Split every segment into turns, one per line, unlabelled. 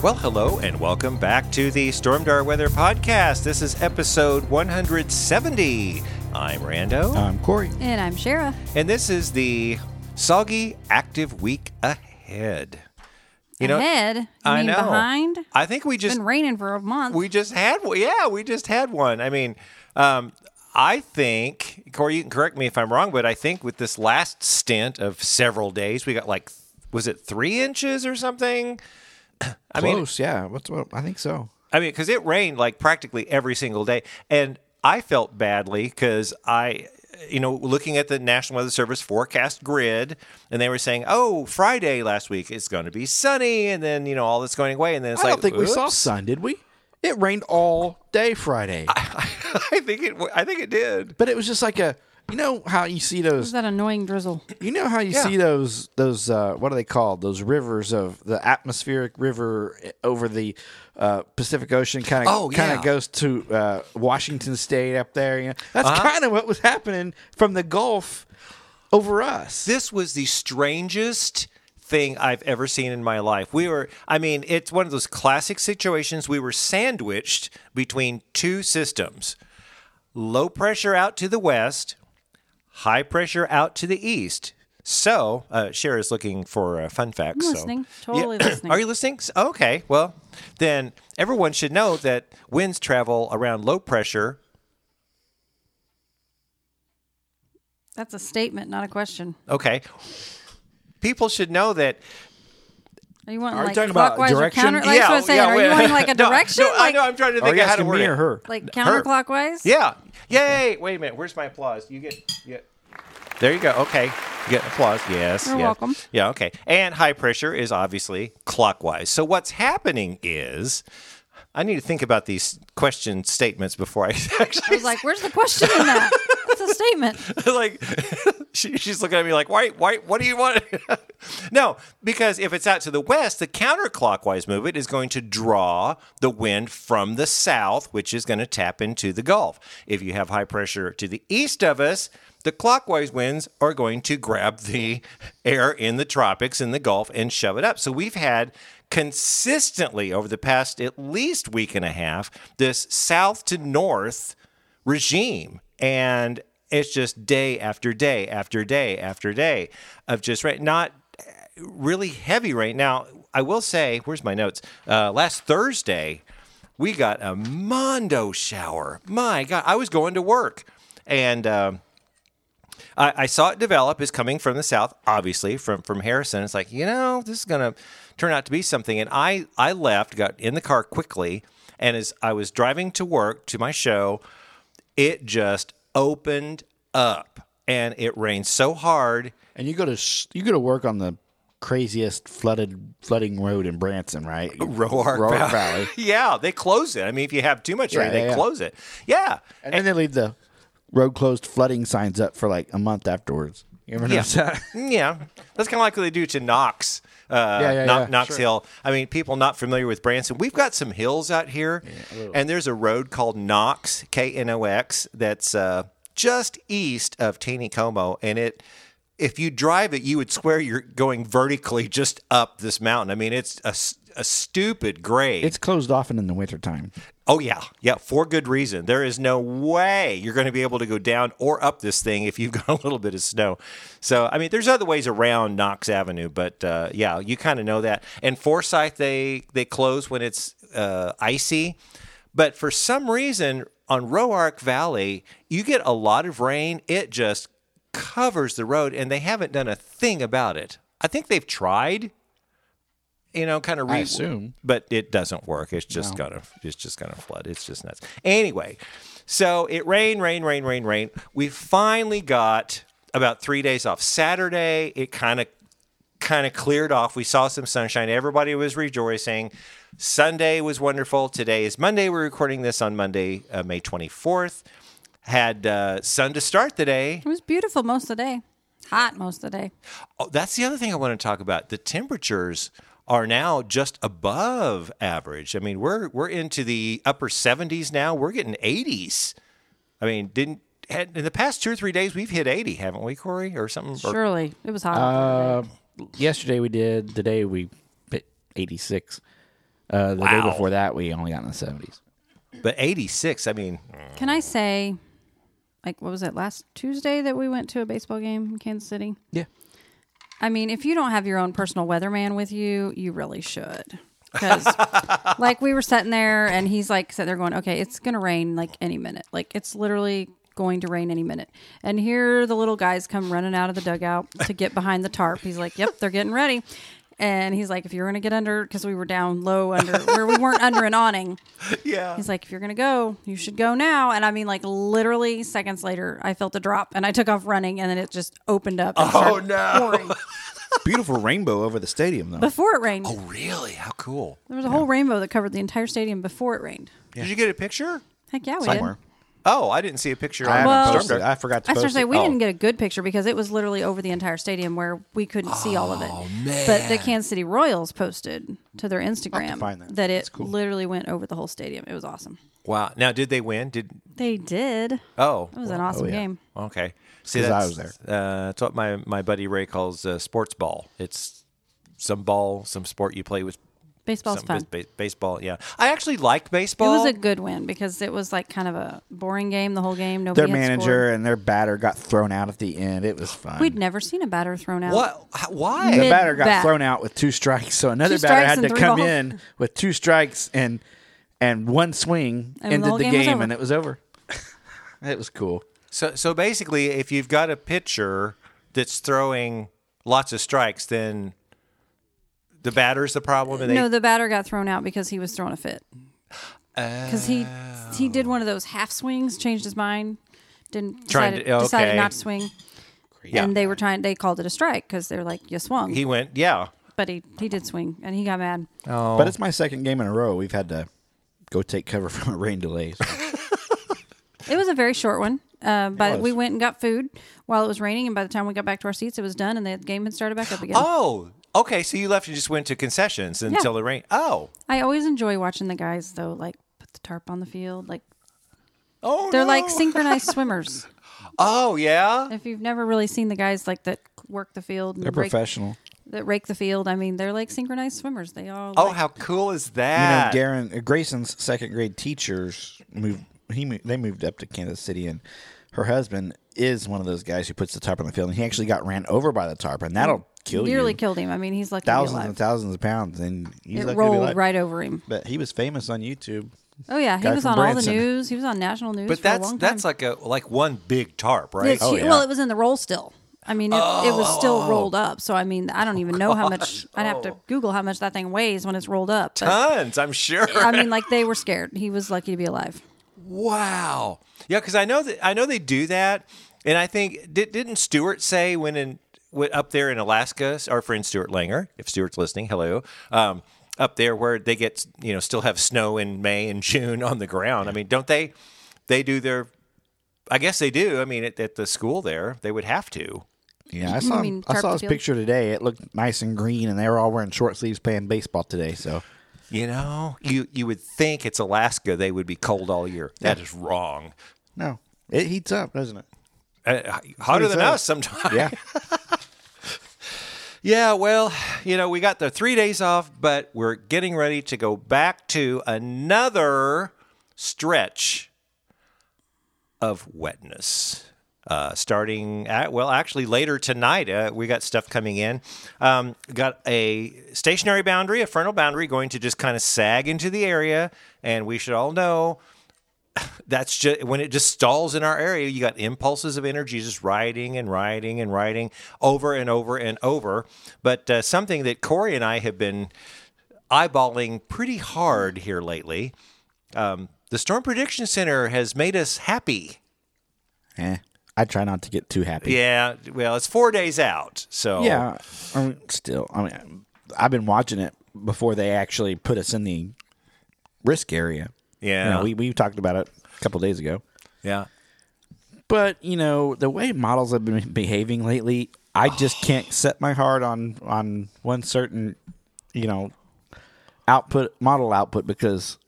Well, hello and welcome back to the Stormdar Weather Podcast. This is episode 170. I'm Rando,
Uh.
I'm Um, Corey.
And I'm Shara.
and this is the soggy active week ahead. You know,
ahead. You
I
mean
know.
behind.
I think we
It's
just
been raining for a month.
we just had one. Yeah, we just had one. I mean, um, I think Corey, you can correct me if I'm wrong, but I think with this last stint of several days, we got like was it three inches or something? I mean,
Close, yeah. What's what? I think so.
I mean, because it rained like practically every single day, and I felt badly because I, you know, looking at the National Weather Service forecast grid, and they were saying, "Oh, Friday last week it's going to be sunny," and then you know all that's going away, and then it's
I
like,
don't think we saw
"Oops."
sun, did we? It rained all day Friday,
I think it. I think it did.
but it was just like a. You know how you see
It's
those?
that annoying drizzle.
You know how you
Yeah.
see those? Those uh, what are they called? Those rivers of the atmospheric river over the uh, Pacific Ocean, kind of
Oh,
kind
yeah.
of goes to uh, Washington State up there. You know, that's
Uh-huh.
kind of what was happening from the Gulf over us.
This was the strangest thing I've ever seen in my life. We were, I mean, it's one of those classic situations. We were sandwiched between two systems low pressure out to the west, high pressure out to the east. So, uh, Cher is looking for uh, fun facts. so-
listening. Totally listening.
Are you listening? S- Okay. Well, then everyone should know that winds travel around low pressure.
That's a statement, not a question.
Okay. People should know that
Are you wanting
Are you
like
talking about
clockwise or
direction?
counter? Like, that's what I'm saying. Are
wait.
you wanting like a
No,
direction?
No, I
like,
know. I'm trying to
Are
think
you
of how to
Oh, asking
word
me
it.
or her?
like counterclockwise?
Yeah. Yay. Wait a minute. Where's my applause? You get. You get there you go. Okay. You get applause. Yes.
You're
yes.
welcome.
Yeah. Okay. And high pressure is obviously clockwise. So what's happening is. I need to think about these question statements before I
I
actually
was like, where's the question in that? That's a statement.
like she, she's looking at me like why why what do you want no because if it's out to the west the counterclockwise movement is going to draw the wind from the south which is going to tap into the gulf if you have high pressure to the east of us the clockwise winds are going to grab the air in the tropics in the gulf and shove it up so we've had consistently over the past at least week and a half this south to north regime and it's just day after day after day after day of just right not really heavy rain now i will say where's my notes uh, last thursday we got a mondo shower my god i was going to work and um, I, I saw it develop is coming from the south, obviously from from Harrison. It's like you know this is gonna turn out to be something. And I I left, got in the car quickly, and as I was driving to work to my show, it just opened up, and it rained so hard.
And you go to sh- you go to work on the craziest flooded flooding road in Branson, right?
Roark
Roark
Valley.
Valley.
yeah, they close it. I mean, if you have too much rain,
Yeah,
they
yeah, yeah.
close it. Yeah,
And then they leave the road closed flooding signs up for like a month afterwards. You ever notice that?
Yeah, that's kind of like what they do to Knox, uh,
Yeah, yeah,
Knox,
yeah,
Knox
sure.
Hill. I mean, people not familiar with Branson, we've got some hills out here, and there's a road called Knox, K N O X, that's uh, just east of Taney Como, and it. If you drive it, you would swear you're going vertically just up this mountain. I mean, it's a, s- a stupid grade.
It's closed often in the wintertime.
Oh yeah, yeah, for good reason. There is no way you're going to be able to go down or up this thing if you've got a little bit of snow. So I mean, there's other ways around Knox Avenue, but uh, yeah, you kind of know that. And Forsyth, they they close when it's uh, icy, but for some reason on Roark Valley, you get a lot of rain. It just covers the road, and they haven't done a thing about it. I think they've tried you know, kind of.
I assume.
but it doesn't work. It's just gonna, it's just gonna flood. It's just nuts. Anyway, so it rained, rain, rain, rain, rain. We finally got about three days off. Saturday, it kind of, kind of cleared off. We saw some sunshine. Everybody was rejoicing. Sunday was wonderful. Today is Monday. We're recording this on Monday, uh, May twenty fourth. Had uh, sun to start the day.
It was beautiful most of the day. Hot most of the day.
Oh, that's the other thing I want to talk about. The temperatures are now just above average. I mean, we're we're into the upper 70s now. We're getting 80s. I mean, didn't had, in the past two or three days we've hit 80, haven't we, Corey, or something? Or-
Surely. It was hot.
Uh, yesterday we did. Today we hit 86. Uh, the day
Wow.
before that we only got in the 70s.
but 86. I mean,
Can I say, like, what was it last Tuesday that we went to a baseball game in Kansas City?
Yeah.
I mean, if you don't have your own personal weatherman with you, you really should. Because, like, we were sitting there and he's like, sitting there going, okay, it's going to rain like any minute. Like, it's literally going to rain any minute. And here the little guys come running out of the dugout to get behind the tarp. He's like, yep, they're getting ready. And he's like, if you're going to get under, because we were down low under, where we weren't under an awning.
yeah.
He's like, if you're gonna go, you should go now. And I mean, like literally seconds later, I felt a drop and I took off running, and then it just opened up. And
Oh,
started
no.
pouring
Beautiful rainbow over the stadium though.
Before it rained,
Oh, really? How cool.
there was a whole rainbow that covered the entire stadium before it rained.
Did you get a picture?
Heck yeah, we
Somewhere.
Oh, I didn't see a picture.
I
on
haven't
Well-
Storm
posted. it.
Dark.
I forgot to
did. I
post
should say
it.
we
Oh.
didn't get a good picture because it was literally over the entire stadium where we couldn't see all of it.
Oh,
But the Kansas City Royals posted to their Instagram
find that.
it literally went over the whole stadium. It was awesome.
Wow. Now, did they win? Did
They did. It
Oh,
was an awesome
yeah.
game.
okay. See,
'Cause I
that's,
was
Uh, that's what my, my buddy Ray calls uh, sports ball. It's some ball, some sport you play with
Baseball's
Something
fun.
with ba- baseball, yeah. I actually liked
It
baseball.
was a good win because it was like kind of a boring game the whole game. Nobody
Their
had
manager
scored.
and their batter got thrown out at the end. It was fun.
We'd never seen a batter thrown out.
what? h- Why?
the
Mid-
batter got
bat.
thrown out with two strikes, so another
Two
batter
strikes
had
and
to
three
come
balls.
in with two strikes and and one swing
And the
ended
whole
the
game was
game,
over.
and it was over. it was cool.
So, so basically, if you've got a pitcher that's throwing lots of strikes, then the batter's the problem. And they,
No, the batter got thrown out because he was throwing a fit. Because he he
Oh.
did one of those half swings, changed his mind, didn't
Trying
decided,
to- okay.
decided not to swing,
Yeah.
and they were trying. They called it a strike because they're like you swung,
he went, yeah.
but he he did swing and he got mad.
But it's my second game in a row. We've had to go take cover from a rain delay. So
It was a very short one. Uh, but
was.
we went and got food while it was raining, and by the time we got back to our seats, it was done, and the game had started back up again.
Oh, okay. So you left and just went to concessions until the rain. Oh,
I always enjoy watching the guys though, like put the tarp on the field, like
oh,
They're like
no.
synchronized swimmers.
oh, yeah.
If you've never really seen the guys like that work the field, and
they're
rake,
professional.
that rake the field. I mean, they're like synchronized swimmers. They all.
Oh,
like-
how cool is
You know,
that?
Darren uh, Grayson's second grade teachers moved. He mo- they moved up to Kansas City, and her husband is one of those guys who puts the tarp on the field. And he actually got ran over by the tarp, and that'll kill
nearly
you.
killed him. I mean, he's lucky to be
thousands
alive.
and thousands of pounds, and he's
it
lucky to be
rolled
alive.
right over him.
But he was famous on YouTube.
Oh yeah, he
Guy
was
from
on all the
Branson.
news. He was on national news.
but
for a
that's
long time.
that's like a like one big tarp, right?
It's hu-
Oh, yeah. Oh,
Well, it was in the roll still. I mean, it, it was still rolled up. So I mean, I don't even know how much. I'd have
Oh.
to Google how much that thing weighs when it's rolled up. But,
Tons, I'm sure.
I mean, like they were scared. He was lucky to be alive.
Wow. Yeah, because I know that I know they do that, and I think did, didn't Stewart say when in when, up there in Alaska, our friend Stuart Langer, if Stuart's listening, hello. Um, up there where they get you know still have snow in May and June on the ground. I mean, don't they? They do their. I guess they do. I mean, at, at the school there, they would have to.
Yeah, I saw.
mean
I
tarp
saw
the
his
field?
picture today. It looked nice and green, and they were all wearing short sleeves playing baseball today. So
You know, you you would think it's Alaska. They would be cold all year. That is wrong.
no, it heats up, doesn't it?
Uh, hotter
he
than
said.
us sometimes.
Yeah,
Yeah, well, you know, we got the three days off, but we're getting ready to go back to another stretch of wetness. Uh, starting at, well, actually later tonight, uh, we got stuff coming in. Um, got a stationary boundary, a frontal boundary, going to just kind of sag into the area, and we should all know that's just when it just stalls in our area you got impulses of energy just riding and riding and riding over and over and over but uh, something that corey and i have been eyeballing pretty hard here lately um, the storm prediction center has made us happy
Eh, I try not to get too happy.
yeah well it's four days out so
Yeah, I mean, still, I mean, I've been watching it before they actually put us in the risk area.
Yeah.
You know, we we talked about it a couple days ago.
yeah
But you know, the way models have been behaving lately, I just can't set my heart on on one certain, you know, output model output because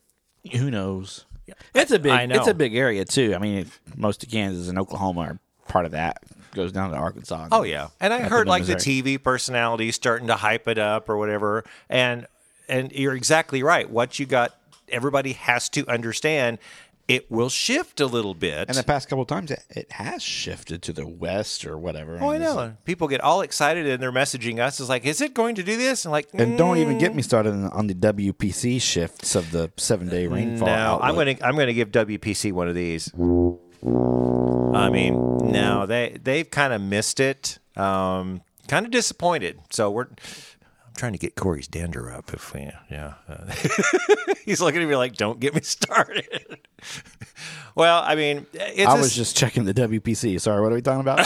who knows. It's a big
I know.
it's a big area too. I mean, most of Kansas and Oklahoma are part of that. goes down to Arkansas.
Oh yeah, and I
Up
heard
into
like the
Missouri.
TV personalities starting to hype it up or whatever, and and you're exactly right. What you got, everybody has to understand. It will shift a little bit.
And the past couple of times, it, it has shifted to the west or whatever.
oh, I know. People get all excited and they're messaging us. It's like, is it going to do this? And like,
And don't
mm,
even get me started on- on the WPC shifts of the seven day rainfall.
No, I'm
outlook.
gonna I'm gonna give WPC one of these. I mean, no, they they've kind of missed it. Um, kind of disappointed. So we're I'm trying to get Corey's dander up. If we, yeah, uh, he's looking at me like, "Don't get me started." well, I mean, it's
I
a-
was just checking the WPC. Sorry, what are we talking about?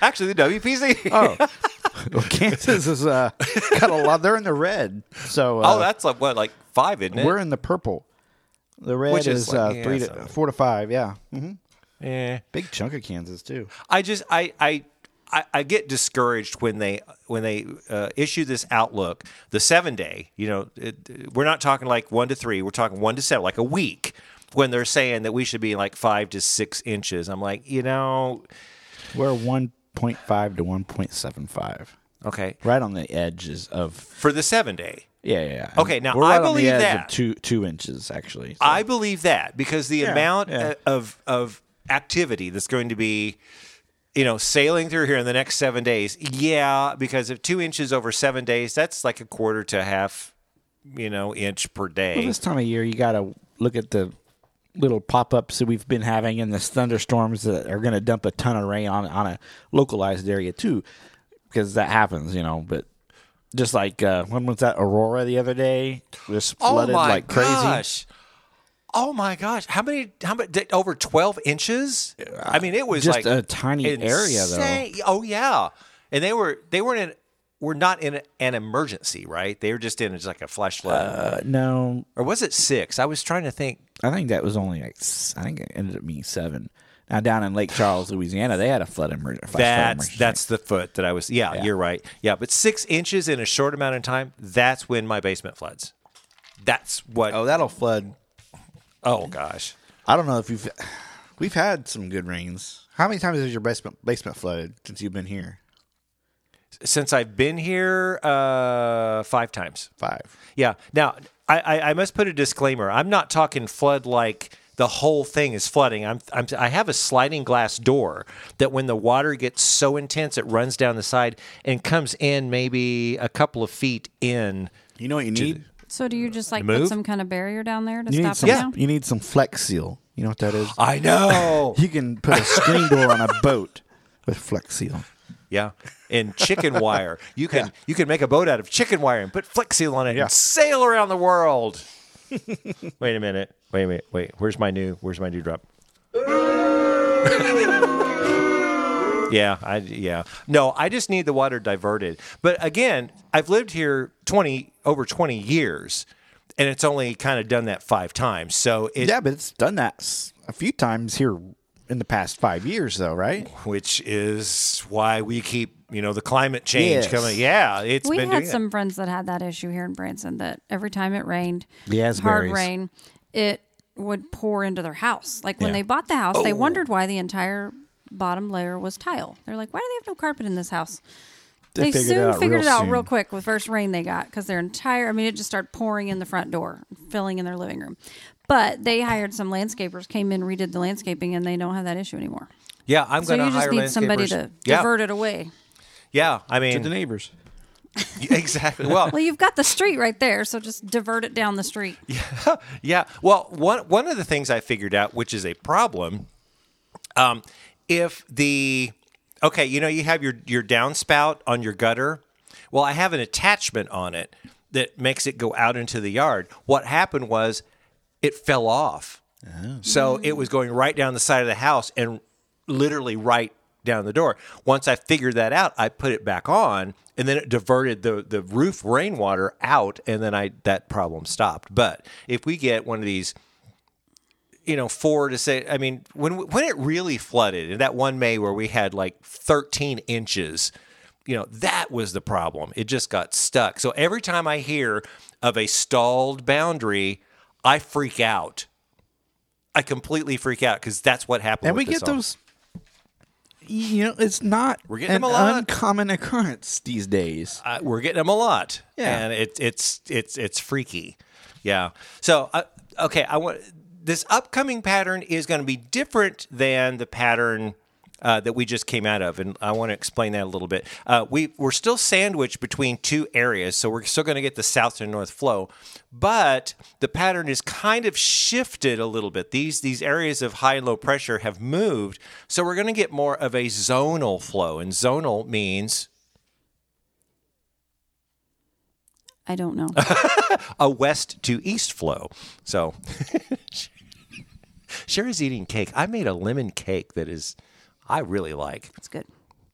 actually the WPC.
oh, well, Kansas is uh, got a lot. They're in the red. So uh,
oh, that's like what, like five, isn't it?
we're in the purple. The red
Which is
is, uh,
like- yeah,
three to
so-
four to five. Yeah, hmm
yeah.
big chunk of Kansas too.
I just I I I, I get discouraged when they when they uh, issue this outlook, the seven day. You know, it, we're not talking like one to three. We're talking one to seven, like a week. When they're saying that we should be like five to six inches, I'm like, you know,
We're one point five to one point seven five.
okay
Right on the edges of
for the seven day.
yeah, yeah. yeah.
Okay, now
we're
I
right on the
believe
edge of
that.
two two inches actually. So-
I believe that because the amount
yeah.
uh, of of activity that's going to be, you know, sailing through here in the next seven days. Yeah, because if two inches over seven days, that's like a quarter to half, you know, inch per
Well,
day.
this time of year, you got to look at the little pop-ups that we've been having and the thunderstorms that are going to dump a ton of rain on on a localized area too, because that happens, you know. But just like uh, when was that aurora the other day? Just flooded like crazy.
Oh gosh. Oh my gosh! How many? How many? did- Over twelve inches? I mean, it was
Just
like
a tiny area though.
insane. Oh yeah, and they were they weren't in were not in an emergency, right? They were just in just like a flash flood.
Uh, no,
or was it six? I was trying to think.
I think that was only like s- I think it ended up being seven. Now down in Lake Charles, Louisiana, they had a flood emergency.
That's that's the foot that I was. Yeah, you're right. Yeah, but six inches in a short amount of time. That's when my basement floods. That's what.
oh
Oh,
that'll flood
gosh.
I don't know if you've we've had some good rains. How many times has your basement basement flooded since you've been here?
Since I've been here, uh, five times.
Five.
Yeah. Now I, I, I must put a disclaimer. I'm not talking flood like the whole thing is flooding. I'm, I'm I have a sliding glass door that when the water gets so intense it runs down the side and comes in maybe a couple of feet in.
You know what you need?
So do you just like
Move?
put some kind of barrier down there to
You need
stop
some.
it now?
You need some Flex Seal. You know what that is?
I know.
You can put a screen door on a boat with Flex Seal.
Yeah. And chicken wire. You can you can make a boat out of chicken wire and put flex seal on it and sail around the world. wait a minute. Wait a minute. Wait. Where's my new where's my new drop? yeah, I yeah. No, I just need the water diverted. But again, I've lived here 20 over 20 years and it's only kind of done that 5 times. So it
Yeah, but it's done that s- a few times here in the past five years, though, right?
which is why we keep, you know, the climate change
Yes.
coming. Yeah, it's
We
been
had
doing that.
some friends that had that issue here in Branson that every time it rained,
The
hard
Asburys.
rain, it would pour into their house. Like when they bought the house, they wondered why the entire bottom layer was tile. They're like, why do they have no carpet in this house? They,
figured it
soon
out
figured
real
it out
soon.
real quick with first rain they got because their entire, I mean, it just started pouring in the front door, filling in their living room. But they hired some landscapers, came in, redid the landscaping, and they don't have that issue anymore.
Yeah, I'm
So
going
you
to hire
just need somebody
landscapers.
to
yeah,
divert it away.
yeah. I mean,
neighbors.
exactly. Well,
Well, you've got the street right there, so just divert it down the street.
yeah. Well, one one of the things I figured out, which is a problem, um, if the okay, you know, you have your your downspout on your gutter. Well, I have an attachment on it that makes it go out into the yard. What happened was it fell off, so it was going right down the side of the house and literally right down the door. Once I figured that out, I put it back on, and then it diverted the the roof rainwater out, and then I that problem stopped. But if we get one of these you know four to say i mean when when it really flooded in that one may where we had like 13 inches you know that was the problem it just got stuck so every time i hear of a stalled boundary i freak out i completely freak out because that's what happened
and we
with this
get
song.
those. You know, it's not
We're getting
an
them a lot.
uncommon occurrence these days.
uh, we're getting them a lot.
Yeah.
and it's it's it's it's freaky. Yeah. So uh, okay, I want this upcoming pattern is going to be different than the pattern. Uh, that we just came out of, and I want to explain that a little bit. Uh, we we're still sandwiched between two areas, so we're still going to get the south and north flow, but the pattern is kind of shifted a little bit. These these areas of high and low pressure have moved, so we're going to get more of a zonal flow, and zonal means
I don't know.
a west to east flow. So Sherry's eating cake. I made a lemon cake that is I really like.
It's good.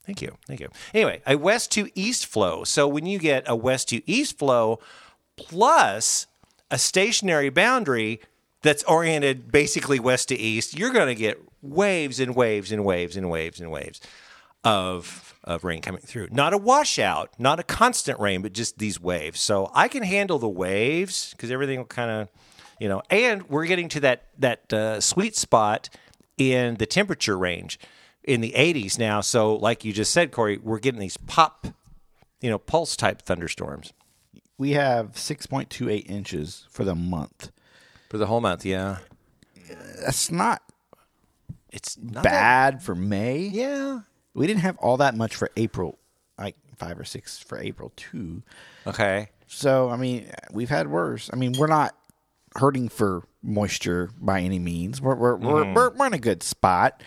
Thank you. Thank you. Anyway, a west to east flow. So when you get a west to east flow plus a stationary boundary that's oriented basically west to east, you're going to get waves and waves and waves and waves and waves of of rain coming through. Not a washout, not a constant rain, but just these waves. So I can handle the waves because everything will kind of, you know. And we're getting to that that uh, sweet spot in the temperature range in the 80s now. So like you just said, Corey, we're getting these pop, you know, pulse type thunderstorms
We have 6.28 inches for the month.
for the whole month. Yeah,
That's not
it's not that-
bad for May.
yeah.
We didn't have all that much for April, like five or six for April, too.
Okay.
So, I mean, we've had worse. I mean, we're not hurting for moisture by any means. We're, we're,
Mm-hmm.
we're, we're, we're in a good spot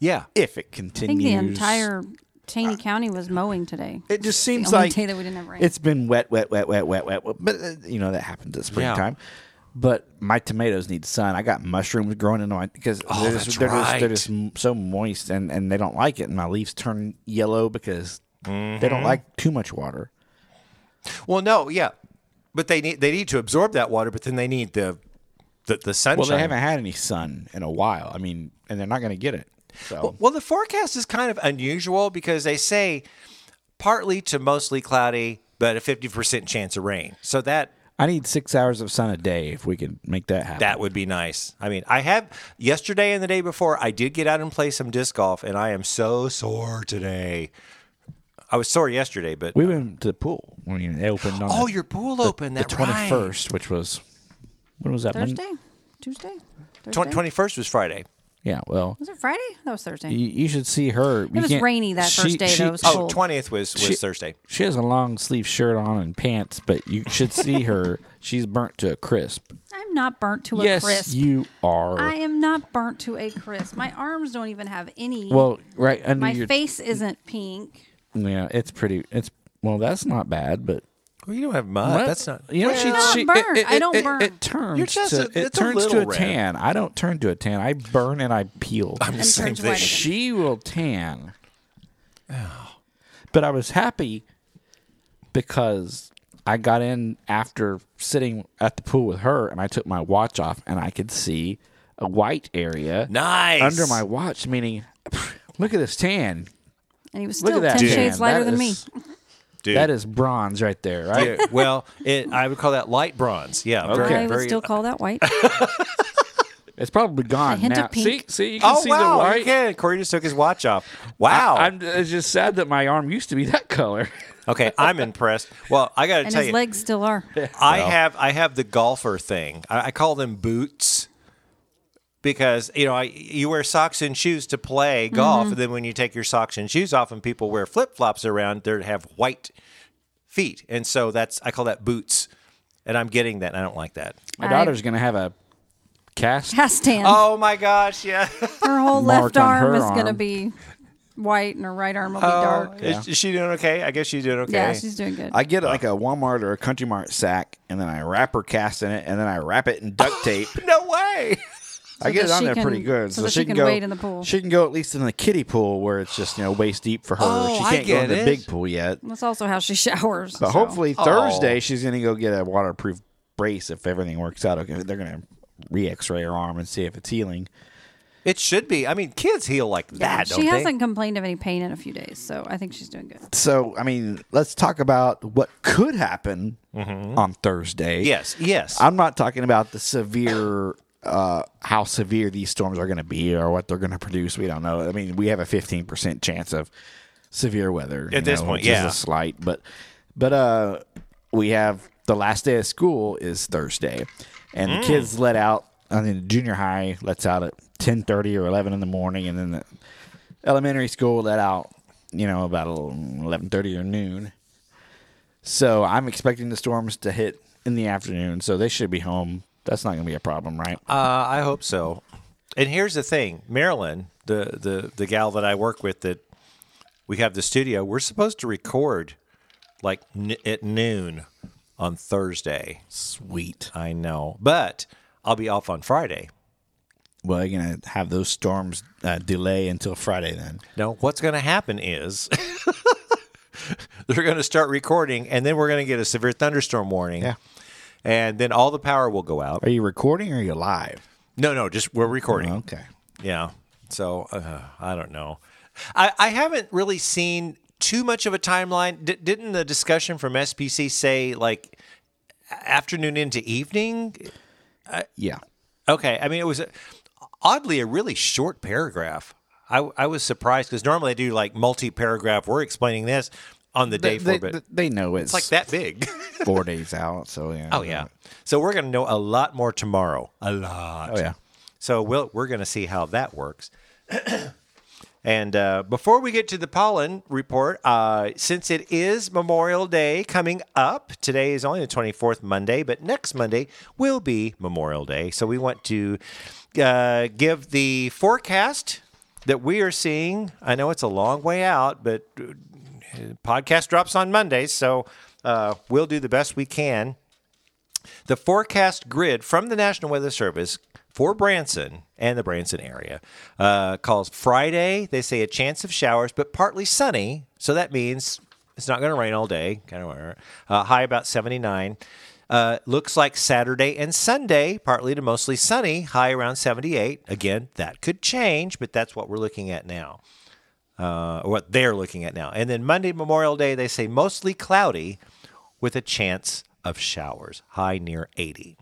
Yeah.
if it
I think
continues.
the entire Taney County was mowing today.
It just seems
only
like
day that we didn't have rain.
it's been wet, wet, wet, wet, wet, wet. wet, But uh, you know that happens at springtime. But my tomatoes need sun. I got mushrooms growing in my because they're,
that's
just, they're, just, they're
right.
just m- so moist and, and they don't like it. And my leaves turn yellow because they don't like too much water.
Well, no, yeah, but they need they need to absorb that water, but then they need the the, the sunshine.
Well, they haven't had any sun in a while. I mean, and they're not going to get it. So
Well, the forecast is kind of unusual because they say partly to mostly cloudy, but a 50% chance of rain. So that
I need six hours of sun a day if we can make that happen.
that would be nice. I mean, I have yesterday and the day before, I did get out and play some disc golf, and I am so sore today. I was sore yesterday, but
we went to the pool. I mean, they opened on
oh,
the-
your pool opened
the
that right.
twenty first, which was when was that? Mon-
Thursday, Tuesday, Thursday.
Twen- 21st was Friday.
Yeah, well,
was it Friday? That was Thursday.
You, you should see her. It
was rainy that first day, though, so-
Oh,
Cold.
20th was, was Thursday.
She has a long sleeve shirt on and pants, but you should see her. She's burnt to a crisp.
I'm not burnt to a
yes,
crisp.
you are.
I am not burnt to a crisp. My arms don't even have any.
well, right under
my
your.
face isn't pink.
Yeah, it's pretty. It's well, that's not bad, but
Well, you don't have mud.
What?
That's not.
You know, she,
I'm not
she it-
burned.
It,
I don't
it- it-
burn.
It, turns.
You're just
to,
a-
it
it's a
turns to
little
a
red.
tan. I don't turn to a tan. I burn and I peel.
the
And turns white again.
she will tan. But I was happy because I got in after sitting at the pool with her and I took my watch off and I could see a white area
Nice.
under my watch, meaning, look at this tan.
And he was
Look
still
at that.
10
tan.
shades
That
lighter than me.
is-
Dude.
That is bronze right there, right?
Yeah, well, it, I would call that light bronze. Yeah,
Okay.
I would still call that white.
It's probably gone
hint
now.
of pink.
See, see, you can
Oh
see
wow!
the white.
You can. Corey just took his watch off. Wow.
I, am it's just sad that my arm used to be that color.
okay, I'm impressed. Well, I got to
and
tell
his
you,
legs still are.
I have I have the golfer thing. I, I call them boots because you know I, you wear socks and shoes to play golf, and then when you take your socks and shoes off, and people wear flip flops around, they have white feet. And so that's, I call that boots. And I'm getting that. And I don't like that.
My
I-
daughter's gonna have a cast.
Cast tan.
Oh my gosh. Yeah.
her whole
marked
left
on
arm
her
is going to
arm.
be white and her right arm will be
Oh,
dark.
Is, is she doing okay? I guess she's doing okay.
Yeah, she's doing good.
I get like a Walmart or a Country Mart sack, and then I wrap her cast in it, and then I wrap it in duct tape.
no way.
I
that
get it on
she
there
can-
pretty good,
so that she can
go
wade in the pool.
She can go at least in the kiddie pool where it's just you know waist deep for her.
Oh,
she
I
can't go
get
in the
it.
big pool yet.
That's also how she showers.
But
so.
hopefully
Oh.
Thursday she's gonna go get a waterproof brace if everything works out. Okay, they're gonna re-X-ray her arm and see if it's healing.
It should be. I mean, kids heal like that, don't
she
they?
hasn't complained of any pain in a few days, so I think she's doing good.
So I mean, let's talk about what could happen on Thursday.
yes. Yes.
I'm not talking about the severe, uh, how severe these storms are going to be or what they're going to produce. We don't know. I mean, we have a 15% chance of severe weather you
this
know,
point,
which is
yeah.
a slight, but but uh, we have the last day of school is Thursday, and
Mm.
the kids let out. I mean, junior high lets out at 10:30 or 11 in the morning, and then the elementary school let out, you know, about 11:30 or noon. So I'm expecting the storms to hit in the afternoon, so they should be home. That's not going to be a problem, right?
Uh, I hope so. And here's the thing, Marilyn, the the the gal that I work with that we have the studio. We're supposed to record like n- at noon on Thursday.
Sweet.
I know, but I'll be off on Friday.
Well, you're going to have those storms uh, delay until Friday then.
No, what's going to happen is they're going to start recording, and then we're going to get a severe thunderstorm warning.
Yeah.
And then all the power will go out.
Are you recording or are you live?
No, no, just we're recording.
Okay.
Yeah. So uh, I don't know. I, I haven't really seen too much of a timeline. D- didn't the discussion from SPC say like a- afternoon into evening?
Yeah.
Okay. I mean, it was uh oddly a really short paragraph. I, I was surprised because normally I do like multi paragraph. We're explaining this on the day
they,
for, but
they- they know
it's
it's,
like that big.
four days out, so yeah.
oh, yeah. So we're going to know a lot more tomorrow. A lot.
Oh, yeah.
So we'll, we're going to see how that works. and uh, before we get to the pollen report, uh, since it is Memorial Day coming up, today is only the 24th Monday, but next Monday will be Memorial Day. So we want to uh, give the forecast that we are seeing. I know it's a long way out, but uh, podcast drops on Mondays. So uh, we'll do the best we can the forecast grid from the National Weather Service for Branson and the Branson area uh, calls Friday, they say a chance of showers, but partly sunny. So that means it's not going to rain all day, kind of uh, high about 79. Uh, looks like Saturday and Sunday, partly to mostly sunny, high around 78. Again, that could change, but that's what we're looking at now uh, what they're looking at now. And then Monday, Memorial Day, they say mostly cloudy with a chance of showers, high near 80.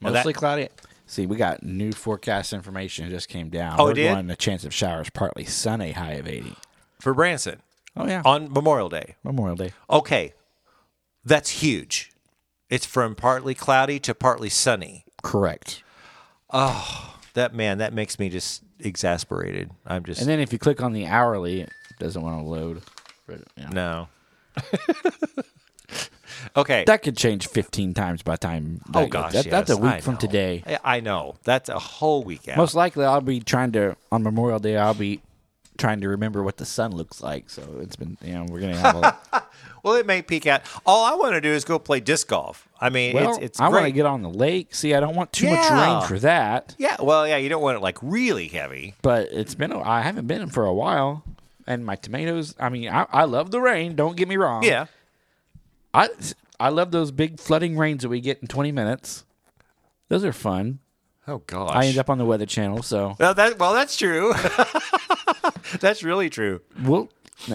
Now that-
Mostly cloudy. See, we got new forecast information. It just came down.
Oh, it
We're
did?
going a chance of showers, partly sunny, high of 80.
for Branson
Oh, yeah.
on Memorial Day.
Memorial Day.
Okay, that's huge. It's from partly cloudy to partly sunny. Oh,
Correct.
That man, that makes me just exasperated. I'm just
And then if you click on the hourly, it doesn't want to load. But, you know.
no. okay.
That could change 15 times by the time.
oh
that-
gosh,
that- That's a
yes,
week
I
from
know.
today.
I- I know. That's a whole week out.
Most likely, I'll be trying to on Memorial Day. I'll be trying to remember what the sun looks like. So it's been, you know, we're gonna have. A,
Well, it may peak out. All I want to do is go play disc golf. I mean,
well,
it's it's
I want to
great.
get on the lake. See, I don't want too
Yeah.
much rain for that.
yeah, well, yeah, you don't want it like really heavy.
But it's been. A, I haven't been for a while. And my tomatoes. I mean, I, I love the rain. Don't get me wrong.
Yeah,
I I love those big flooding rains that we get in 20 minutes. Those are fun.
Oh gosh.
I end up on the Weather Channel, so
well, that, well, that's true. that's really true.
Well,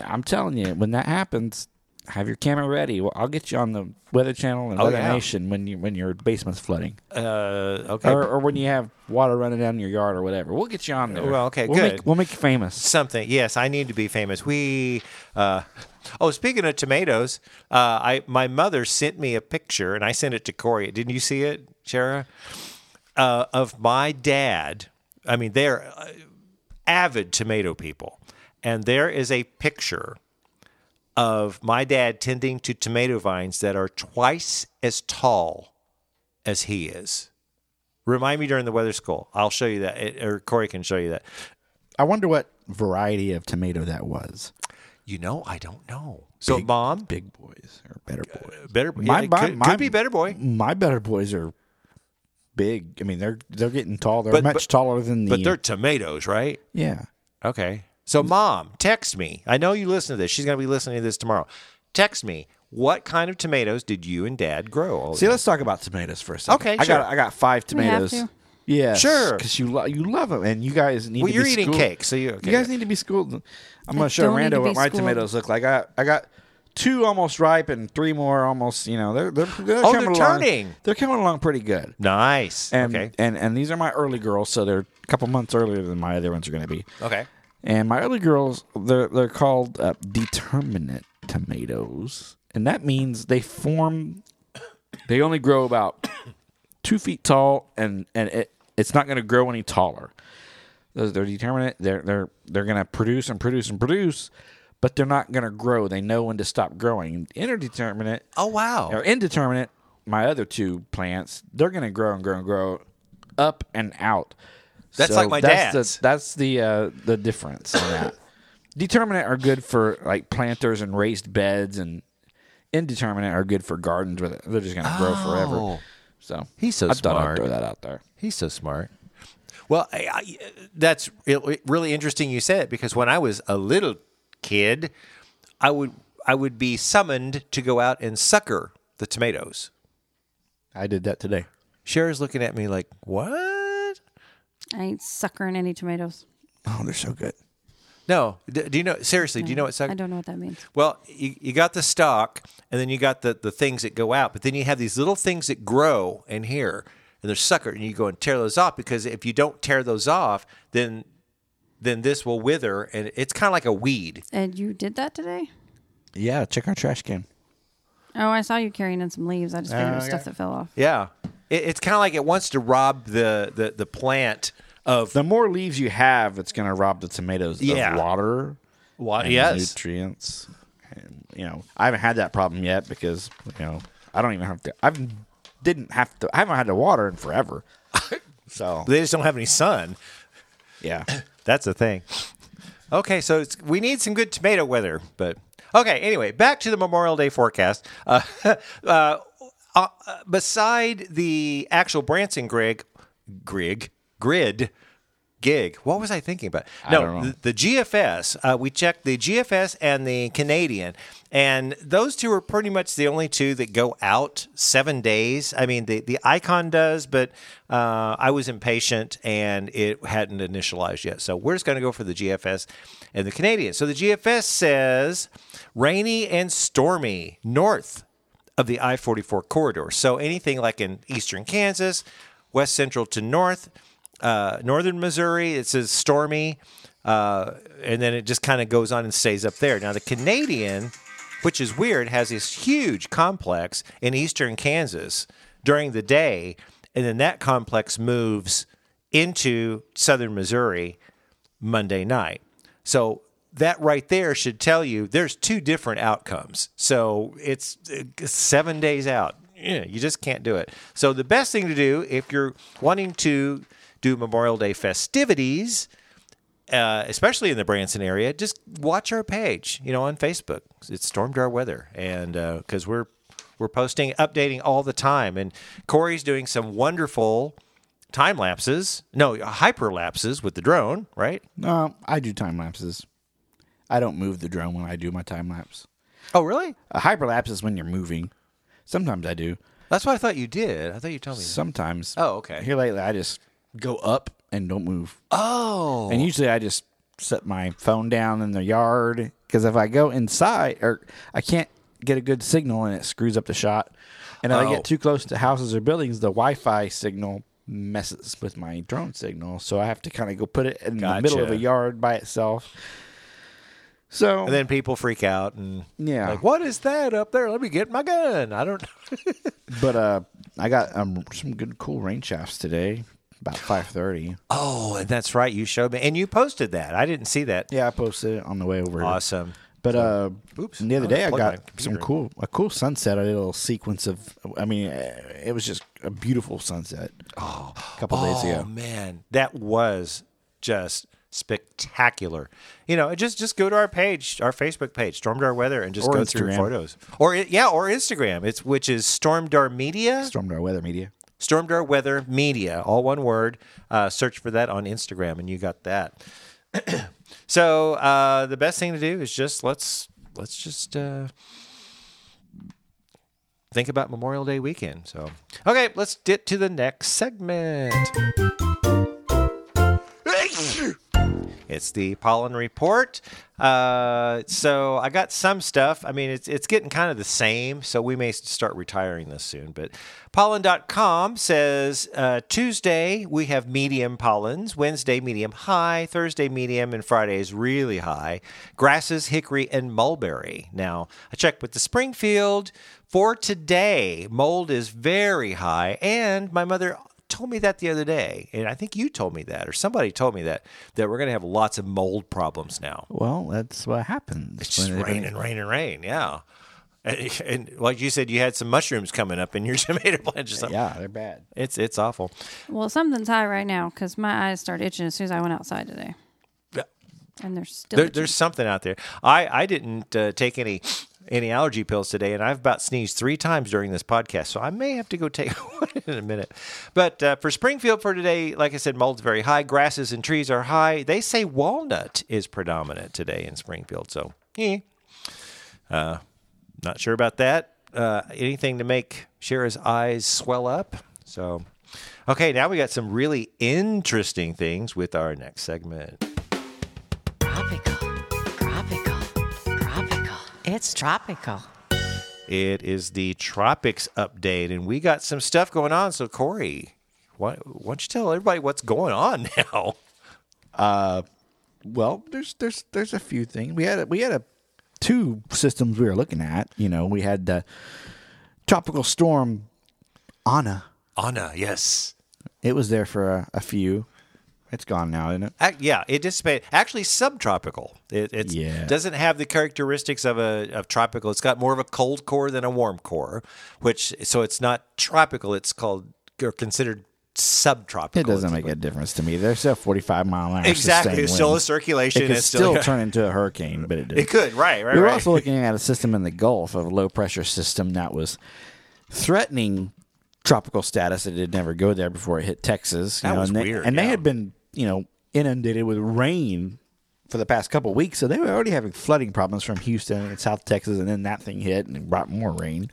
I'm telling you, when that happens, have your camera ready. Well, I'll get you on the Weather Channel and Weather
Oh, yeah.
Nation when you when your basement's flooding,
Uh, okay.
or, or when you have water running down your yard or whatever. We'll get you on there.
Well, okay,
we'll
good.
Make, we'll make you famous.
Something. Yes, I need to be famous. We. Uh, oh, speaking of tomatoes, uh, I my mother sent me a picture, and I sent it to Corey. Didn't you see it, Shara? Uh, of my dad. I mean, they're uh, avid tomato people, and there is a picture of my dad tending to tomato vines that are twice as tall as he is. Remind me during the weather school. I'll show you that, it- or Corey can show you that.
I wonder what variety of tomato that was.
You know, I don't know. So, mom,
Big boys or better boys.
better boy.
My-
yeah, it
my- Mm.
could,
my-
could be better boy.
My better boys are big. I mean, they're they're getting tall. They're
But-
much
but-
taller than the
But they're tomatoes, right?
yeah.
Okay. So, mom, text me. I know you listen to this. She's going to be listening to this tomorrow. Text me. What kind of tomatoes did you and dad grow? all
See,
the-
let's talk about tomatoes for a second.
Okay,
I
sure.
got I got five
We have
tomatoes.
to.
Yeah,
Sure.
Because you lo- you love them, and you guys need.
well,
to
you're
be
eating
schooled.
cake, so you, okay,
You guys
yeah.
need to be schooled. I'm gonna show
don't need
Rando
to
what
be
my
schooled.
tomatoes look like. I I got two almost ripe and three more almost. You know, they're they're, they're
Oh, they're
coming along.
turning.
They're coming along pretty good.
nice.
And,
okay.
and and these are my early girls, so they're a couple months earlier than my other ones are gonna be.
Okay.
And my early girls, they're they're called uh, determinate tomatoes, and that means they form. They only grow about two feet tall, and and it, it's not going to grow any taller. Those they're determinate. They're they're they're going to produce and produce and produce, but they're not going to grow. They know when to stop growing. Interdeterminate
Oh wow.
or indeterminate, my other two plants, they're going to grow and grow and grow up and out.
That's like my
that's
dad's.
The, that's the uh, the difference. In that. Determinate are good for like planters and raised beds, and indeterminate are good for gardens where they're just going to grow forever.
Oh.
So
He's so
I thought I'd
smart.
throw that out there.
He's so smart. Well, I, I, that's it- really interesting you said it because when I was a little kid, I would I would be summoned to go out and sucker the tomatoes.
I did that today.
Cher's looking at me like, "What?"
I ain't suckering any tomatoes.
Oh, they're so good.
No, D- do you know seriously? Do you know what
Mm, I
sucker?
don't know what that means.
Well, you, you got the stock, and then you got the the things that go out, but then you have these little things that grow in here, and they're sucker, and you go and tear those off because if you don't tear those off, then then this will wither, and it's kind of like a weed.
And you did that today?
Yeah, check our trash can.
Oh, I saw you carrying in some leaves. I just figured it was
okay.
stuff that fell off.
Yeah, it, it's kind of like it wants to rob the the, the plant of
The more leaves you have, it's going to rob the tomatoes
Yeah.
of water.
water.
and
Yes,
nutrients. And you know, I haven't had that problem yet because you know I don't even have to. I haven't- didn't have to. I haven't had to water in forever. So
they just don't have any sun.
yeah,
That's the thing. Okay, so it's, we need some good tomato weather, but okay. Anyway, back to the Memorial Day forecast. Uh, uh, uh, beside the actual Branson Grig, Grig, grid, gig. What was I thinking about? No,
don't know.
th- the GFS. Uh, we checked the GFS and the Canadian, and those two are pretty much the only two that go out seven days. I mean, the the Icon does, but uh, I was impatient and it hadn't initialized yet. So we're just going to go for the GFS and the Canadian. So the GFS says rainy and stormy north of the I 44 corridor. So anything like in eastern Kansas, west central to north, uh, northern Missouri, it says stormy, uh, and then it just kind of goes on and stays up there. Now, the Canadian, which is weird, has this huge complex in eastern Kansas during the day, and then that complex moves into southern Missouri Monday night. So that right there should tell you there's two different outcomes. So it's uh, seven days out. Yeah, You just can't do it. So the best thing to do if you're wanting to do Memorial Day festivities, uh, especially in the Branson area, just watch our page. You know, on Facebook, it's Storm Door Weather, and because we're we're posting, updating all the time, and Corey's doing some wonderful time lapses, no hyperlapses with the drone, right?
no, I do time lapses. I don't move the drone when I do my time lapse.
Oh, really?
A hyperlapse is when you're moving. Sometimes I do.
That's what I thought you did. I thought you told me.
Sometimes.
Oh, okay.
Here lately, I just go up and don't move.
Oh,
And usually I just set my phone down in the yard because if I go inside or I can't get a good signal and it screws up the shot. And if I
Oh.
get too close to houses or buildings, the Wi Fi signal messes with my drone signal. So I have to kind of go put it in the middle of
Gotcha.
a yard by itself. So
and then people freak out and
Yeah.
like what is that up there? Let me get my gun. I don't.
but uh I got um some good cool rain shafts today. About five thirty.
Oh, and that's right. You showed me, and you posted that. I didn't see that.
Yeah, I posted it on the way over.
Awesome.
But uh,
Oops.
and the other
I was
day I
plugging my
got
computer
some
in.
cool a cool sunset. I did a little sequence of. I mean, uh, it was just a beautiful sunset. Oh, a couple days
Oh
ago.
man, that was just spectacular. You know, just just go to our page, our Facebook page, Storm Door Weather, and just
Or
go through
Instagram.
photos. Or i- yeah, or Instagram. It's which is Storm Door Media,
Stormed our weather media.
Storm Door Weather Media, all one word. Uh, search for that on Instagram, and you got that. so uh, the best thing to do is just let's let's just. Uh, Think about Memorial Day weekend. So, okay, let's get to the next segment. It's the pollen report. Uh, so I got some stuff. I mean, it's, it's getting kind of the same, so we may start retiring this soon. But pollen.com says uh, Tuesday we have medium pollens, Wednesday medium high, Thursday medium, and Friday is really high. Grasses, hickory, and mulberry. Now, I checked with the Springfield for today. Mold is very high, and my mother told me that the other day, and I think you told me that, or somebody told me that, that we're going to have lots of mold problems now.
Oh, Well, that's what happens.
It's just
when everybody-
rain and rain and rain. Yeah. And, and like you said, you had some mushrooms coming up in your tomato plant or something.
Yeah, they're bad.
It's it's awful.
Well, something's high right now because my eyes started itching as soon as I went outside today.
Yeah.
And they're still.
There,
itching.
there's something out there. I I didn't uh, take any any allergy pills today, and I've about sneezed three times during this podcast, so I may have to go take one in a minute. But uh, for Springfield for today, like I said, mold's very high. Grasses and trees are high. They say walnut is predominant today in Springfield, so eh. Uh, not sure about that. Uh, anything to make Shara's eyes swell up. So, okay, now we got some really interesting things with our next segment.
Tropical. Tropical. Tropical. It's tropical.
It is the tropics update, and we got some stuff going on. So, Corey, why, why don't you tell everybody what's going on now?
Well, there's there's there's a few things. We had a, we had a two systems we were looking at. You know, we had the tropical storm Anna.
Anna, yes.
It was there for a, a few. It's gone now, isn't it?
Ac- yeah, it dissipated. Actually, subtropical. It it's,
Yeah.
doesn't have the characteristics of a of tropical. It's got more of a cold core than a warm core, which so it's not tropical. It's called or considered subtropical.
It doesn't make a difference to me. There's still 45 mile an hour.
exactly.
sustained
It's still a
wind.
circulation.
It could
it's
still
still
turn into a hurricane, but it did.
it could right right
we were
right.
also looking at a system in the Gulf of a low pressure system that was threatening tropical status. It had never go there before it hit Texas. you
That
know,
was
and they,
weird,
And they
yeah.
had been, you know, inundated with rain for the past couple weeks, so they were already having flooding problems from Houston and South Texas, and then that thing hit and it brought more rain.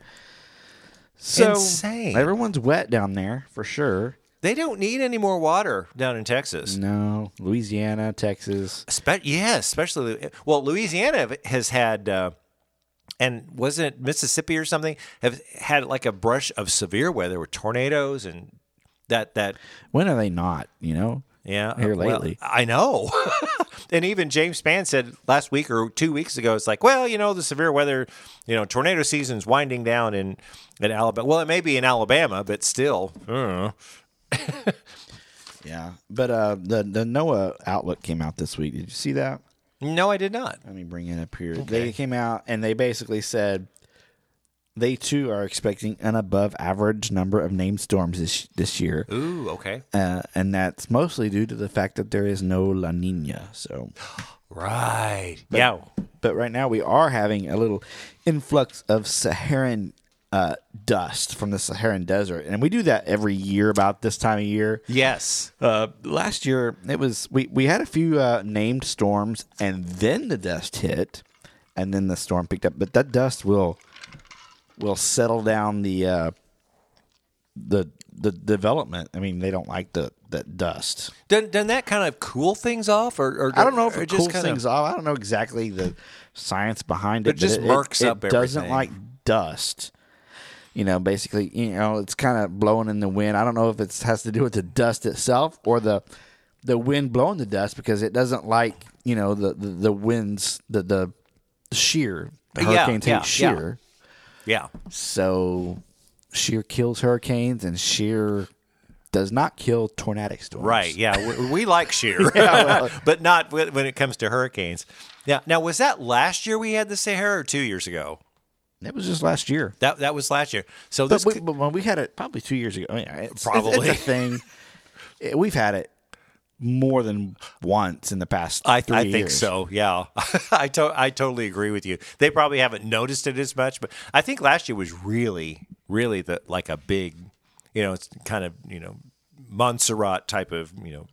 So
Insane.
everyone's wet down there for sure.
they don't need any more water down in Texas.
No, Louisiana, Texas.
Spe- yeah, especially Lu- well, Louisiana has had, uh, and wasn't it Mississippi or something have had like a brush of severe weather with tornadoes and that that
When are they not? You know.
yeah
Here
well,
lately.
I know, and even James Spann said last week or two weeks ago, it's like well you know the severe weather, you know tornado season's winding down in in Alabama. Well, it may be in Alabama, but still, I don't
Uh-huh.
know.
Yeah, but uh, the the NOAA outlook came out this week. Did you see that?
no, I did not.
Let me bring it up here. They came out and they basically said they too are expecting an above average number of named storms this this year,
Ooh, okay,
uh, and that's mostly due to the fact that there is no La Nina. So,
right, yeah,
but right now we are having a little influx of Saharan. Uh, dust from the Saharan desert, and we do that every year about this time of year.
yes.
Uh, last year it was we we had a few uh, named storms, and then the dust hit, and then the storm picked up. But that dust will will settle down the uh, the the development. I mean, they don't like the that dust.
Doesn't, doesn't that kind of cool things off, or, or
I don't know if
or
it cools
kinda-
things off. I don't know exactly the science behind it.
It
but
just
it,
murks
it,
up
It doesn't
everything.
like dust. You know, basically, you know, it's kind of blowing in the wind. I don't know if it has to do with the dust itself or the the wind blowing the dust because it doesn't like you know the the, the winds the the shear the
Yeah,
hurricanes
yeah,
hate
yeah.
shear
Yeah,
so shear kills hurricanes and shear does not kill tornadic storms.
Right. Yeah. We, we like sheer, but not wh- when it comes to hurricanes. Yeah. Now, was that last year we had the Sahara or two years ago?
It was just last year.
That that was last year. So
But,
this
we,
could-
but when we had it probably two years ago. I mean, it's- it's,
Probably.
it's a thing. It- we've had it more than once in the past.
I,
three
I think
years.
so. Yeah, I to- I totally agree with you. They probably haven't noticed it as much, but I think last year was really, really the like a big, you know, it's kind of you know, Montserrat type of you know.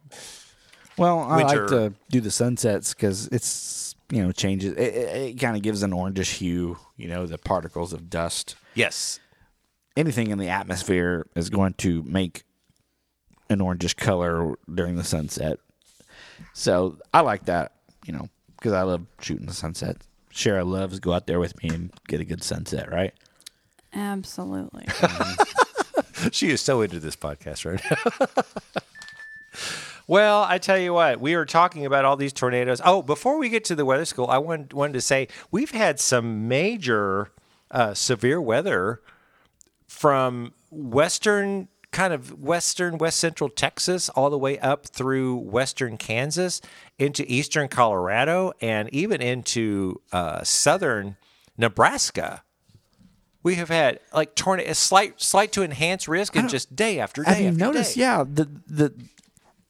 Well, I
Winter.
like to do the sunsets because it's you know changes. It, it, it kind of gives an orangish hue. You know the particles of dust.
Yes,
Anything in the atmosphere is going to make an orangish color during the sunset. So I like that. You know because I love shooting the sunset. Shara loves go out there with me and get a good sunset. Right.
Absolutely.
she is so into this podcast right now. well, I tell you what, we are talking about all these tornadoes. Oh, before we get to the weather school, I wanted, wanted to say we've had some major uh, severe weather from western kind of western west central Texas all the way up through western Kansas into eastern Colorado and even into uh, southern Nebraska. We have had like tornado slight slight to enhance risk and just day after day.
Have you
after
noticed?
day.
Yeah, the the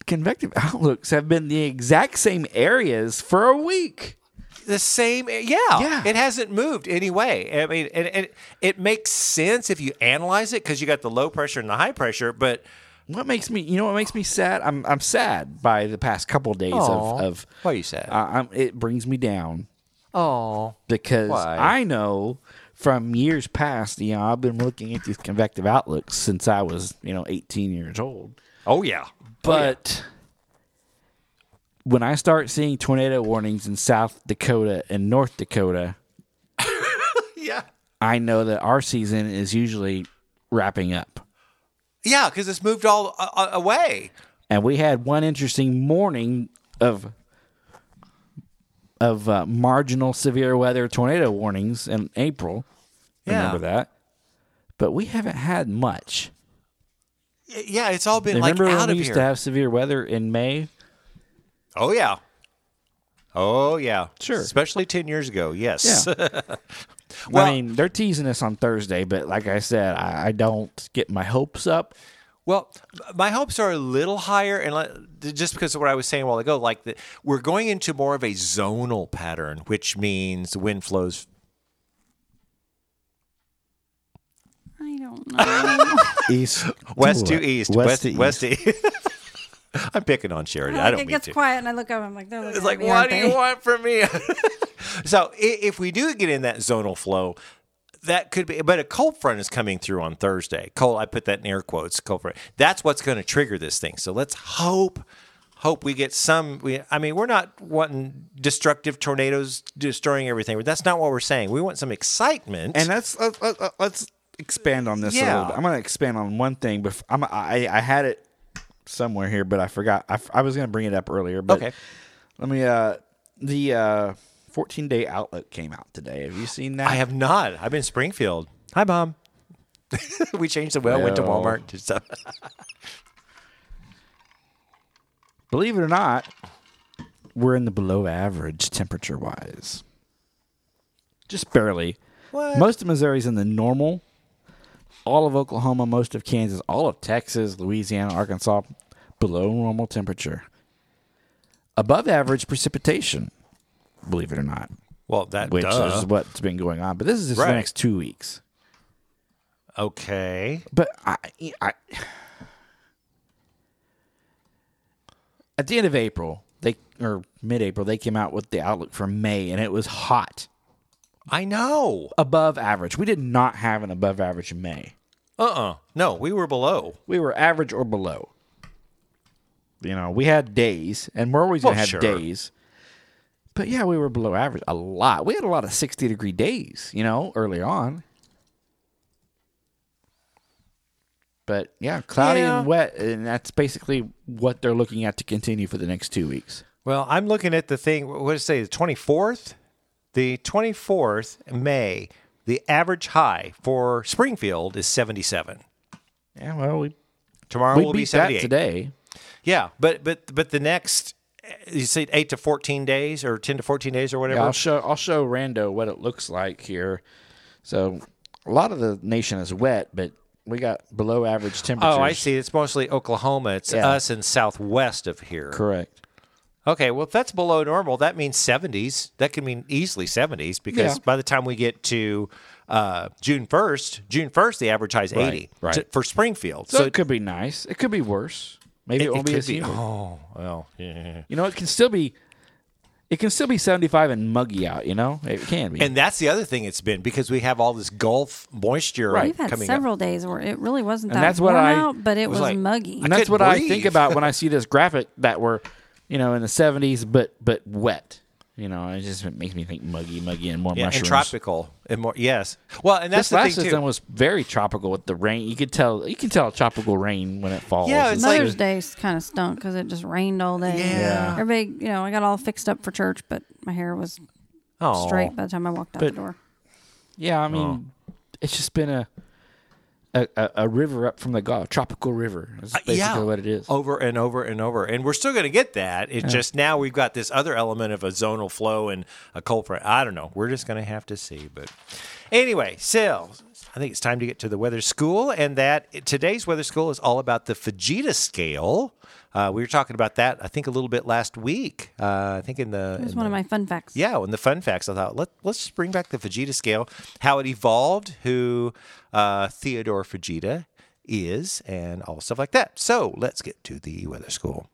convective outlooks have been the exact same areas for a week.
the same yeah,
Yeah.
it hasn't moved anyway i mean and, and it makes sense if you analyze it because you got the low pressure and the high pressure but
What makes me, you know, what makes me sad? I'm I'm sad by the past couple days
Aw.
of of.
Why are you sad?
I, I'm, it brings me down
oh
because
Why?
I know from years past. You know, I've been looking at these convective outlooks since I was, you know, 18 years old.
oh yeah
But when I start seeing tornado warnings in South Dakota and North Dakota,
yeah
I know that our season is usually wrapping up.
yeah because it's moved all uh, uh, away
And we had one interesting morning of of uh, marginal severe weather tornado warnings in April.
Yeah.
Remember that? But we haven't had much.
Y- yeah it's all been like
Remember
out
when we
of
used
here
to have severe weather in May?
oh yeah oh yeah
Sure.
especially 10 years ago yes
Yeah.
Well-
I mean, they're teasing us on Thursday, but like I said, I, I don't get my hopes up.
Well, my hopes are a little higher, and let- just because of what I was saying a while ago, like the, we're going into more of a zonal pattern, which means the wind flows.
I don't know.
East
West to east,
West,
west,
to east.
west to east. I'm picking on Sherry. I
Like,
don't
it
mean
gets
to.
quiet, and I look up. I'm like, they're looking
It's
at
like,
me,
what
aren't
do
they?
you want from me? so i- if we do get in that zonal flow, that could be, but a cold front is coming through on Thursday. Cold, I put that in air quotes. Cold front. That's what's going to trigger this thing. So let's hope, hope we get some. We, I mean, we're not wanting destructive tornadoes destroying everything. That's not what we're saying. We want some excitement.
And that's let, let, let- let's expand on this a
Yeah.
little bit. I'm going to expand on one thing. Bef- I'm, I I had it somewhere here, but I forgot. I, f- I was going to bring it up earlier, but
Okay.
let me. Uh, the uh, 14 day outlook came out today. Have you seen that?
I have not. I'm in Springfield. Hi, mom. we changed the well. Went to
Well.
Walmart. Did stuff.
Believe it or not, we're in the below average temperature wise, just barely.
What?
Most of Missouri's in the normal. All of Oklahoma, most of Kansas, all of Texas, Louisiana, Arkansas, below normal temperature. Above average precipitation, believe it or not,
Well, that
which
duh.
is what's been going on. But this is just
Right.
the next two weeks.
okay.
But I, I, at the end of April, they or mid-April, they came out with the outlook for May, and it was hot,
I know.
above average. We did not have an above average May.
Uh-uh. No, we were below.
We were average or below. You know, we had days, and we're always
Well,
gonna have
sure.
days. But yeah, we were below average a lot. We had a lot of sixty degree days, you know, early on. But yeah, cloudy
Yeah.
and wet, and that's basically what they're looking at to continue for the next two weeks.
Well, I'm looking at the thing. What did it say? The 24th? The 24th May, the average high for Springfield is 77.
Yeah, well, we
Tomorrow
we
will Oh,
beat
be
that
78.
today.
Yeah, but but but the next you said 8 to 14 days or 10 to 14 days or whatever.
Yeah, I'll show I'll show Rando what it looks like here. So a lot of the nation is wet, but we got below average temperatures.
Oh, I see. It's mostly Oklahoma. It's
Yeah.
us and southwest of here.
Correct.
Okay, well, if that's below normal, that means 70s. That can mean easily 70s because
Yeah.
by the time we get to uh, June 1st, June 1st, they advertise 80
right.
to- for Springfield.
So,
So,
it could be nice. It could be worse. Maybe it, won't be
could
as humid.
Oh, well, yeah.
You know, it can still be it can still be 75 and muggy out, you know? It can be.
And that's the other thing it's been because we have all this Gulf moisture
Right.
We've had
coming
several days where it really wasn't that
that's what
warm
I
out, but it was,
was like-
muggy.
and that's
couldn't
what I think
breathe.
about when I see this graphic that we're, you know, in the 70s but but wet. You know, it just makes me think muggy, muggy and more
up. Yeah, and
mushrooms.
tropical. And more, yes. Well, and that's
this
the
last
thing, too.
system was very tropical with the rain. You could tell you can tell tropical rain when it falls.
Yeah, it's like-
Mother's Day kind of stunk because it just rained all day.
Yeah.
Everybody, you know, I got all fixed up for church, but my hair was
Aw.
straight by the time I walked out
But-
the door.
yeah. I mean,
Oh.
it's just been a a, a a river up from the Gulf, tropical river.
Uh,
That's basically what it is.
Over and over and over. And we're still going to get that. It's just now we've got this other element of a zonal flow and a cold front. I don't know. We're just going to have to see. But anyway, so I think it's time to get to the weather school. And that today's weather school is all about the Fujita scale. Uh, we were talking about that, I think, a little bit last week. Uh, I think in the.
It was
in
one
the-
of my fun facts.
yeah, and the fun facts. I thought let let's just bring back the Fujita scale, how it evolved, who uh, Theodore Fujita is, and all stuff like that. So let's get to the weather school.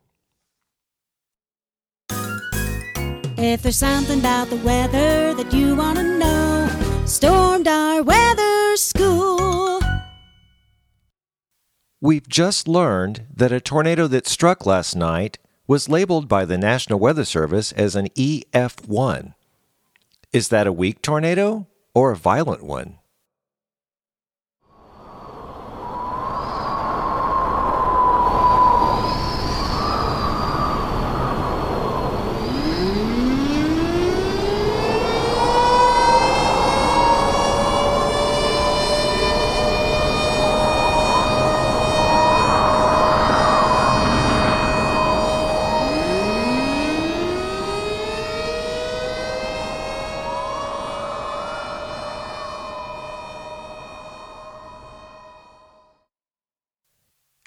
If there's something about the weather that you want to know, stormed our weather school.
We've just learned that a tornado that struck last night was labeled by the National Weather Service as an EF1. Is that a weak tornado or a violent one?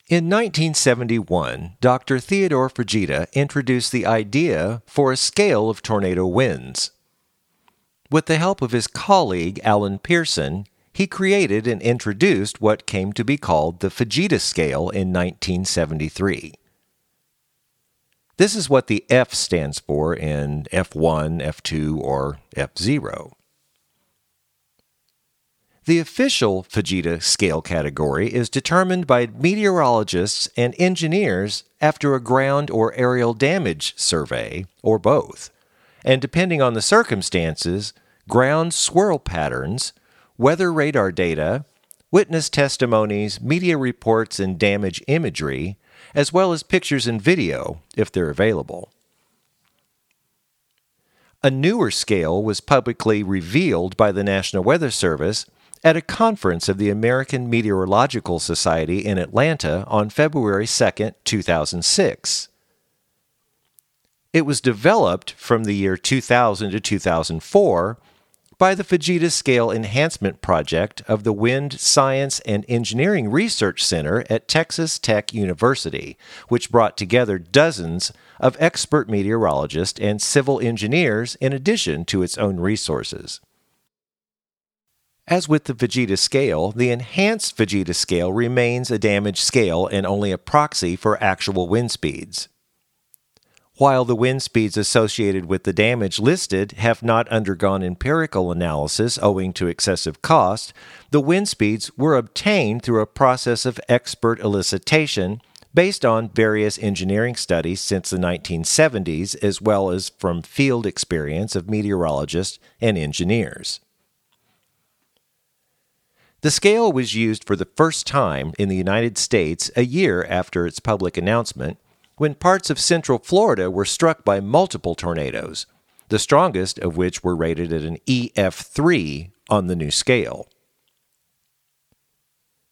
In 1971, Dr. Theodore Fujita introduced the idea for a scale of tornado winds. With the help of his colleague Alan Pearson, he created and introduced what came to be called the Fujita scale in 1973. This is what the F stands for in F1, F2, or F0. The official Fujita scale category is determined by meteorologists and engineers after a ground or aerial damage survey, or both. And depending on the circumstances, ground swirl patterns, weather radar data, witness testimonies, media reports, and damage imagery, as well as pictures and video if they're available. A newer scale was publicly revealed by the National Weather Service at a conference of the American Meteorological Society in Atlanta on February 2, 2006. It was developed from the year 2000 to 2004 by the Fujita Scale Enhancement Project of the Wind Science and Engineering Research Center at Texas Tech University, which brought together dozens of expert meteorologists and civil engineers in addition to its own resources. As with the Vegeta scale, the enhanced Vegeta scale remains a damage scale and only a proxy for actual wind speeds. While the wind speeds associated with the damage listed have not undergone empirical analysis owing to excessive cost, the wind speeds were obtained through a process of expert elicitation based on various engineering studies since the 1970s, as well as from field experience of meteorologists and engineers. The scale was used for the first time in the United States a year after its public announcement when parts of central Florida were struck by multiple tornadoes, the strongest of which were E rated at an EF3 on the new scale.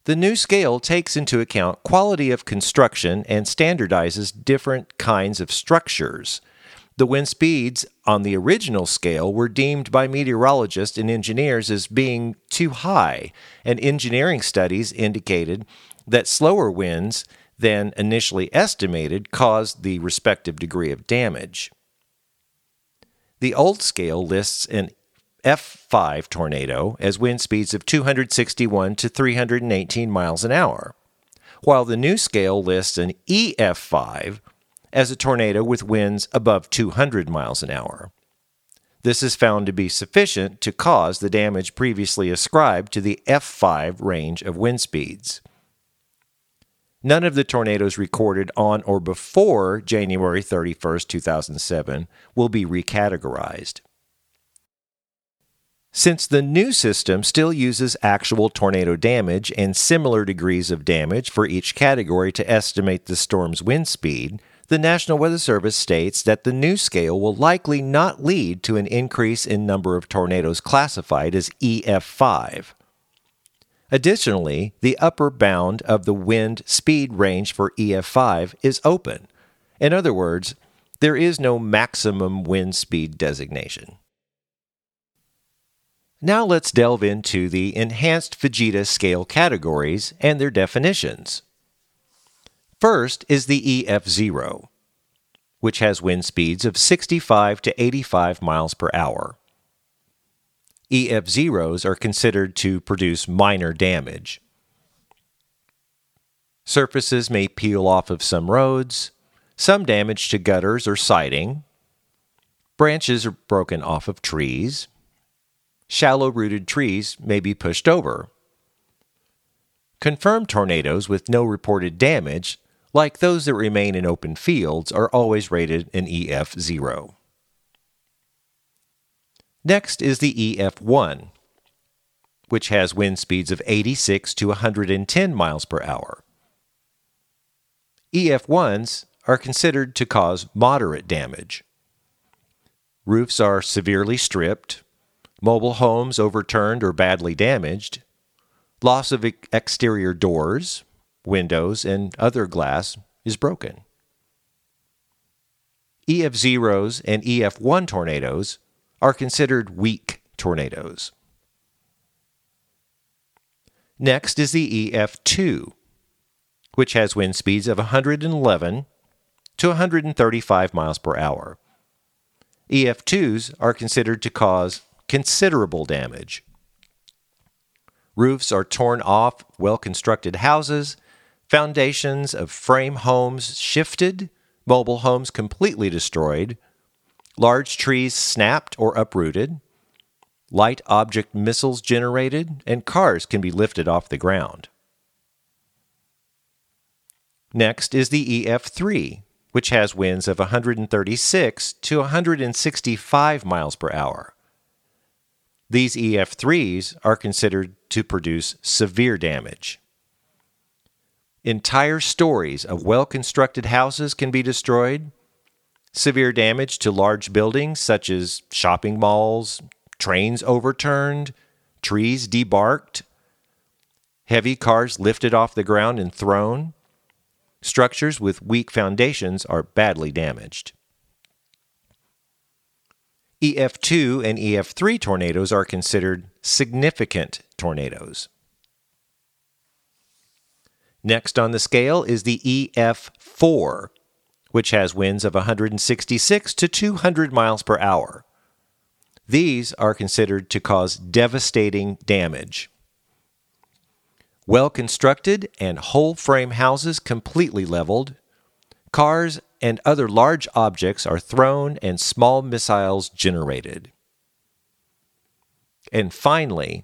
The new scale takes into account quality of construction and standardizes different kinds of structures. The wind speeds on the original scale were deemed by meteorologists and engineers as being too high, and engineering studies indicated that slower winds than initially estimated caused the respective degree of damage. The old scale lists an F5 tornado as wind speeds of 261 to 318 miles an hour, while the new scale lists an EF5 as a tornado with winds above 200 miles an hour. This is found to be sufficient to cause the damage previously ascribed to the F5 range of wind speeds. None of the tornadoes recorded on or before January 31, 2007 will be recategorized. Since the new system still uses actual tornado damage and similar degrees of damage for each category to estimate the storm's wind speed, the National Weather Service states that the new scale will likely not lead to an increase in number of tornadoes classified as E EF5. Additionally, the upper bound of the wind speed range for EF5 is open. In other words, there is no maximum wind speed designation. Now let's delve into the enhanced Fujita scale categories and their definitions. First is the EF0, which has wind speeds of 65 to 85 miles per hour. EF0s E are considered to produce minor damage. Surfaces may peel off of some roads, some damage to gutters or siding. Branches are broken off of trees. Shallow rooted trees may be pushed over. Confirmed tornadoes with no reported damage, like those that remain in open fields, are always rated an E EF0. Next is the EF1, which has wind speeds of 86 to 110 miles per hour. EF1s are considered to cause moderate damage. Roofs are severely stripped, mobile homes overturned or badly damaged, loss of ex- exterior doors, windows, and other glass is broken. EF0s E and EF1 tornadoes are considered weak tornadoes. Next is the EF2, which has wind speeds of 111 to 135 miles per hour. EF2s are considered to cause considerable damage. Roofs are torn off well constructed houses, foundations of frame homes shifted, mobile homes completely destroyed, large trees snapped or uprooted, light object missiles generated, and cars can be lifted off the ground. Next is the EF3, which has winds of 136 to 165 miles per hour. These EF3s are considered to produce severe damage. Entire stories of well constructed houses can be destroyed, severe damage to large buildings such as shopping malls, trains overturned, trees debarked, heavy cars lifted off the ground and thrown. Structures with weak foundations are badly damaged. EF2 E and EF3 tornadoes are considered significant tornadoes. Next on the scale is the EF4, which has winds of 166 to 200 miles per hour. These are considered to cause devastating damage. Well constructed and whole frame houses completely leveled, cars and other large objects are thrown and small missiles generated. And finally,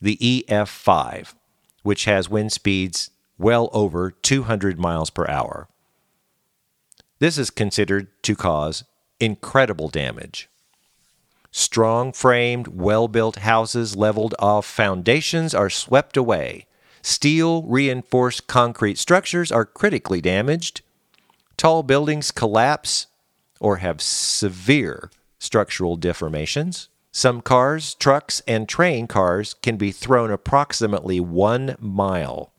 the EF5, which has wind speeds well over 200 miles per hour. This is considered to cause incredible damage. Strong framed, well built houses leveled off foundations are swept away. Steel reinforced concrete structures are critically damaged. Tall buildings collapse or have severe structural deformations, Some cars, trucks, and train cars can be thrown approximately one mile.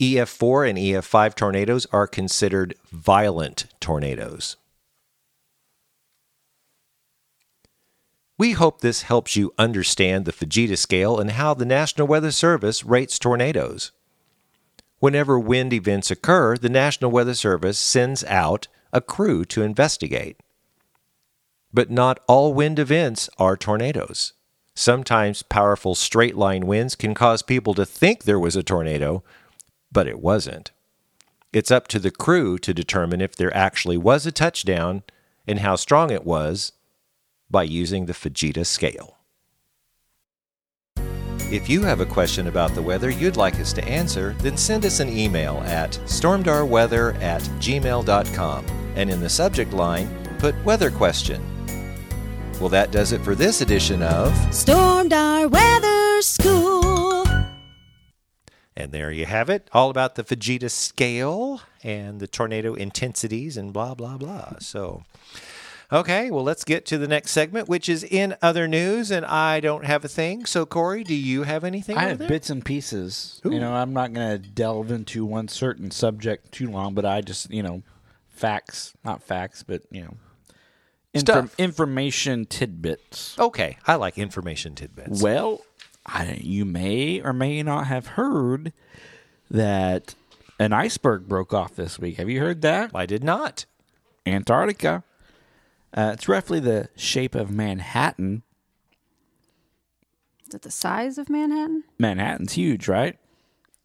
EF4 and EF5 tornadoes are considered violent tornadoes. We hope this helps you understand the Fujita scale and how the National Weather Service rates tornadoes. Whenever wind events occur, the National Weather Service sends out a crew to investigate. But not all wind events are tornadoes. Sometimes powerful straight line winds can cause people to think there was a tornado, but it wasn't. It's up to the crew to determine if there actually was a touchdown and how strong it was by using the Fujita scale. If you have a question about the weather you'd like us to answer, then send us an email at stormdarweather at gmail.com and in the subject line, put weather question. Well, that does it for this edition of.
Stormed Our Weather School.
And there you have it, all about the Fujita scale and the tornado intensities and blah, blah, blah. So, okay, well, let's get to the next segment, which is in other news. And I don't have a thing. So, Corey, do you have anything?
I
over
have
there?
bits and pieces.
Ooh.
You know, I'm not going to delve into one certain subject too long, but I just, you know, facts, not facts, but, you know, inform-
Stuff.
information tidbits.
Okay, I like information tidbits.
Well, I, you may or may not have heard that an iceberg broke off this week. Have you heard that?
I did not.
Antarctica. Uh, it's roughly the shape of Manhattan.
Is it the size of Manhattan?
Manhattan's huge, right?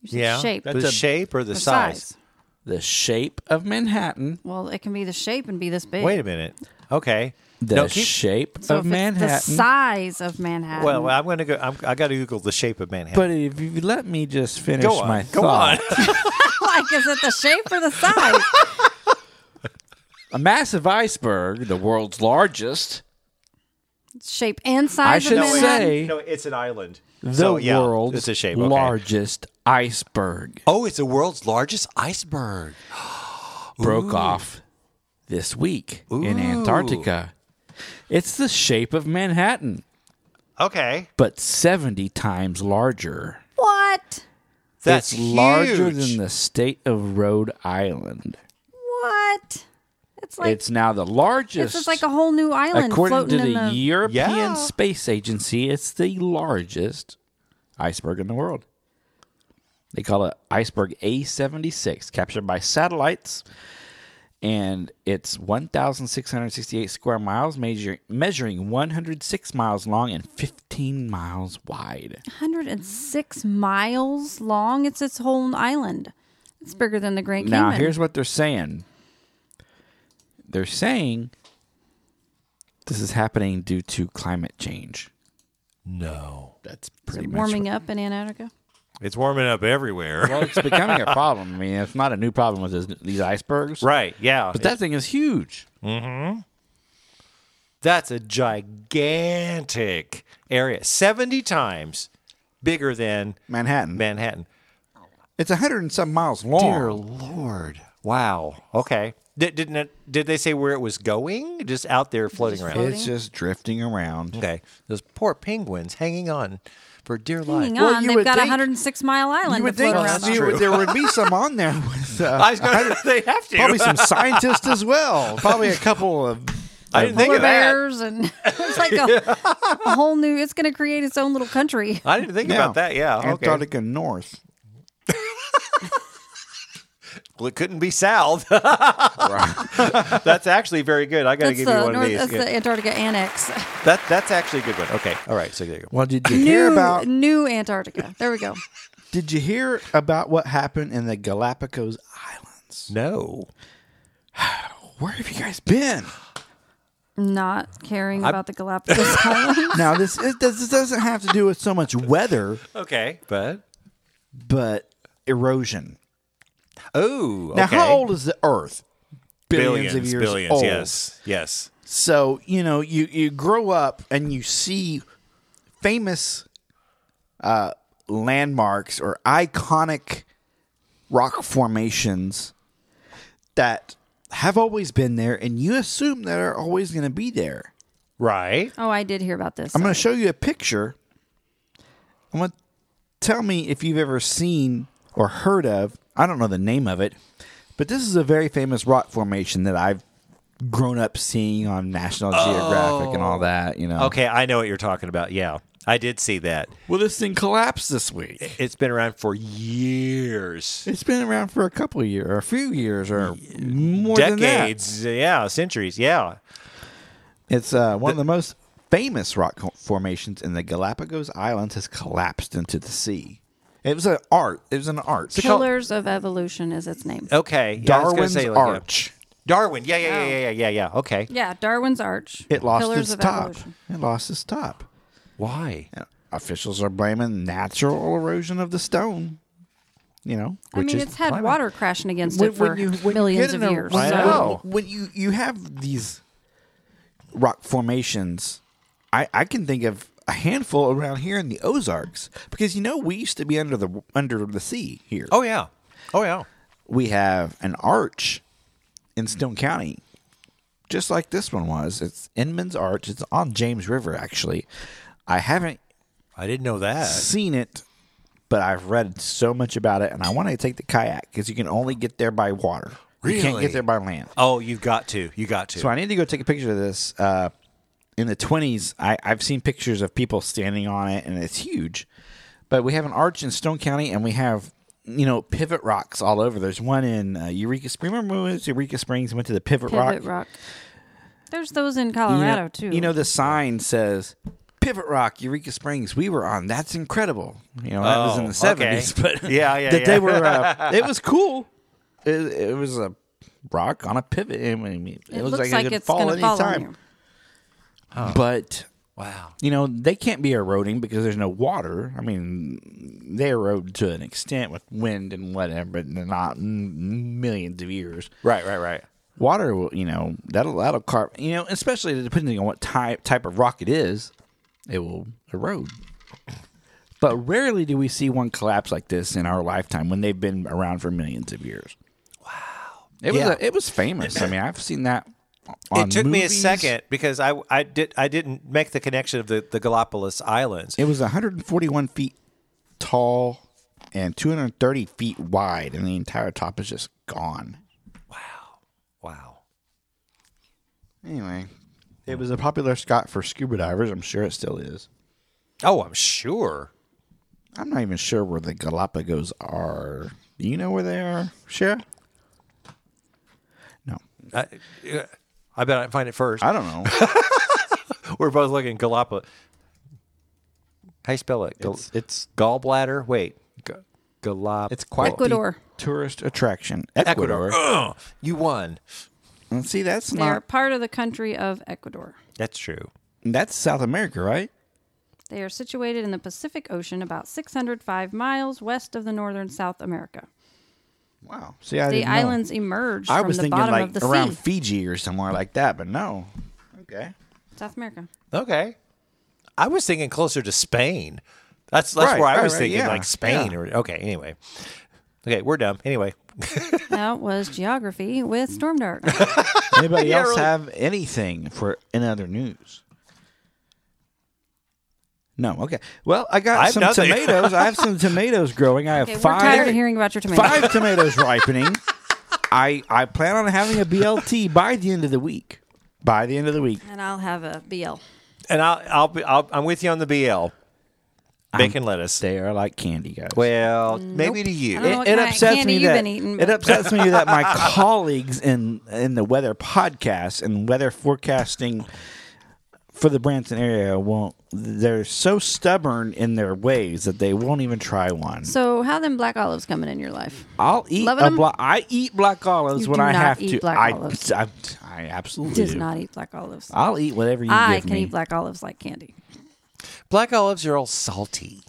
You said
Yeah,
shape.
the
That's a-
shape or the,
Or
size.
The shape of Manhattan.
Well, it can be the shape and be this big.
Wait a minute. Okay.
The
No, keep-
shape
so if
of
it's
Manhattan.
the size of Manhattan.
Well, I'm going to go. I'm, I got to Google the shape of Manhattan.
But if you let me just finish
go on.
my
go
thought,
on.
like is it the shape or the size?
a massive iceberg, the world's largest,
shape and size
should
of
no, wait.
Didn't
Manhattan.
say-
no, it's an island.
the
so, Oh, yeah,
world's
it's a shape. Okay.
largest iceberg,
Oh, it's the world's largest iceberg.
broke off this week in Antarctica. It's the shape of Manhattan,
Okay,
but 70 times larger.
What?
that's
it's larger
huge.
than the state of Rhode Island.
What? It's like
it's now the largest.
this is like a whole new island
According to
floating
the,
in the.
European
Yeah.
Space Agency, it's the largest iceberg in the world. They call it iceberg A76, captured by satellites, and it's 1,668 square miles, measure, measuring 106 miles long and 15 miles wide.
106 miles long. It's its whole island. It's bigger than the Grand
Now,
Cayman.
here's what they're saying. They're saying this is happening due to climate change.
No,
That's pretty much
warming up in Antarctica.
it's warming up everywhere.
Well, it's becoming a problem. I mean, it's not a new problem with this, these icebergs,
right? Yeah,
But that thing is huge.
that's a gigantic area, seventy times bigger than
Manhattan.
Manhattan.
It's a hundred and some miles long.
Dear Lord! Wow. Okay. Did, didn't it, did they say where it was going? Just out there floating around.
It's just drifting around.
Okay. Those poor penguins hanging on for dear life.
Hang
Well,
on,
you
they've
would
got a
think-
106 mile island to float around
that's
on.
true.
there would be some on there with uh,
I was gonna, they have to.
probably some scientists as well. Probably a couple of.
I didn't think
Polar
of that.
bears and it's like a, a whole new. It's going to create its own little country.
I didn't think about that. Yeah. Okay.
Antarctica North.
Well, it couldn't be south. that's actually very good. I got to
That's
give
the
you one
North,
of these.
that's the Antarctica annex.
That that's actually a good one. Okay. All right. So there you go.
Well, did you hear
New,
about?
new Antarctica. There we go.
Did you hear about what happened in the Galapagos Islands?
No.
Where have you guys been?
Not caring about the Galapagos Islands.
now this is, this this doesn't have to do with so much weather,
Okay. But
but erosion.
oh.
Now,
okay.
how old is the Earth?
Billions,
of years
billions.
old.
Yes. Yes.
So you know, you you grow up and you see famous uh, landmarks or iconic rock formations that have always been there, and you assume that are always going to be there.
Right.
Oh, I did hear about this.
I'm going to show you a picture. I'm going to tell me if you've ever seen or heard of. I don't know the name of it, but this is a very famous rock formation that I've grown up seeing on National Geographic and all that. You know.
oh. Okay, I know what you're talking about. Yeah, I did see that.
Well, this thing collapsed this week.
It's been around for years,
It's been around for a couple of years, or a few years, or more than that.
decades. Yeah, centuries. Yeah.
It's uh, one of the most famous rock co- formations in the Galapagos Islands has collapsed into the sea. It was an art. It was an art.
Pillars of Evolution is its name.
Okay. Yeah, I was gonna
Darwin's
say, like, yeah.
Arch.
Darwin. Yeah, yeah, yeah, yeah, yeah, yeah. Okay.
Yeah, Darwin's Arch.
It lost
Pillars
its
of
top.
Evolution.
It lost its top.
Why?
And officials are blaming natural erosion of the stone. You know,
I mean, it's had
climate.
water crashing against
When-
it for
when you- when you
millions
get
of
in a- oh,
years.
I
so-
know.
When, when you you have these rock formations, I I can think of a handful around here in the Ozarks because you know we used to be under the under the sea here.
Oh yeah. Oh yeah.
we have an arch in Stone County, just like this one was. It's Inman's Arch. It's on James River, actually. I haven't
I didn't know that.
seen it, but I've read so much about it, and I want to take the kayak because you can only get there by water. You can't
Really?
get there by land.
Oh, you've got to. You got to.
So I need to go take a picture of this. Uh, in the 20s, I, I've seen pictures of people standing on it, and it's huge. But we have an arch in Stone County, and we have, you know, pivot rocks all over. There's one in uh, Eureka Springs. Remember when we went to Eureka Springs and went to the pivot,
Pivot Rock. There's those in Colorado
you know,
too.
You know, the sign says Pivot Rock, Eureka Springs. We were on. That's incredible. You know, that was
Oh,
in the
okay.
seventies, but
Yeah, yeah,
that
yeah.
they were. Uh, it was cool. It, it was a rock on a pivot. I mean, it,
it
looks
looks
like, it could
it's
fall
going to fall on
anytime.
you.
But
wow.
you know, they can't be eroding because there's no water. I mean, they erode to an extent with wind and whatever, but not m- millions of years
Right. Right. Right.
water will you know that'll that'll carve you know especially depending on what type type of rock it is it will erode but rarely do we see one collapse like this in our lifetime when they've been around for millions of years wow it was
Yeah.
a, it was famous i mean i've seen that on
It took me a
movies.
second because I I did I didn't make the connection of the the Galapagos Islands.
it was 141 feet tall and 230 feet wide and the entire top is just gone
Wow.
anyway it was a popular spot for scuba divers i'm sure it still is
Oh, I'm sure.
I'm not even sure where the Galapagos are. Do you know where they are, Shara? No,
I, I bet I can find it first.
I don't know.
We're both looking Galapagos. How you spell it? Gal-
it's, it's
gallbladder. Wait, G- Galap.
it's quite
Ecuador.
the tourist attraction. Ecuador.
Ugh, you won.
And Mm, see, that's
They're
not
part of the country of Ecuador.
That's true.
that's South America, right?
They are situated in the Pacific Ocean, about 605 miles west of the northern South America.
Wow. See, I
The
didn't know.
islands emerged
I
from
was
the
thinking
bottom
like
of the
around
sea.
Fiji or somewhere like that, but no. Okay.
South America.
Okay. I was thinking closer to Spain. That's that's
Right,
where I
right,
was
right,
thinking,
yeah,
like Spain
yeah.
or okay. Anyway, okay, we're dumb. Anyway,
that was geography with Storm Dark.
Anybody
Yeah,
else
really.
have anything for any other news? No. Okay. Well, I got
I have
some
nothing.
tomatoes. I have some tomatoes growing. I have
Okay,
five.
we're tired of hearing about your tomatoes.
Five tomatoes ripening. I I plan on having a BLT by the end of the week. By the end of the week,
And I'll have a BL.
and I'll I'll, be, I'll I'm with you on the BL bacon lettuce.
they are like candy guys.
Well, maybe to you.
Mm, I don't know what
it
kind of
upsets
candy
me
you've
that
been eating,
it
but-
upsets me that my colleagues in in the weather podcast and weather forecasting for the Branson area won't. They're so stubborn in their ways that they won't even try one.
So, how them black olives coming in your life?
I'll eat
Loving
a
'em?
blo- I eat black olives
You
when
do
I
not
have
eat
to.
black
I,
olives.
I I absolutely
Does
do.
not eat black olives.
I'll eat whatever you
I
give
can
me.
eat black olives like candy.
Black olives are all salty.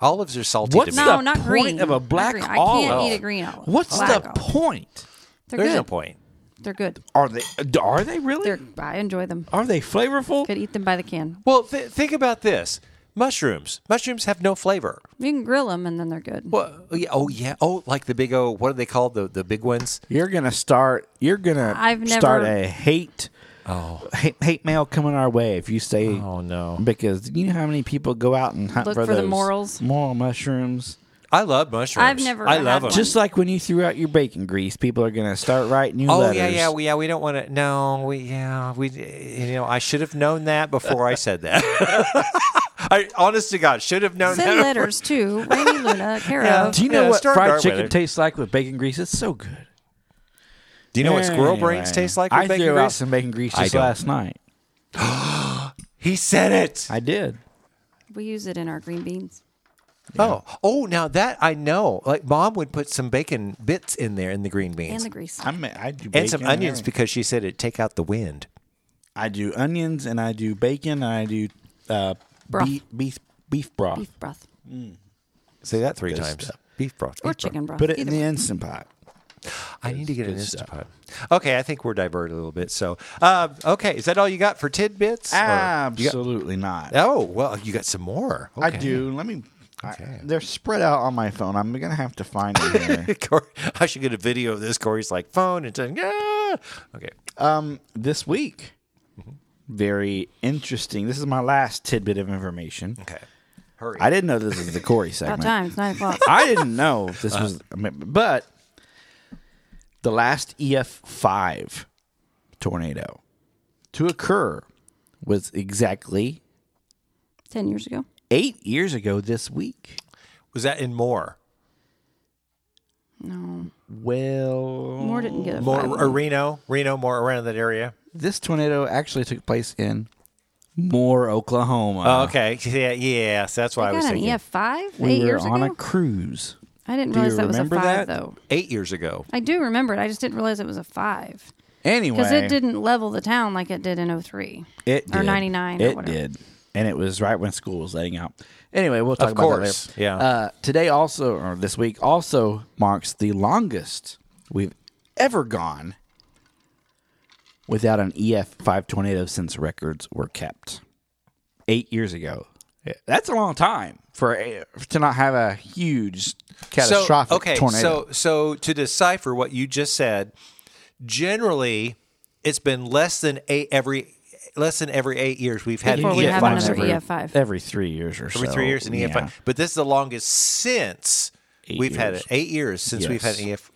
Olives are salty to
What's
No,
me.
the
not
point
green.
of a
Not
black
green. I can't
olive?
eat a green olive.
What's
Black
the
olive.
point?
They're
There's
good.
no point.
They're good.
Are they are they really?
They're, I enjoy them.
are they flavorful?
Could eat them by the can.
Well, th- think about this. Mushrooms. Mushrooms have no flavor.
You can grill them and then they're good.
Well, yeah, oh yeah, oh like the big oh, what are they called? The the big ones.
You're gonna start. You're gonna
I've never-
start a hate
Oh.
hate, hate mail coming our way if you say.
Oh, no.
Because you know how many people go out and hunt
Look
for,
for the
those
morals.
moral mushrooms.
I love mushrooms.
I've never
I
had
love them.
one.
Just like when you threw out your bacon grease, people are gonna start writing you
Oh
letters.
yeah, yeah, we, yeah. We don't want to. No, we yeah, we you know I should have known that before I said that. I honest to God should have known
Send
that.
letters too. Rainy Luna, Caro.
Yeah.
Do you know
Yeah,
what
start
fried
dark
chicken
with it.
tastes like with bacon grease? It's so good.
Do you know what squirrel brains
Anyway,
taste like?
I
With bacon
threw out
grease?
some bacon grease
I
just
don't.
last night.
He said it.
I did.
We use it in our green beans.
Oh, oh, now that I know. Like mom would put some bacon bits in there in the green
And
beans
the grease.
I mean, I do bacon
and some onions
everything.
because she said it take out the wind.
I do onions and I do bacon and I do uh,
Broth.
beef, beef beef broth.
Beef broth.
Say that three
Good
times.
stuff.
Beef broth.
Or
beef broth.
chicken broth.
Put it in
either
the
one.
instant pot.
I need to get an Instant Pot. Okay, I think we're diverted a little bit. So, uh, okay, is that all you got for tidbits? Or you got-
Absolutely not.
oh well, you got some more.
Ah. I
Okay.
do. Let me. I-
Okay.
they're spread out on my phone. I'm gonna have to find it here.
Corey, I should get a video of this. Corey's like phone and saying, ah. Okay.
this week. Mm-hmm. Very interesting. This is my last tidbit of information.
Okay. Hurry.
I didn't know this was the Corey
About
segment.
time. It's nine o'clock.
I didn't know this was, but the last EF5 tornado to occur was exactly
Ten years ago.
eight years ago this week.
was that in more?
Well,
More didn't get a
More
five.
or Reno? Reno, more around that area.
this tornado actually took place in Moore, Oklahoma.
Oh, okay. Yeah, yeah. So that's why I
I
was
got an
thinking.
E
EF five
We
eight
were
years
on
ago.
a cruise.
I didn't
Do you
realize that was a
remember
five
that?
though.
Eight years ago.
I do remember it. I just didn't realize it was a five
Anyway,
because it didn't level the town like it did in 03.
It
or
did.
99 or
It
whatever.
did, and it was right when school was letting out. Anyway, we'll talk
Of
about
course,
that later.
yeah.
Uh, today also, or this week also marks the longest we've ever gone without an EF five tornado since records were kept eight years ago. Yeah, That's a long time for a, to not have a huge catastrophic
so, okay,
tornado.
So, so to decipher what you just said, generally, it's been less than eight every less than every eight years we've had
Before
an
we
EF
have
five
another E
every,
EF. EF5.
E every three years or so.
every three years an EF
Yeah.
five. But this is the longest since
Eight
we've had it.
years.
Eight years since we've had
Yes.
an E EF.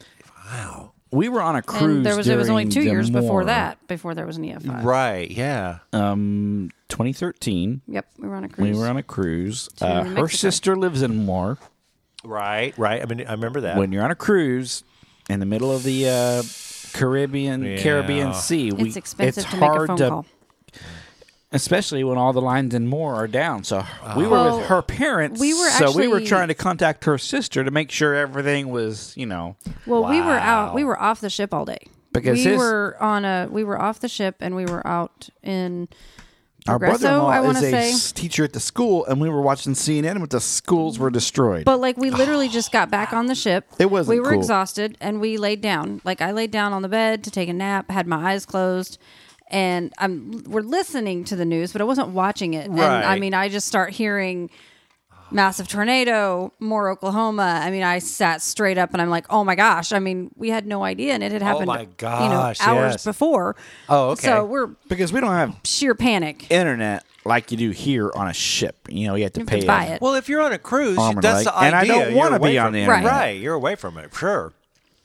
Wow.
We were on a
And
cruise.
there was it was only
during
two
the
years before
Moore.
that before there was an E EF five.
Right. Yeah.
um 2013
Yep, we were on a cruise.
we were on a cruise
To
uh,
Mexico.
her sister lives in moore
right. Right. I mean, I remember that.
when you're on a cruise in the middle of the uh, caribbean
Yeah.
caribbean sea we,
it's expensive
it's
to make
hard
a phone
to
call.
especially when all the lines in moore are down so we were
Well,
with her parents
we were
so we were
actually-
trying to contact her sister to make sure everything was you know
Well, we were
Wow.
out. We were off the ship all day
Because
we
his-
were on a. We were off the ship and we were out in.
our
Progresso,
brother-in-law
I
is
wanna
a
say.
s- teacher at the school and we were watching cnn but the schools were destroyed
But like we literally just got back on the ship.
It wasn't
We were
cool.
exhausted and we laid down. Like I laid down on the bed to take a nap. Had my eyes closed. And I'm we're listening to the news, but I wasn't watching it. And I
Right.
mean, I just start hearing massive tornado, more Oklahoma. I mean, I sat straight up and I'm like, oh my gosh. I mean, we had no idea, and it
Oh
had happened.
my
you know,
gosh,
hours
yes.
before.
Oh, okay.
So we're
because we don't have
sheer panic.
internet like you do here on a ship. You know, Oh, you have to
You have
pay
to buy
a-
it.
well, if you're on a cruise,
Arm and
that's the
leg. And
idea.
I don't
You're
wanna
away
be on
from-
the
right.
internet.
Right. You're away from it. Sure.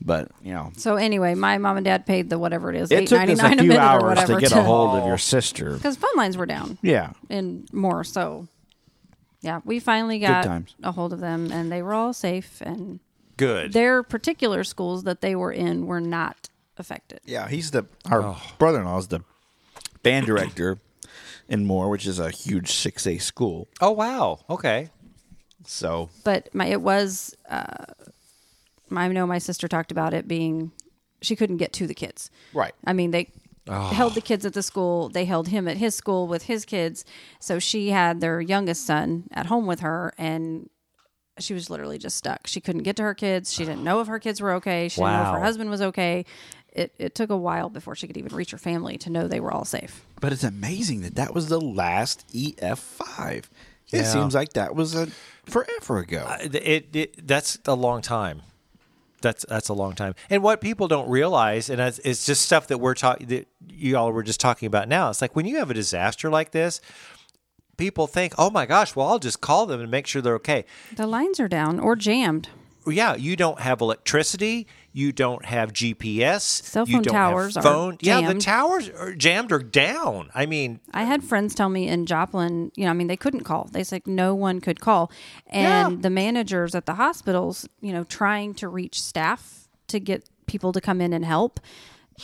But you know,
So anyway, my mom and dad paid the whatever it is,
it
eight
took
ninety
us a
nine a
few
minute or
hours
whatever
to get a hold of your sister.
because phone lines were down.
Yeah,
and more. So, yeah, we finally got
times.
a hold of them, and they were all safe. And
Good.
their particular schools that they were in were not affected.
yeah. He's the our
Oh.
brother-in-law is the band director in Moore, which is a huge six A school.
oh wow. Okay.
So
But my it was. Uh, I know my sister talked about it being she couldn't get to the kids.
Right.
I mean they. Held the kids at the school. They held him at his school with his kids. So she had their youngest son at home with her, and she was literally just stuck. She couldn't get to her kids. She didn't know if her kids were okay. She didn't know if
Wow.
her husband was okay. It, it took a while before she could even reach her family to know they were all safe.
But it's amazing that that was the last EF5. It
Yeah.
seems like that was a forever ago.
It, it that's a long time. That's that's a long time. And what people don't realize, and it's, it's just stuff that we're talking that you all were just talking about now. It's like when you have a disaster like this, people think, "Oh my gosh, well I'll just call them and make sure they're okay."
The lines are down or jammed.
yeah, you don't have electricity, you don't have GPS,
Cell
you
phone
don't
towers
have
are
phone. yeah, the
jammed.
towers are jammed or down. I mean,
I had friends tell me in Joplin, you know, I mean, they couldn't call. They said no one could call. And the managers at the hospitals, you know, trying to reach staff to get people to come in and help,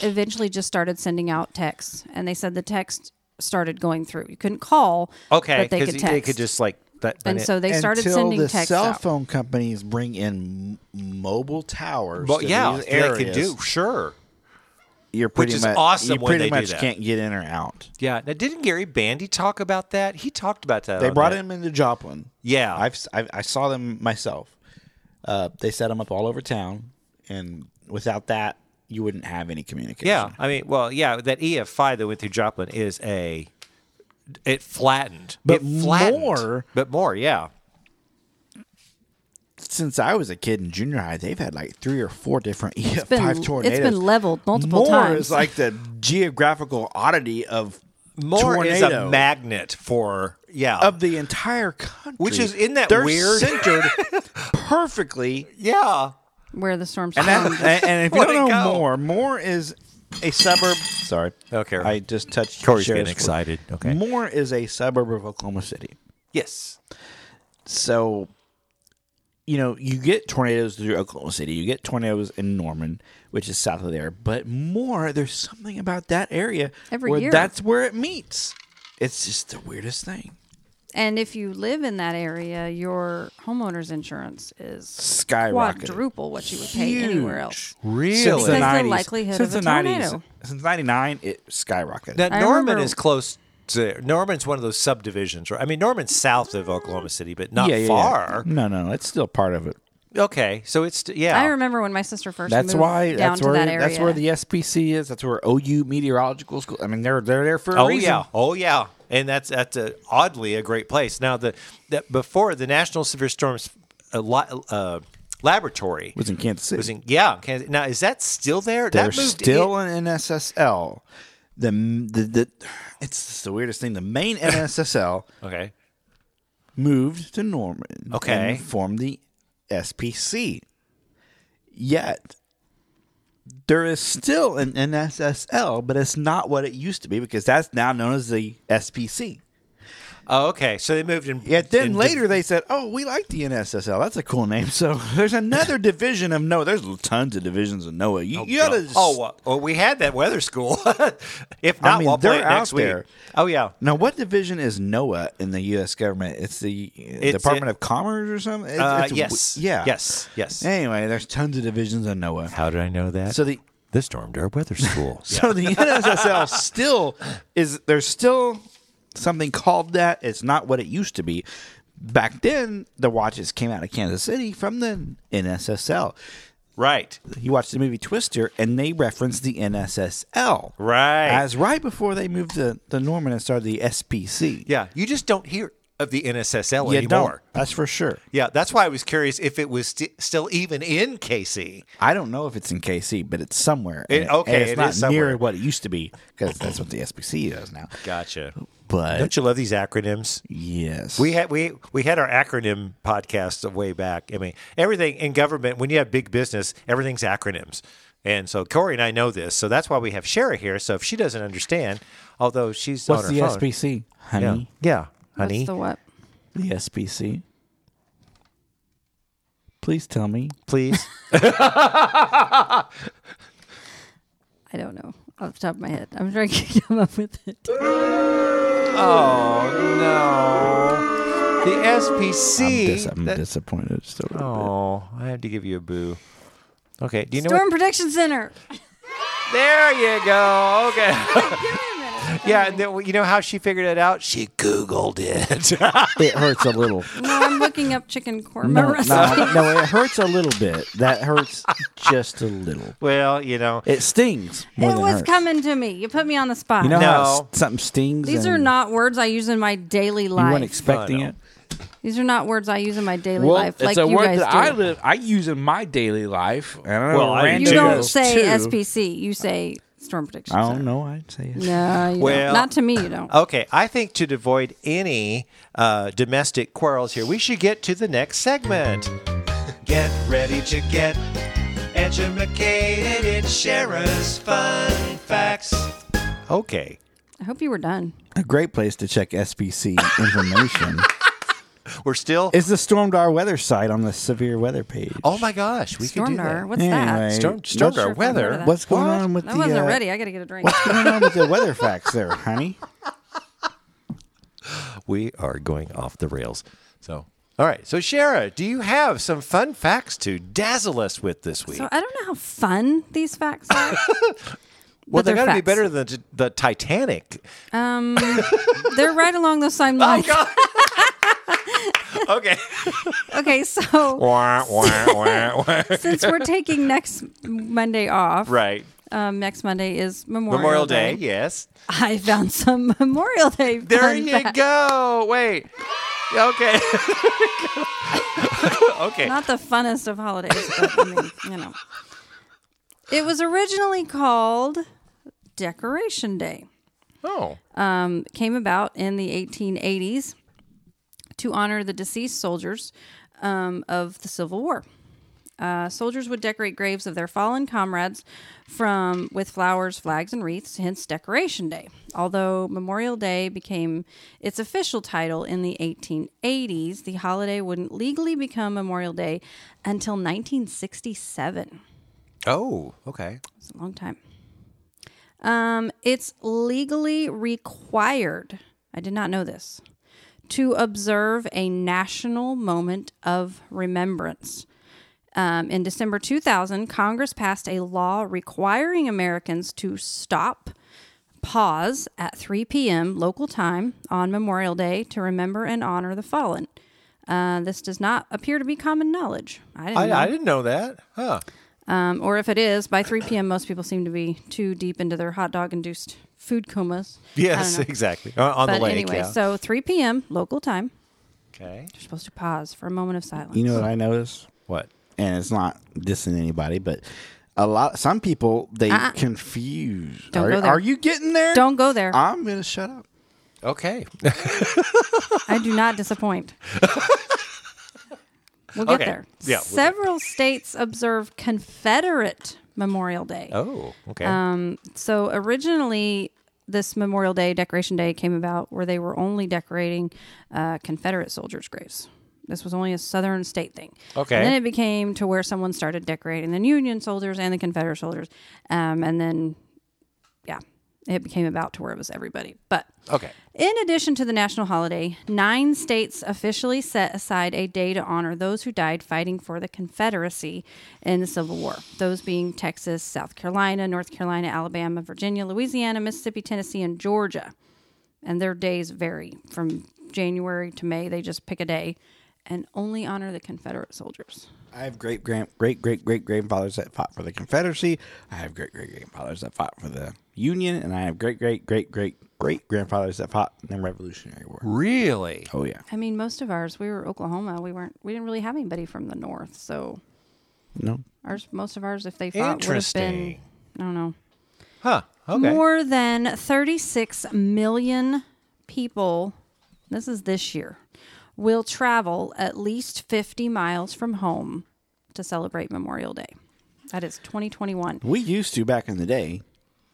eventually just started sending out texts. And they said the text started going through. You couldn't call,
okay,
but they could text.
they could just like that.
and so they started
Until
sending
the
texts.
cell
out.
phone companies bring in m- mobile towers.
well,
to
yeah,
these
they could
areas,
do sure.
You're pretty
is
much
awesome
You
when
pretty
they do
much
that.
can't get in or out.
Yeah. Now, didn't Gary Bandy talk about that? He talked about that.
They
on
brought
that.
him into Joplin.
Yeah.
I've, si saw them myself. Uh, they set them up all over town, and without that, you wouldn't have any communication.
Yeah, I mean, well, yeah, that E EF5 that went through Joplin is a it flattened,
But
It flattened.
more-
but more, yeah.
Since I was a kid in junior high, they've had like three or four different EF5
been- it's been
tornadoes.
leveled multiple
More
times.
is like the geographical oddity of
More
tornado.
is a magnet for yeah,
of the entire country,
Which is- isn't that
They're
weird?
Centered perfectly,
yeah.
where the storm
and, that, and, and if you
Let
don't
it
know
go.
more, more is a suburb. Sorry,
Okay.
I just touched.
Corey's getting
Cher's foot.
excited. Okay.
Moore is a suburb of Oklahoma City,
Yes.
so you know you get tornadoes through Oklahoma City. You get tornadoes in Norman, which is south of there, but more there's something about that area
Every
where
year.
that's where it meets. It's just the weirdest thing.
And if you live in that area, your homeowner's insurance is
Skyrocketed.
quadruple what you would pay anywhere else.
Really?
Because the likelihood
since
of a
the 90s,
tornado.
Since 99, it skyrocketed.
Now
I
Norman
remember-
is close to Norman's one of those subdivisions, right? I mean, Norman's south of Oklahoma City, but not far.
No, no, it's still part of it.
Okay, so it's yeah.
I remember when my sister first
That's
moved
why.
down
That's
to
where.
that area.
that's where the SPC is. That's where OU Meteorological School. I mean, they're they're there for a
Oh
reason.
yeah, oh yeah, and that's that's a, oddly a great place. Now the that before the National Severe Storms uh, li- uh, Laboratory
Was in Kansas City.
was in yeah. Kansas. Now is that still there?
they're
that moved
still
in-
in NSSL. The, the the it's just the weirdest thing. The main NSSL
okay.
moved to Norman.
Okay.
And formed the SPC. Yet, there is still an NSSL, but it's not what it used to be because that's now known as the SPC.
Oh, okay. So they moved in.
Yet then
in div-
later they said, oh, we like the NSSL. That's a cool name. So there's another division of NOAA. There's tons of divisions of NOAA. You, you gotta just-
oh well, well, we had that weather school. if
I
not,
mean,
we'll play
they're
it next
out
week.
there.
Oh yeah.
Now, what division is NOAA in the U.S. government? It's the uh, Department
it-
of Commerce or something? It's-
Uh,
it's w-
yes.
Yeah.
Yes. Yes.
Anyway, there's tons of divisions of NOAA.
How did I know that?
So the
the Storm Door Weather School.
so the NSSL still is there's still something called that. It's not what it used to be. Back then, the watches came out of Kansas City from the NSSL.
Right.
You watched the movie Twister, and they referenced the NSSL
Right.
as right before they moved to the Norman and started the SPC.
Yeah. You just don't hear of the NSSL
You
anymore.
don't. That's for sure.
Yeah, that's why I was curious if it was sti- still even in KC.
I don't know if it's in KC, but it's somewhere.
It-
And
okay,
and
it
it's
is
not
somewhere.
near what it used to be because that's what the SPC does now.
Gotcha.
But
Don't you love these acronyms?
yes,
We had we we had our acronym podcast way back. I mean, everything in government when you have big business, everything's acronyms. And so Corey and I know this, so that's why we have Shara here. So if she doesn't understand, although she's
what's
on her
the
phone,
SPC,
yeah,
honey?
yeah,
What's
honey,
the what?
The SPC. Please tell me.
please.
I don't know off the top of my head. I'm trying to come up with it.
oh no, the
I'm,
SPC.
dis- I'm disappointed just a little
oh, I have to give you a boo. Okay, do you know what
Storm Protection Center.
There you go. Okay.
Wait a minute.
Yeah, and then, you know how she figured it out? She Googled it.
bit. It hurts a little.
No, I'm looking up chicken korma
no,
recipe.
no, no, it hurts a little bit. That hurts just a little.
well, you know.
It stings more
it
than
was
hurts.
coming to me. You put me on the spot.
You know how
No.
s- something stings.
These
and
are not words I use in my daily
You weren't
life.
expecting
No, no.
it.
These are not words I use in my daily
well,
life
it's
like
a
you
word
guys
that
do.
I live. I use in my daily life. And I know
Well, I
Randy
you don't
does
say
too.
SPC. You say storm prediction.
I
Center.
don't know. I'd say it.
No, you
Well-
don't. not to me. You don't.
uh,
Okay, I think to avoid any uh, domestic quarrels here, we should get to the next segment. Get ready to get educated in Shara's fun facts. Okay.
I hope you were done.
A great place to check SPC information
We're still.
is the Stormdar weather site on the severe weather page.
oh my gosh, we could do
Stormdar.
that.
What's that?
Anyway,
Storm,
Storm-
storm
sure if I've heard
weather.
of that.
what's going
What?
on with
I
the?
wasn't
uh,
ready. I got to get a drink.
What's going on with the weather facts there, honey?
We are going off the rails. So, all right. So, Shara, do you have some fun facts to dazzle us with this week?
So I don't know how fun these facts are.
well,
but they're
gotta be
facts.
better than t- the Titanic.
Um, they're right along those same
Oh,
lines. Oh,
okay.
okay, so
Wah, wah, wah, wah.
since we're taking next Monday off,
right.
um, next Monday is Memorial,
Memorial Day, yes.
I found some Memorial Day.
There
fun
you
facts.
go. Wait. Okay. okay.
Not the funnest of holidays, but I mean, you know. It was originally called Decoration Day.
oh.
um, came about in the 1880s to honor the deceased soldiers um, of the Civil War. Uh, soldiers would decorate graves of their fallen comrades from with flowers, flags, and wreaths. Hence, Decoration Day. Although Memorial Day became its official title in the 1880s, the holiday wouldn't legally become Memorial Day until 1967.
Oh, okay.
It's a long time. Um, it's legally required. I did not know this. To observe a national moment of remembrance. Um, in December 2000, Congress passed a law requiring Americans to stop, pause at 3 p.m. local time on Memorial Day to remember and honor the fallen. Uh, this does not appear to be common knowledge. I didn't
I,
know.
I didn't know that. Huh.
Um, or if it is, by 3 p.m., most people seem to be too deep into their hot dog induced food comas.
Yes,
I don't know.
exactly. Uh, on
But
the lake.
anyway,
yeah.
so 3 p.m. local time.
okay.
You're supposed to pause for a moment of silence.
You know what I noticed?
What?
And it's not dissing anybody, but a lot. Some people they
Uh-uh.
confuse.
Don't
are,
go there.
are you getting there?
Don't go there.
I'm gonna shut up.
Okay.
I do not disappoint. We'll get
Okay.
there.
Yeah, we'll get
Several states observe Confederate Memorial Day.
Oh, okay.
Um, so originally, this Memorial Day Decoration Day came about where they were only decorating uh, Confederate soldiers' graves. This was only a Southern state thing.
Okay.
And then it became to where someone started decorating the Union soldiers and the Confederate soldiers, um, and then yeah, it became about to where it was everybody. But
okay.
in addition to the national holiday, nine states officially set aside a day to honor those who died fighting for the Confederacy in the Civil War. Those being Texas, South Carolina, North Carolina, Alabama, Virginia, Louisiana, Mississippi, Tennessee, and Georgia. And their days vary from January to May. They just pick a day and only honor the Confederate soldiers.
I have great grand, great great great grandfathers that fought for the Confederacy. I have great great grandfathers that fought for the Union, and I have great great great great great grandfathers that fought in the Revolutionary War.
Really?
Oh yeah,
I mean, most of ours, we were Oklahoma. We weren't, we didn't really have anybody from the North. So
no,
ours, most of ours, if they fought, would have been,
Interesting.
I don't know.
Huh. Okay.
More than 36 million people, this is this year, will travel at least 50 miles from home to celebrate Memorial Day. That is 2021.
we used to back in the day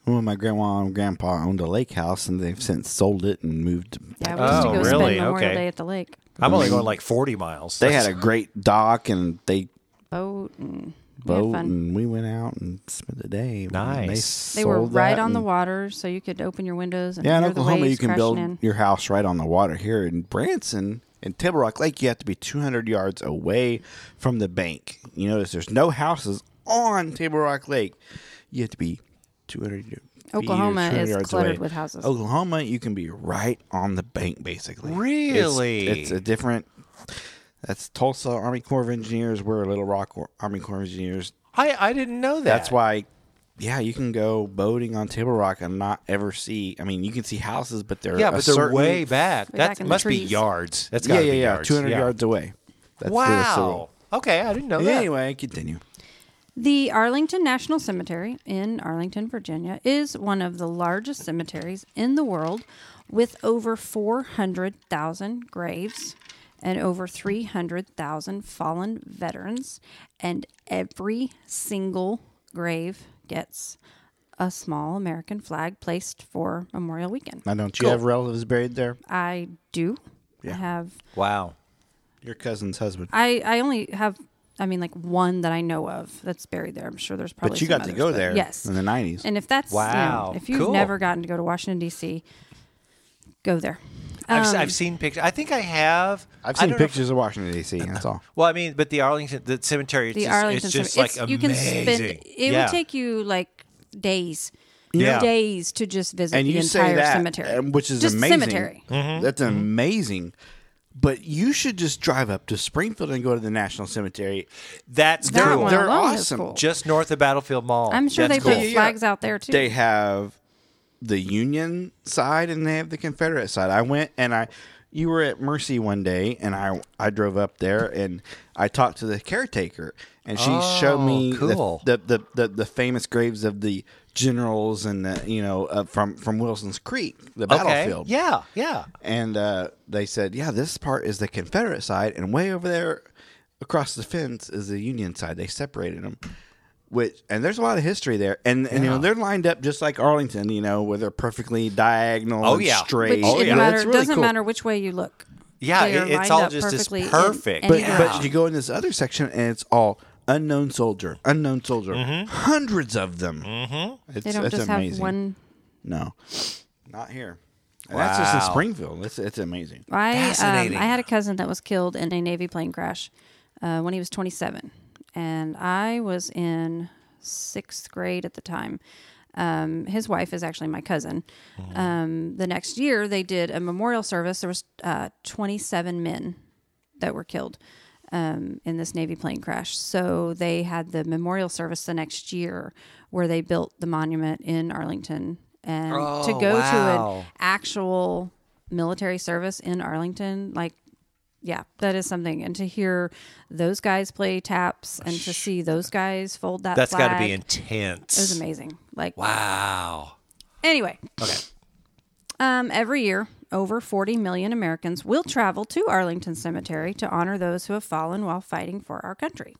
when my grandma and grandpa owned a lake house, and they've since sold it and moved.
Yeah, we used
Oh,
to go
really?
spend Memorial
Okay.
Day at the lake.
I'm only going like 40 miles.
They had a great dock, and they
Boat and we had
boat,
fun.
and we went out and spent the day. And
Nice.
They were
sold
right
that
on the
and-
water, so you could open your windows and
Yeah, in
hear the
Oklahoma,
waves
you can
crashing
build
in.
your house right on the water. Here in Branson, in Table Rock Lake, you have to be 200 yards away from the bank. You notice there's no houses on Table Rock Lake. You have to be 200 feet or
Oklahoma
200
is
yards
cluttered
away.
with houses.
Oklahoma, you can be right on the bank, basically. It's-
Really?
it's a different. That's Tulsa Army Corps of Engineers. We're Little Rock Army Corps of Engineers.
I, I didn't know that.
That's why yeah, you can go boating on Table Rock and not ever see. I mean, you can see houses, but they're
Yeah,
a
but they're
certain-
way back.
Way
That
back in the
must be
trees.
yards. That's
yeah,
gotta
yeah,
be
yeah,
yards.
two hundred
Yeah.
yards away. That's that's the
Wow.
rule.
Okay, I didn't know that.
Anyway, continue.
The Arlington National Cemetery in Arlington, Virginia, is one of the largest cemeteries in the world with over 400,000 graves and over 300,000 fallen veterans. And every single grave gets a small American flag placed for Memorial Weekend.
Now, don't you have relatives buried there?
I do I have
Wow.
Your cousin's husband.
I, I only have I mean like one that I know of that's buried there. I'm sure there's probably
But you
some
got to
others,
go
but
there
Yes.
in the 90s.
And if that's you know,
Wow,
if you've
cool.
never gotten to go to Washington D.C., go there.
I've, s-
Um,
I've seen pictures. I think I have.
I've
I don't
seen
know if-
pictures of Washington D.C. That's all.
well, I mean, but the Arlington, the cemetery, it's
The
just,
Arlington
it's just
Cemetery.
like
It's- you can spend
amazing.
it
Yeah.
would take you like days.
Yeah.
Days to just visit
and
the
you
entire
say that,
cemetery.
um, which is
just
amazing.
cemetery.
Mm-hmm.
That's amazing. But you should just drive up to Springfield and go to the National Cemetery.
That's
That
cool.
one
They're
alone is
awesome.
cool.
Just north of Battlefield Mall.
I'm sure they
That's
put
cool.
yeah.
flags out there too.
They have the Union side and they have the Confederate side. I went and I, you were at Mercy one day, and I I drove up there and I talked to the caretaker, and she showed me the-
Oh, cool.
the, the, the the famous graves of the generals and the you know uh, from from Wilson's Creek, the
Okay.
battlefield.
Yeah, yeah.
And uh, they said, yeah, this part is the Confederate side, and way over there across the fence is the Union side. They separated them. Which, and there's a lot of history there, and, and you know they're lined up just like Arlington, you know, where they're perfectly diagonal,
Oh,
and
yeah.
straight.
which
Oh,
it
yeah.
matter,
It's really
doesn't
cool.
matter which way you look.
Yeah,
They are
it- it's
lined
all
up
just as
perfectly in
perfect.
But
any
Yeah.
direction.
but you go in this other section, and it's all unknown soldier, unknown soldier,
Mm-hmm.
hundreds of them. Mm-hmm. It's,
they don't
it's
just
amazing.
have one.
No, not here. And That's just in
Wow.
Springfield. It's it's amazing.
I um,
Fascinating.
I had a cousin that was killed in a Navy plane crash uh, when he was 27, and I was in sixth grade at the time. Um, his wife is actually my cousin. Um, the next year, they did a memorial service. There was uh, 27 men that were killed um, in this Navy plane crash. So they had the memorial service the next year, where they built the monument in Arlington, and to
Oh,
go to
wow.
an actual military service in Arlington, like yeah, that is something. And to hear those guys play taps and to see those guys fold that
That's got to be
flag,
intense.
It was amazing. Like
Wow.
anyway. Okay. Um, every year, over 40 million Americans will travel to Arlington Cemetery to honor those who have fallen while fighting for our country.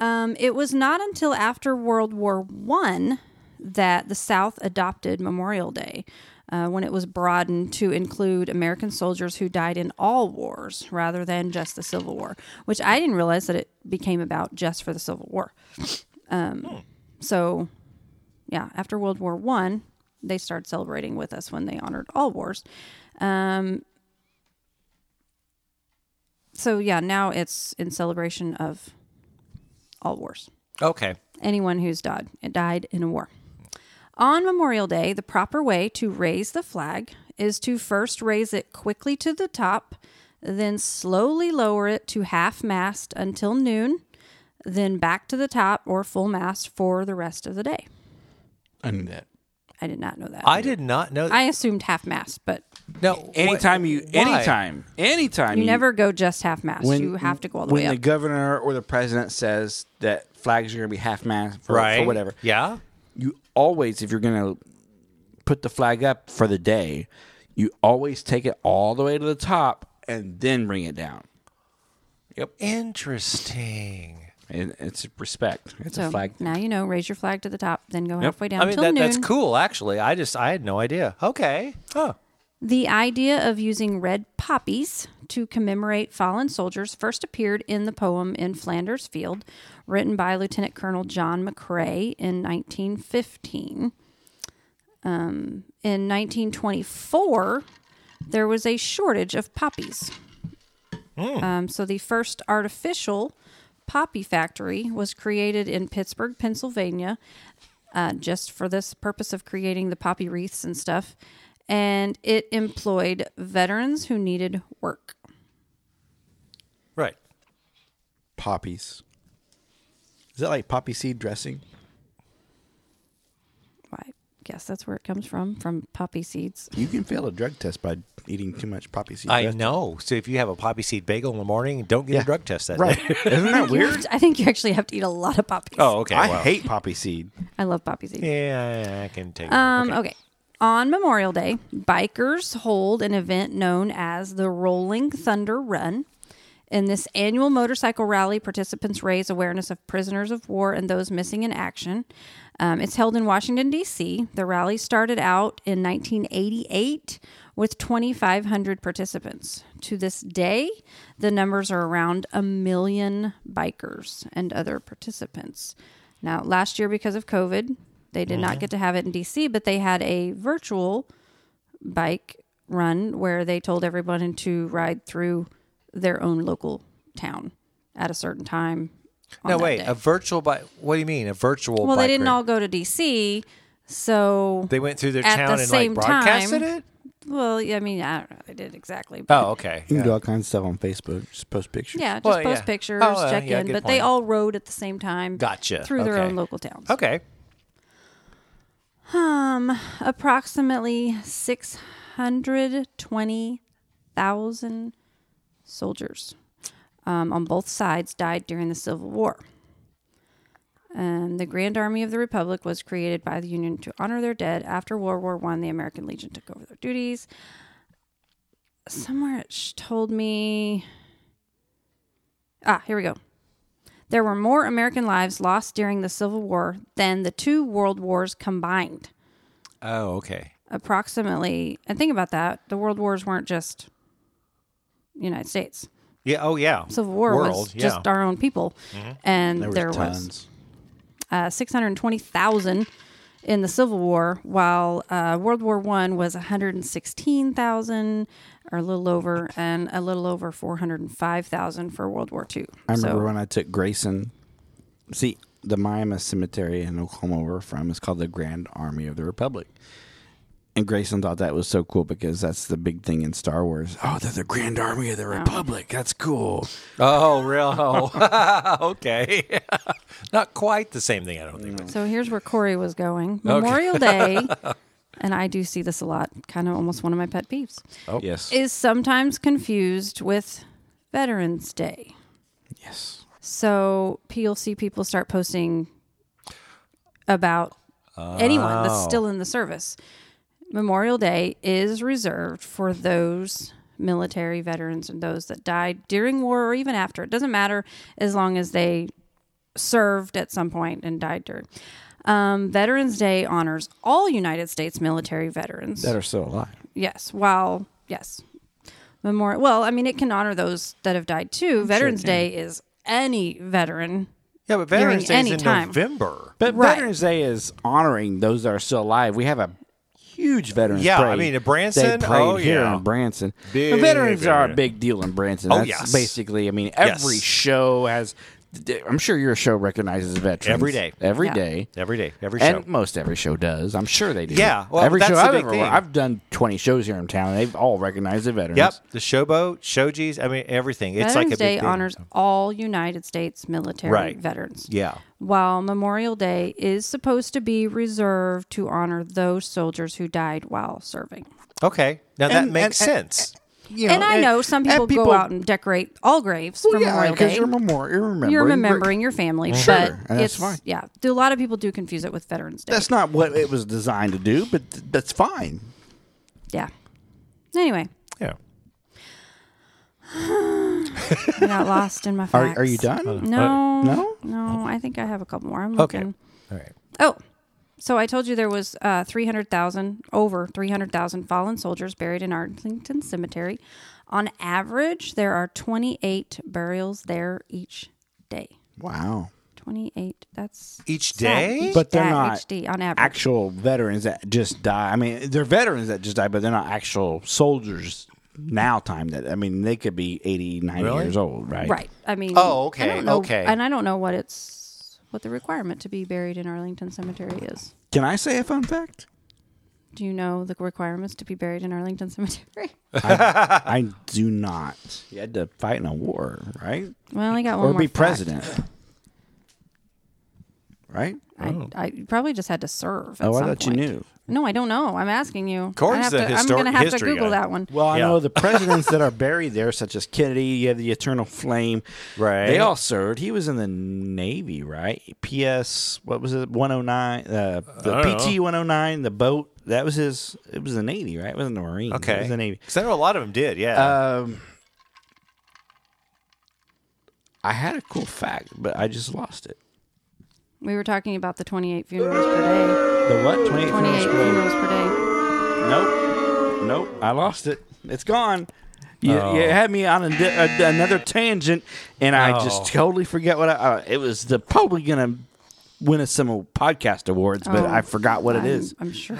Um, it was not until after World War One that the South adopted Memorial Day, uh, when it was broadened to include American soldiers who died in all wars rather than just the Civil War, which I didn't realize that it became about just for the Civil War. Um, so, yeah, after World War One, they started celebrating with us when they honored all wars. Um, so yeah, now it's in celebration of all wars
Okay.
anyone who's died died in a war. On Memorial Day, the proper way to raise the flag is to first raise it quickly to the top, then slowly lower it to half mast until noon, then back to the top or full mast for the rest of the day.
I knew that.
I did not know that.
I did not know.
I assumed half mast, but
no.
Anytime you,
why?
anytime, anytime.
you never go just half mast. you have to go all the
when
way
the
up.
governor or the president says that flags are going to be half mast for,
Right.
for whatever,
Yeah.
you always, if you're going to put the flag up for the day, you always take it all the way to the top and then bring it down.
Interesting.
And it's respect. It's a
so
flag.
now you know, raise your flag to the top, then go halfway down
I mean,
till
that,
noon.
that's cool, actually. I just, I had no idea. Okay. Huh.
The idea of using red poppies to commemorate fallen soldiers first appeared in the poem In Flanders Field, written by Lieutenant Colonel John McCrae in 1915. Um, in 1924, there was a shortage of poppies. Um, so the first artificial poppy factory was created in Pittsburgh, Pennsylvania, uh, just for this purpose of creating the poppy wreaths and stuff. And it employed veterans who needed work.
Right.
Poppies. Is that like poppy seed dressing?
guess that's where it comes from, from poppy seeds.
You can fail a drug test by eating too much poppy seed.
I
dressing.
know. So if you have a poppy seed bagel in the morning, don't get
Yeah.
a drug test that
Right.
day.
Isn't that weird?
I think you actually have to eat a lot of poppies.
Oh, okay.
I
well.
hate poppy seed.
I love poppy seeds.
Yeah, yeah, I can take. it.
Um, okay. On Memorial Day, bikers hold an event known as the Rolling Thunder Run. In this annual motorcycle rally, participants raise awareness of prisoners of war and those missing in action. Um, it's held in Washington, D.C. The rally started out in 1988 with 2,500 participants. To this day, the numbers are around a million bikers and other participants. Now, last year, because of COVID, they did
Mm-hmm.
not get to have it in DC, but they had a virtual bike run where they told everyone to ride through their own local town at a certain time. on
No,
that
wait.
day.
A virtual bike. What do you mean? A virtual.
well, they
bike
didn't
ride?
all go to DC, so
They went through their
at
town
the
and
same
like broadcasted
time.
it.
well, yeah, I mean, I don't know, they did exactly. But
Oh, okay.
You can
Yeah.
do all kinds of stuff on Facebook. Just post pictures.
yeah, just
Well,
post
yeah.
pictures,
Oh, uh,
check
yeah,
in,
good
but they
point.
all rode at the same time.
Gotcha.
through their
Okay.
own local towns.
Okay.
Um, approximately 620,000 soldiers um, on both sides died during the Civil War. And the Grand Army of the Republic was created by the Union to honor their dead. After World War One, the American Legion took over their duties. Somewhere it sh- told me. Ah, here we go. There were more American lives lost during the Civil War than the two world wars combined.
Oh, okay.
Approximately, and think about that. The world wars weren't just United States.
Yeah. Oh, yeah.
Civil War
World.
was
yeah. Mm-hmm.
just our own people, and there was,
tons.
uh, six hundred twenty thousand in the Civil War, while uh, World War One was one hundred sixteen thousand, or a little over, and a little over four hundred five thousand for World War Two.
I remember when I took Grayson. See, the Miami Cemetery in Oklahoma, where we're from, is called the Grand Army of the Republic. And Grayson thought that was so cool because that's the big thing in Star Wars. Oh, they're the Grand Army of the Republic. That's cool.
Oh, real. Oh, okay. Not quite the same thing, I don't think.
So here's where Corey was going. Memorial Day, and I do see this a lot, kind of almost one of my pet peeves,
Oh, yes.
is sometimes confused with Veterans Day.
yes.
So you'll see people start posting about anyone
Oh.
that's still in the service. Memorial Day is reserved for those military veterans and those that died during war or even after. It doesn't matter as long as they served at some point and died during. Um, veterans Day honors all United States military veterans.
That are still alive.
Yes. While yes, memorial. Well, I mean, it can honor those that have died too. Veterans Day is any veteran.
Yeah, but
During
Veterans Day is
any
in
time.
November.
But
Right.
Veterans Day is honoring those that are still alive. We have a huge Veterans
Yeah, I
Parade.
mean, at Branson,
They parade
oh,
here
yeah.
in Branson.
Big
the veterans are a
veteran.
big deal in Branson.
Oh,
That's
yes.
basically, I mean, every
Yes.
show has. I'm sure your show recognizes veterans
Every day.
every
Yeah.
day,
Every day, every show.
and mm, most every show does. I'm sure they do.
Yeah, well,
every
that's
show
the
I've
big
ever
thing.
I've done 20 shows here in town, and they've all recognized the veterans.
yep. The showboat, shogies. I mean, everything. It's
veterans
like a big
Day
thing.
honors all United States military
Right.
veterans.
Yeah.
While Memorial Day is supposed to be reserved to honor those soldiers who died while serving.
Okay. Now that
And-
makes
and- and-
sense.
You know,
and I know some people, go out and decorate all graves for
well, yeah,
Memorial Day.
because you're, memor- you're remembering.
You're remembering your family,
Sure,
but
and that's
it's
fine.
yeah. do- A lot of people do confuse it with Veterans Day.
That's not what it was designed to do, but th- that's fine.
yeah. Anyway,
Yeah.
I got lost in my
Are,
facts.
are you done?
No,
No?
no. I think I have a couple more. I'm
Okay.
looking.
All right.
Oh, so I told you there was uh, 300,000, over 300,000 fallen soldiers buried in Arlington Cemetery. On average, there are 28 burials there each day.
Wow.
28. That's
Each
sad.
day?
Each
But they're
day,
not
each day on average.
actual veterans that just die. I mean, they're veterans that just die, but they're not actual soldiers now time that I mean, they could be 80, 90
Really?
years old, right?
Right. I mean,
Oh, okay,
I don't know-
okay.
And I don't know what it's what the requirement to be buried in Arlington Cemetery is.
Can I say a fun fact?
Do you know the requirements to be buried in Arlington Cemetery?
I do not. You had to fight in a war, right?
Well, I got one
Or
more
be
fact.
president. right?
I, I probably just had to serve. at
Oh, I
some
thought you
point.
knew.
No, I don't know. I'm asking you.
Corey's
I have
the
to, I'm
historic-
going to have to
history
Google
guy.
that one.
Well, I
Yeah.
know the presidents that are buried there, such as Kennedy, you have the Eternal Flame.
Right.
They all served. He was in the Navy, right? PS, what was it? 109, uh, the
I don't
PT 109, the boat. That was his, it was the Navy, right? It wasn't the Marine. It
Okay.
was the Navy.
Because I know a lot of them did, yeah.
Um, I had a cool fact, but I just lost it.
We were talking about the 28 funerals per
The what?
day.
28
28
funerals per day.
funerals per day.
Nope. Nope. I lost it. It's gone. You, you had me on a, di- a- another tangent, and I
Oh.
just totally forget what I. Uh, it was the, probably going to win us some podcast awards, but
Oh,
I forgot what
I'm,
it is.
I'm sure.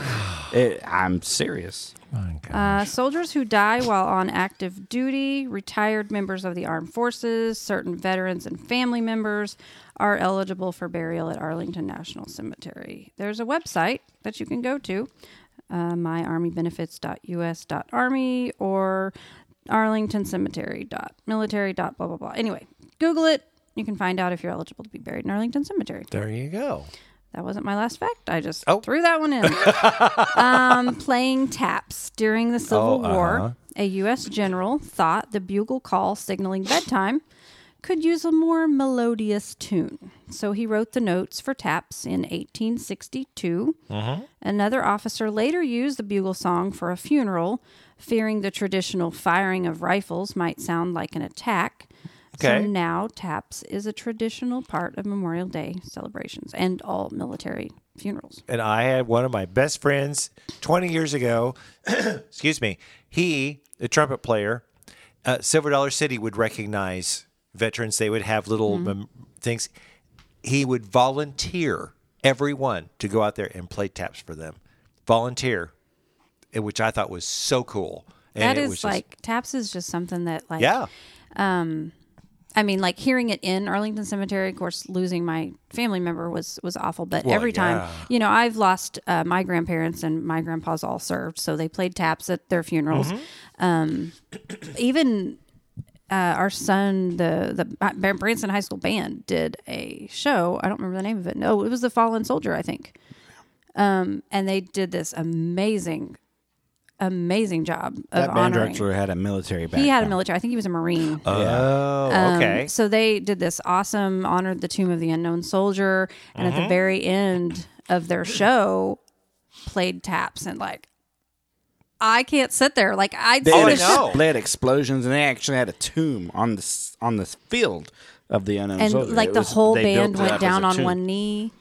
It, I'm serious.
Oh
Uh, soldiers who die while on active duty, retired members of the armed forces, certain veterans and family members are eligible for burial at Arlington National Cemetery. There's a website that you can go to, uh, myarmybenefits.us.army or arlingtoncemetery.military. dot Blah blah blah. Anyway, Google it. You can find out if you're eligible to be buried in Arlington Cemetery.
there you go.
That wasn't my last fact. I just
Oh.
threw that one in. um, playing taps during the Civil War, a U.S. general thought the bugle call signaling bedtime could use a more melodious tune. So he wrote the notes for taps in 1862. Another officer later used the bugle song for a funeral, fearing the traditional firing of rifles might sound like an attack.
Okay.
So now taps is a traditional part of Memorial Day celebrations and all military funerals.
and I had one of my best friends 20 years ago. excuse me. He, a trumpet player, uh, Silver Dollar City would recognize veterans. They would have little
Mm-hmm.
mem- things. He would volunteer everyone to go out there and play taps for them. Volunteer, eh, which I thought was so cool. And
that
it
is
was just-
like taps is just something that like
yeah.
I mean, like hearing it in Arlington Cemetery. Of course, losing my family member was was awful. But
Well,
every
yeah.
time, you know, I've lost uh, my grandparents and my grandpa's all served, so they played taps at their funerals.
Mm-hmm.
Um, even uh, our son, the the Br- Branson High School band, did a show. I don't remember the name of it. No, it was the Fallen Soldier, I think. Um, and they did this amazing, amazing job of
That band
honoring.
director had a military background.
He had a military. I think he was a Marine. Um,
Oh, okay.
So they did this awesome honored the tomb of the unknown soldier, and
Mm-hmm.
at the very end of their show, played taps and like, I can't sit there. Like I
They
Oh,
had
I
did
ex-
know.
they had explosions, and they actually had a tomb on this on this field of the unknown.
and
soldier.
like
It
the
was-
whole
they built
band
it up
went
as
down
a
on
tomb.
one knee.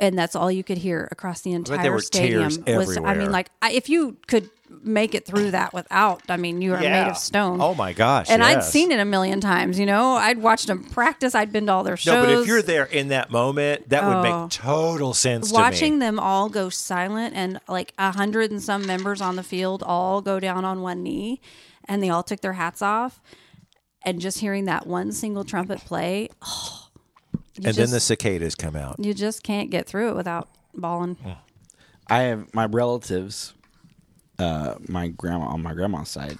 And that's all you could hear across the
there
entire
were
stadium.
tears
was I
everywhere.
mean, like I, if you could make it through that without, I mean, you are made
Yeah.
of stone.
Oh my gosh,
And I'd
yes.
seen it a million times. You know, I'd watched them practice. I'd been to all their shows.
No, but if you're there in that moment, that would
Oh.
make total sense
watching
to me.
them all go silent and like a hundred and some members on the field all go down on one knee and they all took their hats off and just hearing that one single trumpet play oh, you,
and
just,
then the cicadas come out.
you just can't get through it without bawling
I have my relatives, uh, my grandma on my grandma's side,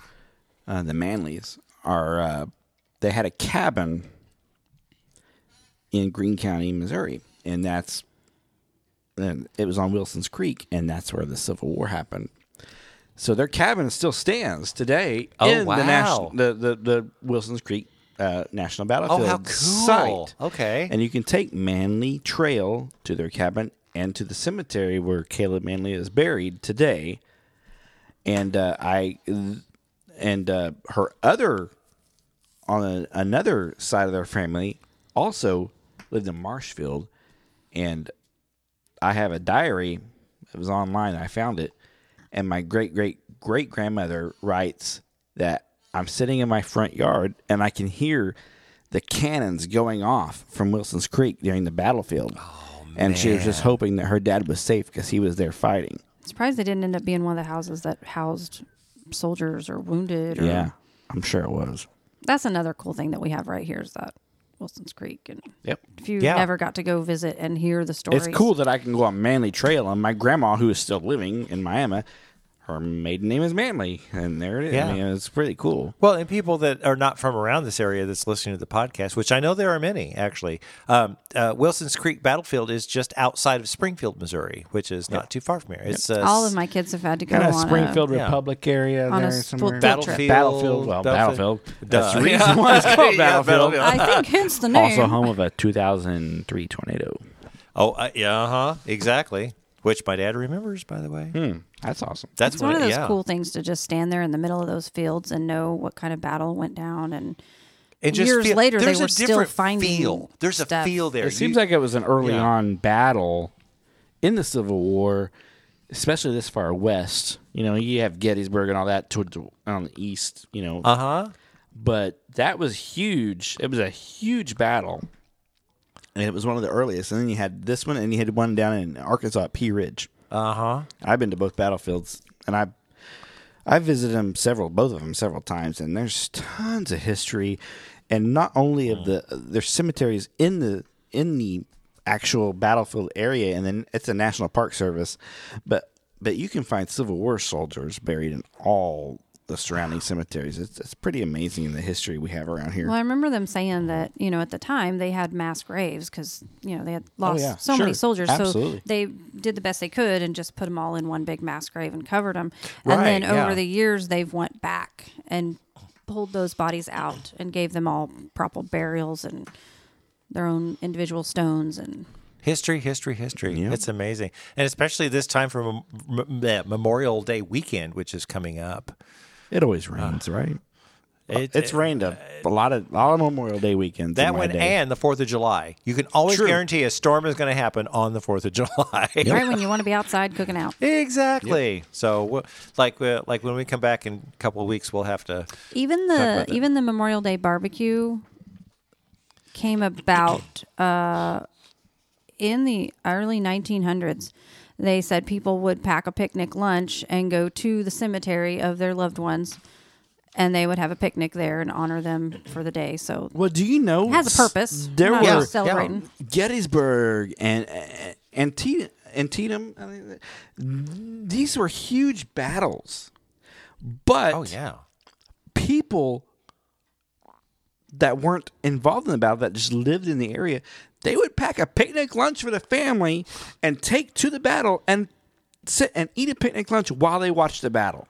uh, the Manleys are. Uh, they had a cabin in Greene County, Missouri, and that's and it was on Wilson's Creek, and that's where the Civil War happened. So their cabin still stands today
Oh,
in the,
wow. Oh,
national, the the the Wilson's Creek uh,
Oh,
National Battlefield
how cool.
site.
Okay.
and you can take Manley Trail to their cabin and to the cemetery where Caleb Manley is buried today. And uh, I and uh, her other on a, another side of their family also lived in Marshfield, and I have a diary. It was online. I found it, and my great great great grandmother writes that I'm sitting in my front yard and I can hear the cannons going off from Wilson's Creek during the battlefield.
Oh,
and she was just hoping that her dad was safe because he was there fighting.
surprised they didn't end up being one of the houses that housed soldiers or wounded or,
Yeah, I'm sure it was.
that's another cool thing that we have right here is that wilson's creek and
Yep.
if you
Yeah.
never got to go visit and hear the stories
It's cool that I can go on Manly Trail, and my grandma, who is still living in Miami, her maiden name is Manly, and there it is.
Yeah.
I mean, it's pretty cool.
Well, and people that are not from around this area that's listening to the podcast, which I know there are many actually, um, uh, Wilson's Creek Battlefield is just outside of Springfield, Missouri, which is not too far from here. It's uh,
All of my kids have had to go
Kind of
on
Springfield
yeah.
Republic area
On a
there
s-
somewhere.
field
battlefield,
trip.
Battlefield. Well, Battlefield. That's the reason why it's called Battlefield.
A, I think hence the name.
Also home of a 2003 tornado.
Oh, uh, yeah, huh? Exactly. Which my dad remembers, by the way.
That's awesome.
That's
it's one of those
yeah.
cool things to just stand there in the middle of those fields and know what kind of battle went down and
And
years later, they
there's a
were still
different
finding
feel. There's a
stuff.
feel there.
It seems
You-
like it was an early
yeah.
on battle in the Civil War, especially this far west. You know, you have Gettysburg and all that towards the- on the east. You know, uh huh. But that was huge. It was a huge battle, and it was one of the earliest. And then you had this one, and you had one down in Arkansas at Pea Ridge. Uh huh. I've been to both battlefields, and I I visited them several, both of them several times, and there's tons of history, and not only of the there's cemeteries in the in the actual battlefield area, and then it's a national park service, but but you can find Civil War soldiers buried in all the surrounding cemeteries. It's it's pretty amazing the history we have around here.
Well, I remember them saying that you know at the time they had mass graves because you know they had lost
Oh, yeah.
so
Sure.
many soldiers,
Absolutely.
so they did the best they could and just put them all in one big mass grave and covered them.
Right,
and then over
yeah.
the years, they've went back and pulled those bodies out and gave them all proper burials and their own individual stones and
History, history, history. It's amazing. And especially this time for mem- m- m- Memorial Day weekend, which is coming up.
It always rains, right?
It-
Uh, it's
it-
rained a, a lot of all of Memorial Day weekends. in
That
my
one
day.
and the 4th of July. You can always
True.
guarantee a storm is going to happen on the 4th of July.
right when you want to be outside cooking out.
Exactly. So, w- like, uh, like when we come back in a couple of weeks, we'll have to.
Even the even the Memorial Day barbecue came about uh, in the early 1900s. They said people would pack a picnic lunch and go to the cemetery of their loved ones, and they would have a picnic there and honor them for the day. So
Well, do you know
it has a purpose.
There
Not
were
just celebrating.
Gettysburg and uh, Antietam, Antietam. I think that- These were huge battles, but
Oh, yeah.
people that weren't involved in the battle that just lived in the area, they would pack a picnic lunch for the family and take to the battle and sit and eat a picnic lunch while they watched the battle.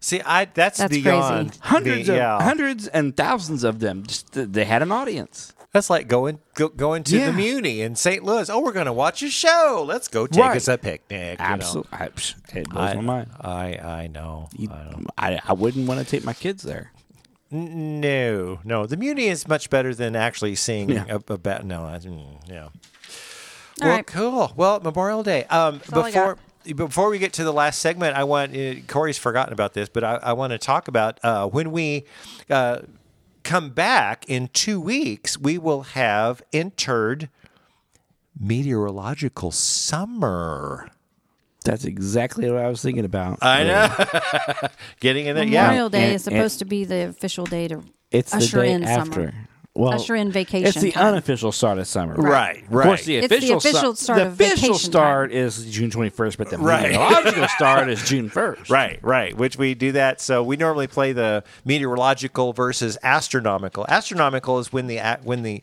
See, I that's,
That's
beyond
crazy.
the-
Hundreds of
yeah.
hundreds and thousands of them. Just they had an audience.
That's like going go, going to
Yeah.
the Muni in St. Louis. Oh, we're going to watch a show. Let's go take
Right.
us a picnic. you know.
Absolutely, I, psh, it blows
I,
my mind.
I I know. I know.
I, I wouldn't want to take my kids there.
No, no. The Muni is much better than actually seeing
Yeah.
a, a bat. No, I, mm, yeah.
All
well,
right.
cool. Well, Memorial Day. Um,
all I
before before we get to the last segment, I want uh, Corey's forgotten about this, but I, I want to talk about uh, when we uh, come back in two weeks. We will have entered meteorological summer.
That's exactly what I was thinking about.
I know. Getting in there,
Memorial
yeah.
Day
And-
is supposed
and-
to be the official day to
it's the
usher
day
in
after.
summer.
Well,
Usher in vacation
It's the
time.
unofficial start of summer.
Right,
Of course,
right.
the
It's the
official,
official
stu-
start
the
of
official
vacation
start is June twenty first, but the
Right.
meteorological start is June first.
Right, right. Which we do that. So we normally play the meteorological versus astronomical. Astronomical is when the a- when the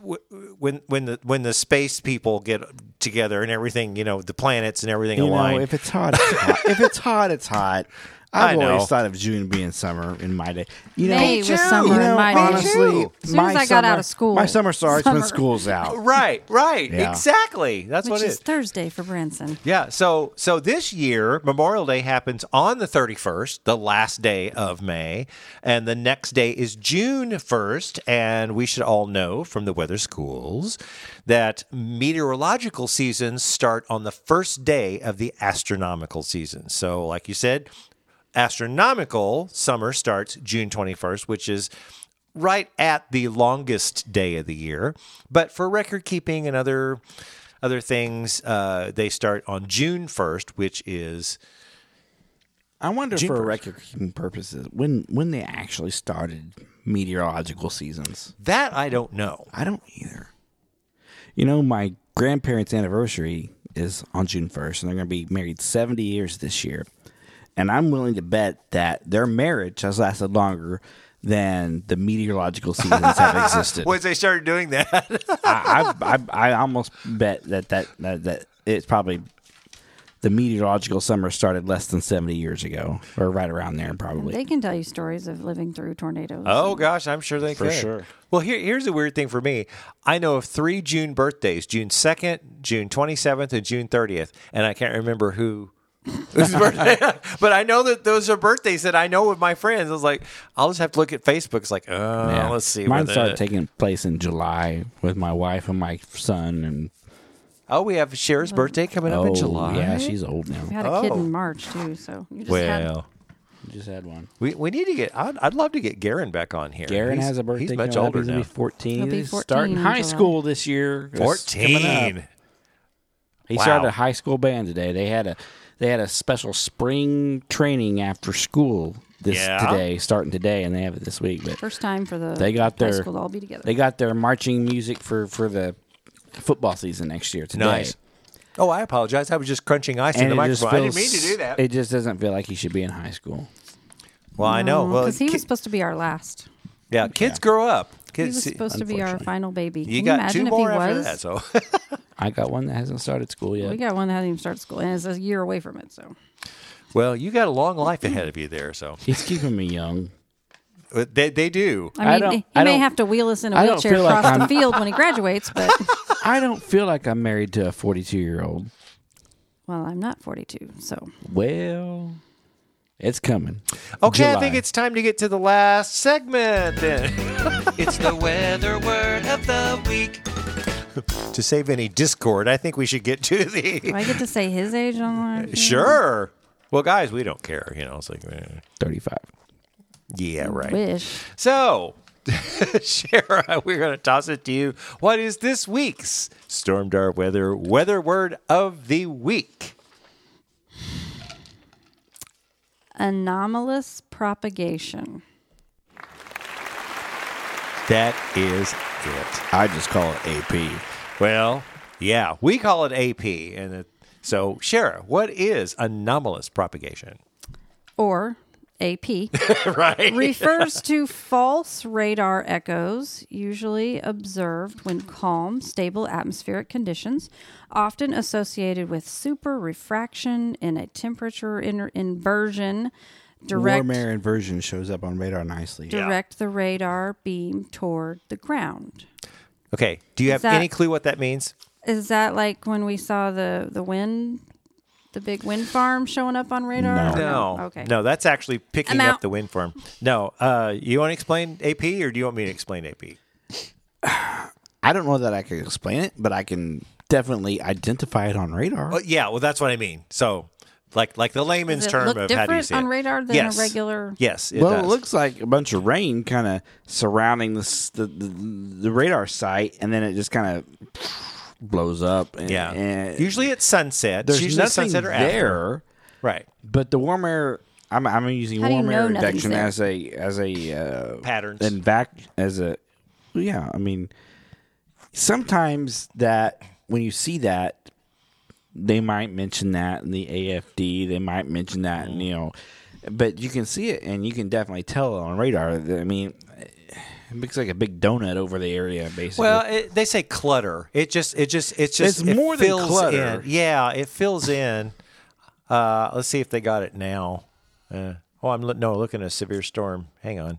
w- when when the when the space people get together and everything, you know, the planets and everything
You
align.
know, if it's hot, it's hot. if it's hot, it's hot.
I
I've always
know.
thought of June being summer in my day. You know,
May Me was too. summer
You
in
know,
my day.
honestly,
Me too.
As soon
my
as I got
summer-
out of school,
my summer starts when
summer.
school's out.
right, right.
Yeah.
Exactly. That's
which
what it
is Thursday for Branson.
Yeah, so so this year Memorial Day happens on the 31st, the last day of May, and the next day is June 1st, and we should all know from the weather schools that meteorological seasons start on the first day of the astronomical season. So like you said, astronomical summer starts June 21st, which is right at the longest day of the year. But for record keeping and other other things, uh, they start on June 1st, which is
I wonder for record keeping purposes when when they actually started meteorological seasons.
that I don't know.
I don't either. You know, my grandparents' anniversary is on June first, and they're going to be married seventy years this year.
And I'm willing to bet that their marriage has lasted longer than the meteorological seasons have existed.
Once they started doing that,
I, I, I, I almost bet that that, that that it's probably the meteorological summer started less than 70 years ago or right around there probably
They can tell you stories of living through tornadoes.
oh gosh, I'm sure they could.
sure.
Well, here, here's a weird thing for me. I know of three June birthdays: June 2nd, June 27th, and June 30th, and I can't remember who. whose birthday. but I know that those are birthdays that I know with my friends. I was like, I'll just have to look at Facebook. It's like, oh, let's see.
mine
whether-
started taking place in july with my wife and my son and
oh, we have Cher's birthday coming up
oh
in July.
yeah she's old now
We had a kid
Oh.
in March too, so you just had-
Well,
just had one
we, we need to get. I'd, I'd love to get Garen back on here.
Garen
He's-
has a birthday.
He's much
coming up.
older
He's gonna
now.
Be fourteen.
He'll be
He's
14
starting
in
high
July.
school this year. It's coming up.
Fourteen.
He
Wow.
started a high school band today. They had a they had a special spring training after school this
Yeah.
today, starting today, and they have it this week. But
First time for the
they got
high
their
school to all be together.
They got their marching music for for the football season next year today.
Nice. Oh, I apologize. I was just crunching ice in the
it just
microphone. I didn't mean
feels-
to do that.
It just doesn't feel like he should be in high school.
well, I know. Well,
because he
ki-
was supposed to be our last.
yeah, kids grow up.
He
Kids,
was supposed to be our
unfortunately.
final baby. Can
you
you
got two
imagine if
more
he
after
was?
that. So,
I got one that hasn't started school yet.
We got one that hadn't even started school, and it's a year away from it. So
well, you got a long life ahead of you there. So
He's keeping me young.
But they they do.
I mean,
don't-
he
I
may
don't-
have to wheel us in a
I don't
wheelchair
feel like
across the
I'm-
field when he graduates, but
I don't feel like I'm married to a 42 year old.
well, I'm not 42, so
Well, it's coming.
Okay, I
July.
think it's time to get to the last segment then.
It's the weather word of the week.
to save any discord, I think we should get to
do
the
I get to say his age on there?
sure. Well, guys, we don't care. You know, it's like, eh,
35.
yeah, right.
Wish.
So, Shara, we're going to toss it to you. What is this week's Storm Dart Weather Weather Word of the Week?
Anomalous propagation.
That is it.
I just call it AP.
Well, yeah, we call it AP. And it, so, Shara, what is anomalous propagation?
or AP,
Right.
refers to false radar echoes, usually observed when calm, stable atmospheric conditions, often associated with super refraction in a temperature in- inversion. Direct
Warm air inversion shows up on radar nicely.
direct the radar beam toward the ground.
Okay. Do you have
that-
any clue what that means?
Is that like when we saw the the wind, the big wind farm showing up on radar?
No.
Okay.
No, that's actually picking
I'm
up
out.
the wind farm. No. Uh, you want to explain AP or do you want me to explain AP?
I don't know that I can explain it, but I can definitely identify it on radar.
Well, Uh, yeah, well, that's what I mean. So, like, like the layman's
Does it
term
look
of how do you
different
see
on
it?
radar than a
yes.
regular-
Yes, it
Well,
does.
it looks like a bunch of rain kind of surrounding this, the, the the radar site, and then it just kind of blows up. And,
yeah.
and
usually at sunset.
Eh, there's
usually at
nothing
sunset or after.
there.
Right.
But the warm air, I'm, I'm using
How do you
warm
know
air
nothing's
induction
there?
as a as a uh,
Patterns.
and back as a yeah. I mean, sometimes that when you see that, they might mention that in the AFD. They might mention that, and, you know, but you can see it and you can definitely tell on radar. I mean, it looks like a big donut over the area, basically.
Well, it, they say clutter. It just, it just, it's just,
It's
it
more than
fills
clutter.
In. Yeah, it fills in. Uh, let's see if they got it now. Uh, oh, I'm lo- no looking at a severe storm. Hang on.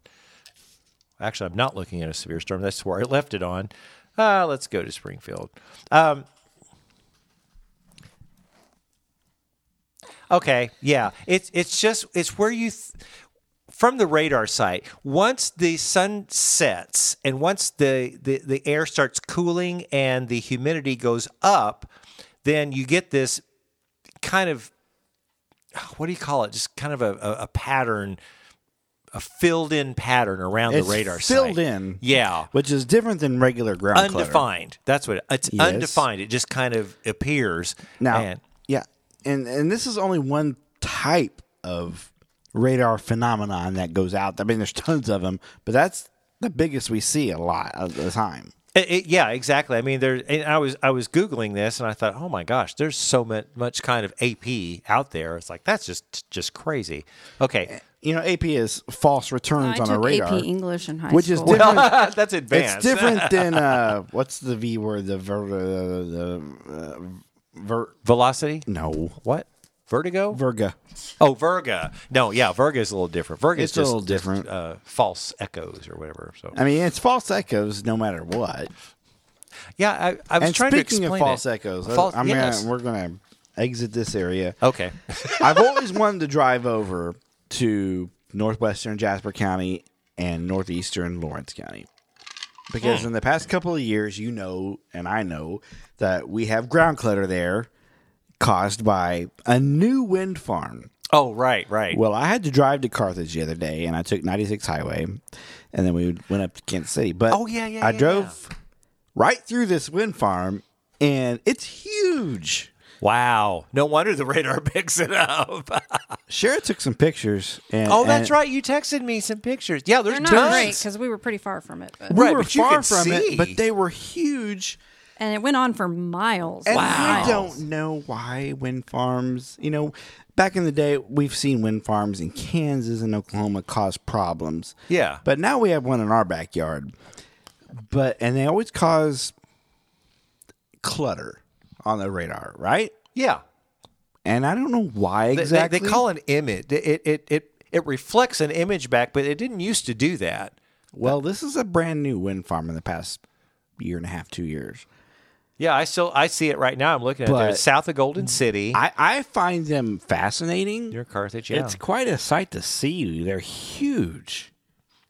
Actually, I'm not looking at a severe storm. That's where I left it on. Uh, let's go to Springfield. Um, okay, yeah. It's it's just it's where you. Th- from the radar site, once the sun sets and once the, the, the air starts cooling and the humidity goes up, then you get this kind of what do you call it? Just kind of a, a, a pattern, a filled in pattern around
It's
the radar site.
filled in.
Yeah.
which is different than regular ground clutter.
Undefined. That's what it, it's
Yes.
undefined. It just kind of appears.
Now,
And-
yeah, and and this is only one type of radar phenomenon that goes out. I mean, there's tons of them, but that's the biggest we see a lot of the time.
It- it- yeah, exactly. I mean, there. And I was I was googling this, and I thought, oh my gosh, there's so much much kind of AP out there. It's like that's just just crazy. Okay,
You know, AP is false returns
I
on a
took
radar,
AP English in high
which is
school.
different.
that's advanced.
It's different than uh, what's the V word? The ver, uh, the uh, ver,
Velocity.
no
What? Vertigo.
verga.
oh, Verga. No, yeah, Verga is a little different. Verga is
It's a
just,
little different.
just, uh, false echoes or whatever. So
I mean, it's false echoes no matter what.
yeah, I, I was
And
trying
speaking
to
of
explain
false
it.
echoes,
False-
I'm
yes.
gonna, we're gonna exit this area.
Okay.
I've always wanted to drive over to northwestern Jasper County and northeastern Lawrence County.
Hmm.
Because in the past couple of years, you know, and I know that we have ground clutter there caused by a new wind farm.
oh, right, right.
Well, I had to drive to Carthage the other day, and I took 96 Highway, and then we went up to Kansas City. But
Oh, yeah, yeah,
I
yeah,
drove right through this wind farm, and it's huge.
wow. No wonder the radar picks it up.
Shara took some pictures. And,
oh, that's
and
right. You texted me some pictures. Yeah, there's
They're not
tons.
great because we were pretty far from it. But,
We
Right,
were
but you
far
could
from
see.
it, but they were huge.
and it went on for miles.
And
Miles.
I don't know why wind farms, you know, back in the day, we've seen wind farms in Kansas and Oklahoma cause problems.
Yeah.
But now we have one in our backyard. But, and they always cause clutter on the radar, right?
Yeah.
And I don't know why
They- they-
exactly.
They, call an image. It, it, it, it reflects an image back, but it didn't used to do that.
Well, this is a brand new wind farm in the past year and a half, two years.
Yeah, I still I see it right now. I'm looking at it.
But-
It's south of Golden City.
I, I find them fascinating.
near Carthage. Yeah.
It's quite a sight to see. They're huge.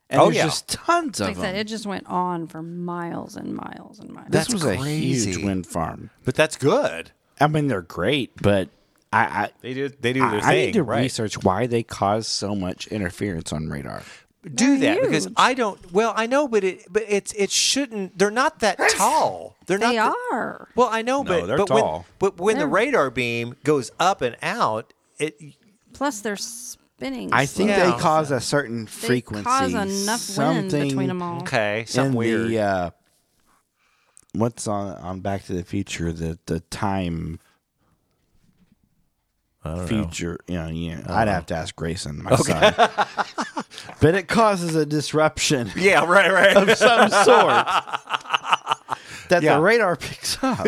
And
Oh,
there's
yeah.
just tons
Like
of
I said,
them.
it just went on for miles and miles and miles.
This
That's
was a
crazy.
huge wind farm.
but that's good.
I mean, they're great, but I
They do they do
I,
their
I,
thing.
I need to
right?
research why they cause so much interference on radar.
do that because I don't. Well, I know, but it but it's it shouldn't. They're not that tall. They're
they
not. that-
are.
well, I know, but
they're
but
tall.
when but when the radar beam goes up and out, it
Plus, they're spinning.
I think
Yeah.
they cause a certain
they
frequency.
cause enough wind
something
between them all.
okay
in
something weird.
The, uh, what's on on Back to the Future? The the time. future, yeah, yeah. I'd have to ask Grayson, my son. but it causes a disruption
Yeah, right, right.
uh, of some sort that
Yeah.
the radar picks up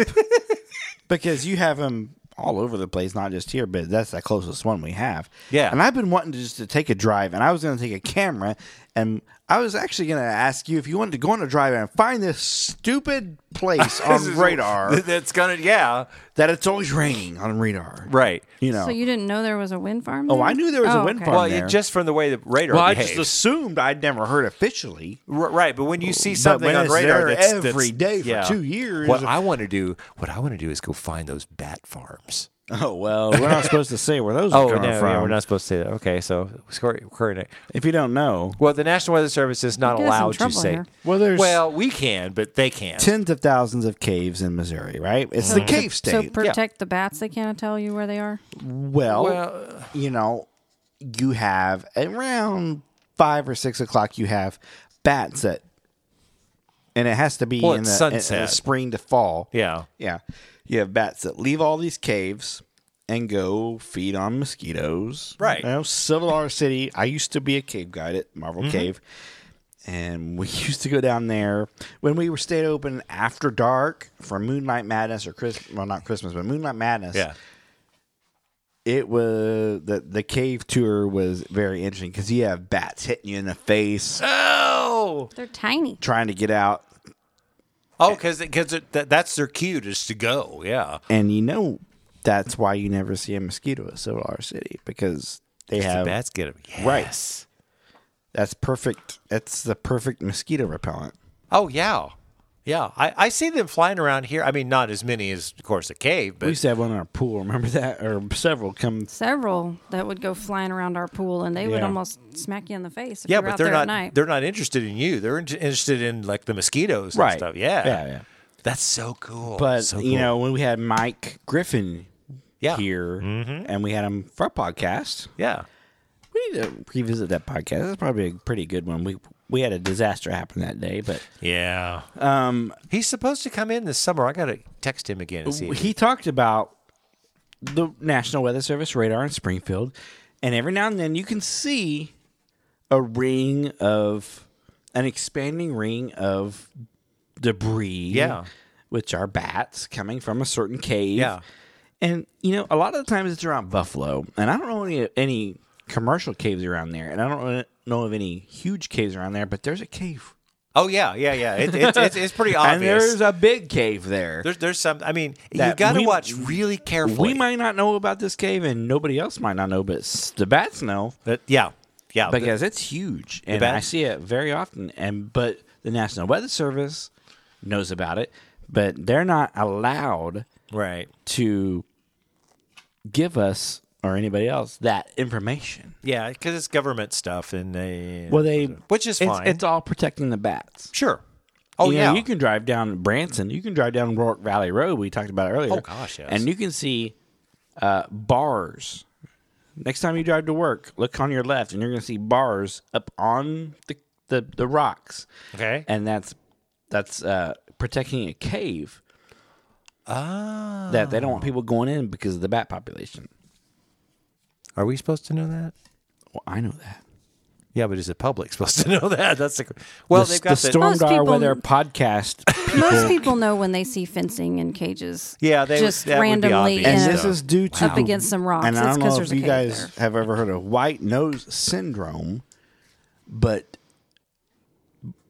because you have them all over the place, not just here, but that's the closest one we have.
Yeah.
and I've been wanting to just to take a drive, and I was going to take a camera, and I was actually going to ask you if you wanted to go on a drive and find this stupid place
This
on
is-
radar
That's gonna yeah.
that it's always raining on radar,
Right.
You know.
So you didn't know there was a wind farm?
Oh,
there?
I knew there was a
Oh,
wind
okay.
farm.
Well,
there.
it, just from the way the radar
well, I
behaves.
just assumed I'd never heard officially.
R- Right, but when you see something
when
on
it's
radar
there
that's,
every
that's-
day for two years-
what I want to do, what I want to do is go find those bat farms.
Oh well, we're not supposed to say where those are coming from.
Oh, we're not supposed to say that. Okay, so correct.
If you don't know,
Well, the National Weather Service is not
We'll get us in
allowed to
trouble
say.
here.
Well, there's-
well, we can, but they can't.
tens of thousands of caves in Missouri, right? It's
Mm-hmm.
the cave state.
So protect the bats. They can't tell you where they are.
well,
Well-
you know, you have around five or six o'clock, you have bats that, and it has to be
Well,
in the,
it's
in- in
sunset.
spring to fall.
yeah,
Yeah. You have bats that leave all these caves and go feed on mosquitoes.
Right.
You know, Civil War City. I used to be a cave guide at Marvel
Mm-hmm.
Cave. And we used to go down there when we were stayed open after dark for Moonlight Madness or Chris well not Christmas, but Moonlight Madness.
yeah.
It was the the cave tour was very interesting because you have bats hitting you in the face,
Oh,
They're tiny.
trying to get out.
oh, because because that, that's their cue is to go. Yeah,
And you know that's why you never see a mosquito at Civil War City because they
the
have
bats get them.
Right.
Yes.
That's perfect. That's the perfect mosquito repellent.
Oh yeah, yeah. I, I see them flying around here. I mean, not as many as, of course, a cave,
We
but
used to have one in our pool. Remember that, or several come.
Several that would go flying around our pool, and they would
Yeah.
almost smack you in the face. If
yeah,
you were
but
out
they're
there
not
At night.
they're not interested in you. They're in- interested in like the mosquitoes
Right.
and stuff. Yeah,
Yeah, yeah.
That's so cool.
But
So
you
cool.
know, when we had Mike Griffin
Yeah.
here, and we had him for a podcast,
yeah.
we need to revisit that podcast. That's probably a pretty good one. We we had a disaster happen that day, but
Yeah.
um,
He's supposed to come in this summer. I got to text him again and see. if-
he talked about the National Weather Service radar in Springfield, and every now and then you can see a ring of an expanding ring of debris.
Yeah.
Which are bats coming from a certain cave.
Yeah.
And you know, a lot of the times it's around Buffalo, and I don't know any any commercial caves around there, and I don't know of any huge caves around there, but there's a cave.
oh, yeah, yeah, yeah. It, it, it's, it's pretty obvious.
And there's a big cave there.
There's there's some. I mean, you
That
got to
we-
watch really carefully.
We might not know about this cave, and nobody else might not know, but s- the bats know
That- yeah, yeah. the-
because it's huge, and I
bats-
see it very often. And but the National Weather Service knows about it, but they're not allowed
right.
to give us or anybody else that information.
Yeah, because it's government stuff, and they
Well, they
which is
it's,
fine.
It's all protecting the bats.
sure. Oh
You know,
yeah,
you can drive down Branson. You can drive down Rourke Valley Road. We talked about earlier.
Oh, gosh, yes.
And you can see uh, bars. Next time you drive to work, look on your left, and you're going to see bars up on the the, the rocks,
Okay.
and that's that's uh, protecting a cave
Ah,
that they don't want people going in because of the bat population.
are we supposed to know that?
Well, I know that.
Yeah, but is the public supposed to know that? That's the, well,
the,
they've
the
got the,
Storm
Most
Dar
people-
Weather podcast,
Most people know when they see fencing and cages.
Yeah, they would-
just
that would be
randomly.
obvious.
in-
and
Yeah.
this is due to
Up against some rocks.
And I
It's
don't
'cause
know
there's
if
a
you
cave
guys
there.
have ever heard of white nose syndrome, but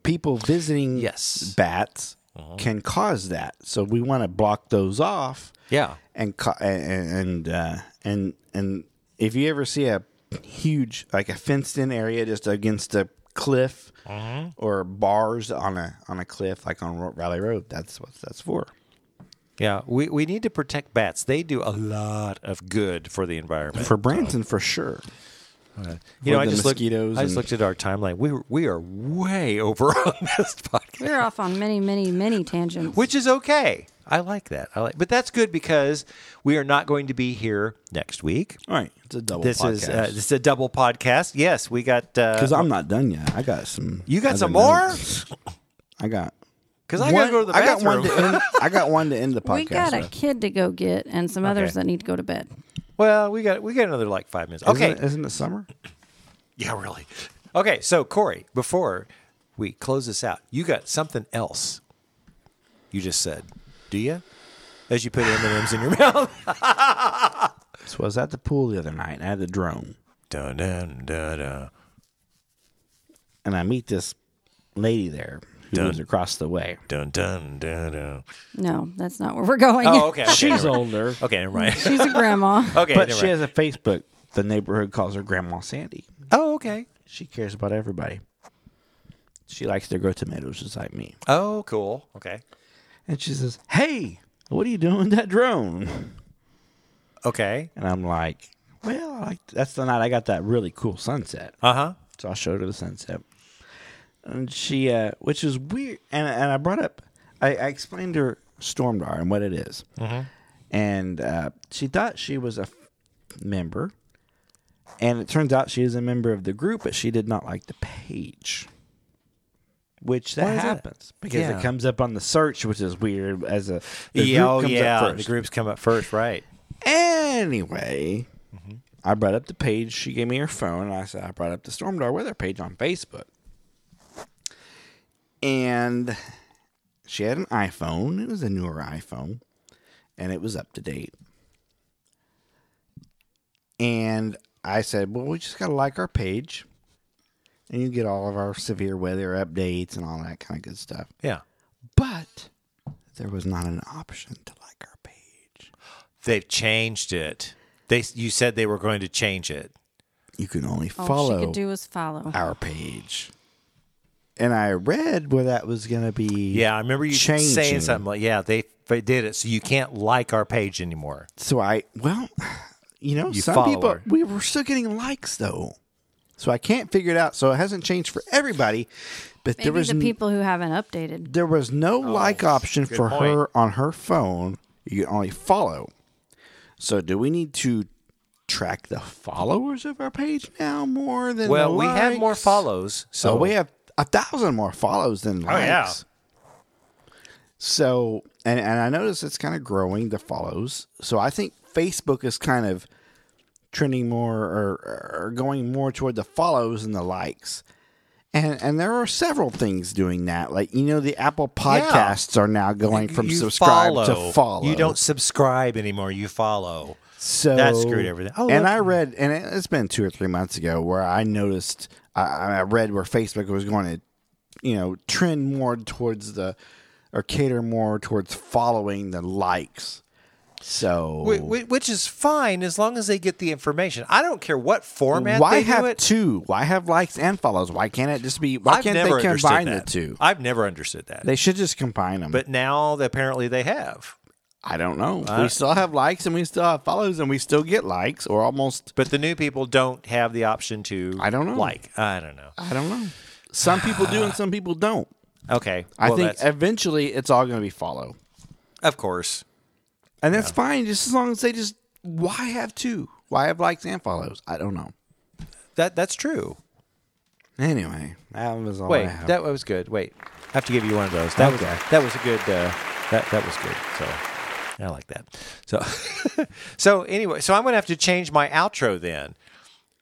people visiting
Yes. Uh-huh.
bats can cause that. So we want to block those off.
Yeah.
and co- and and uh, and and if you ever see a huge like a fenced in area just against a cliff
Uh-huh.
or bars on a on a cliff like on Ro- Valley Road, that's what that's for.
yeah. We we need to protect bats. They do a lot of good for the environment.
For Branson, for sure.
you
for
know, I
the
just
mosquitoes
looked. I just
and-
looked at our timeline. We were, we are way over on this podcast.
We're off on many, many, many tangents.
which is okay. I like that. I like, but that's good because we are not going to be here next week.
All right, it's a double.
This is uh,
podcast.
this is a double podcast. Yes, we got
Because
uh,
I'm not done yet. I got some.
You got
other
some more?
notes. I got.
because I gotta
one-
go to the
I got
bathroom.
one to end. I got one to end the podcast.
we got a
with.
kid to go get and some others
Okay.
that need to go to bed.
well, we got we got another like five minutes.
Isn't
Okay,
it- isn't it summer?
yeah, really. Okay, so Corey, before we close this out, you got something else you just said, do you? As you put M and M's in your mouth.
So I was at the pool the other night. and I had the drone,
dun dun dun dun.
and I meet this lady there who lives across the way.
Dun dun dun dun.
No, that's not where we're going.
Oh, okay. okay
She's
never-
older,
Okay, Oh. never mind.
She's a grandma.
Okay,
but
never
she
mind.
has a Facebook. The neighborhood calls her Grandma Sandy.
Oh, okay.
She cares about everybody. She likes to grow tomatoes just like me.
Oh, cool. Okay.
And she says, "Hey, what are you doing with that drone?"
Okay.
And I'm like, well, I like that's the night I got that really cool sunset.
Uh huh.
So I showed her the sunset. And she, uh, which is weird. And, and I brought up, I, I explained to her Stormdar and what it is.
Mm-hmm.
And uh, she thought she was a f- member. And it turns out she is a member of the group, but she did not like the page. Which that
Why is that?
happens because
Yeah.
it comes up on the search, which is weird. As a the
yeah,
group
oh,
comes up
yeah.
first.
The groups come up first, right?
Anyway, I brought up the page. She gave me her phone. And I said, I brought up the Stormdar weather page on Facebook. And she had an iPhone. It was a newer iPhone. And it was up to date. And I said, Well, we just got to like our page. And you get all of our severe weather updates and all that kind of good stuff.
Yeah.
But there was not an option to like our page.
They've changed it. They you said they were going to change it.
you can only
All
follow
Oh, she could do was follow.
our page. And I read where that was going to be.
Yeah, I remember you saying
changing.
something like, "Yeah, they, they did it, so you can't like our page anymore."
So I, well, you know,
You
some
follow
people,
her.
we were still getting likes though. So I can't figure it out. So it hasn't changed for everybody, but
Maybe
there was
the
n-
people who haven't updated.
there was no
Oh,
like option for
point.
her on her phone. You can only follow. So do we need to track the followers of our page now more than
Well,
the
we have more
likes?
follows, so
So we have a thousand more follows than likes.
Oh. yeah.
So, and, and I notice it's kind of growing the follows. So I think Facebook is kind of trending more or, or going more toward the follows and the likes. And and there are several things doing that. Like, you know, the Apple podcasts are now going from
You
subscribe
follow.
to follow.
You don't subscribe anymore. You follow.
So
That screwed everything. Oh,
and
look.
I read, and it- it's been two or three months ago where I noticed, I, I read where Facebook was going to, you know, trend more towards the, or cater more towards following the likes. So
Wh- wh- Which is fine as long as they get the information. I don't care what format
why
they do
have
it.
two? Why have likes and follows? Why can't it just be? Why
I've
can't
never
they
understood
combine the
that.
two?
I've never understood that.
They should just combine them.
but now apparently they have.
I don't know. we still have likes and we still have follows and we still get likes or almost.
But the new people don't have the option to.
I don't know.
Like I don't know.
I don't know. Some people do and some people don't.
Okay,
I
well,
think
that's-
eventually it's all going to be follow.
of course.
And that's fine, just as long as they just why have two? Why have likes and follows? I don't know.
That that's true.
Anyway, that was all I
Wait,
have.
that was good. Wait, I have to give you one of those. That was that was a good. Uh, that that was good. So I like that. So so anyway, so I'm gonna have to change my outro then.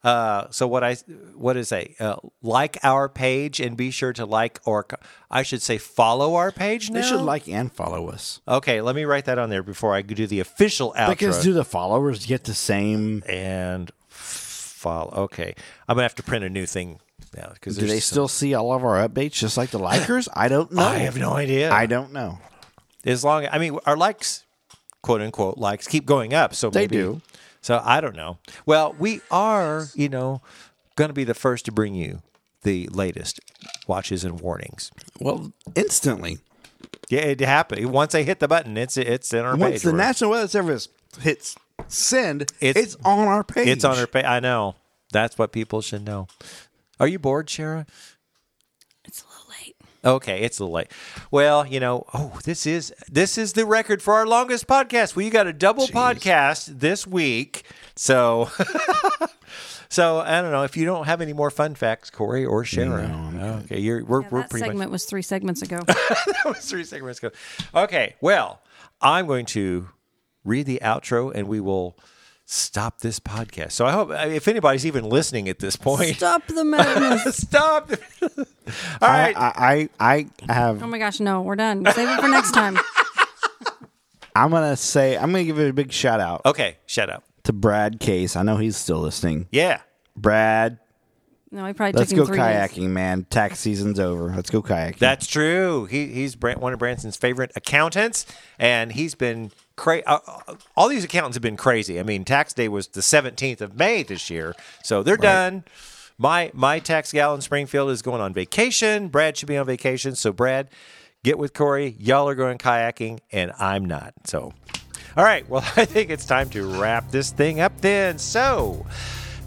Uh, so what I what is a uh, like our page and be sure to like or co- I should say follow our page now.
they should like and follow us.
Okay, let me write that on there before I do the official outro.
Because do the followers get the same?
and follow. Okay, I'm gonna have to print a new thing now because
Do they still see all of our updates just like the likers? I don't know.
I have no idea.
I don't know.
as long I mean our likes, quote unquote likes, keep going up. So
They
maybe,
do.
So I don't know. Well, we are, you know, going to be the first to bring you the latest watches and warnings.
Well, instantly
Yeah, it happened. Once I hit the button, it's it's in our
once
page.
the
We're-
National Weather Service hits send, it's,
It's-
on our page.
it's on our page. I know. That's what people should know. Are you bored, Shara?
It's a little late.
Okay, it's a little late. Well, you know, oh, this is this is the record for our longest podcast. We got a double podcast this week, so so I don't know if you don't have any more fun facts, Corey or Sharon. okay, you're we're,
Yeah,
we're
that
pretty
segment
much
was three segments ago.
that was three segments ago. Okay, well, I'm going to read the outro and we will stop this podcast. So I hope if anybody's even listening at this point,
Stop the madness.
stop. All right.
I, I I have.
Oh my gosh, no, we're done. Save it for next time.
I'm gonna say. I'm gonna give it a big shout out
okay, shut up.
to Brad Case. I know he's still listening.
Yeah.
Brad,
No, I probably
Let's
took him
go
three
kayaking,
days.
man. Tax season's over. Let's go kayaking.
That's true. He he's Brant, one of Branson's favorite accountants, and he's been crazy. Uh, uh, all these accountants have been crazy. I mean, tax day was the seventeenth of May this year, so they're done. My my tax gal in Springfield is going on vacation. Brad should be on vacation, so Brad, get with Corey. Y'all are going kayaking, and I'm not. So, all right. Well, I think it's time to wrap this thing up then. So.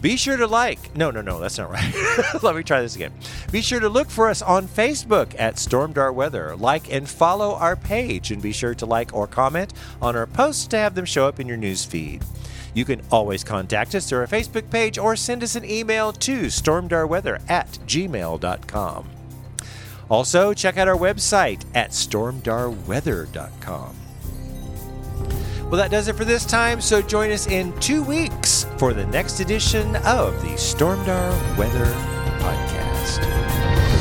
Be sure to like. No, no, no, that's not right. Let me try this again. Be sure to look for us on Facebook at Stormed Our Weather. Like and follow our page, and be sure to like or comment on our posts to have them show up in your news feed. You can always contact us through our Facebook page or send us an email to stormedourweather at gmail.com. Also, check out our website at stormdarweather.com. Well, that does it for this time, so join us in two weeks for the next edition of the Stormdar Weather Podcast.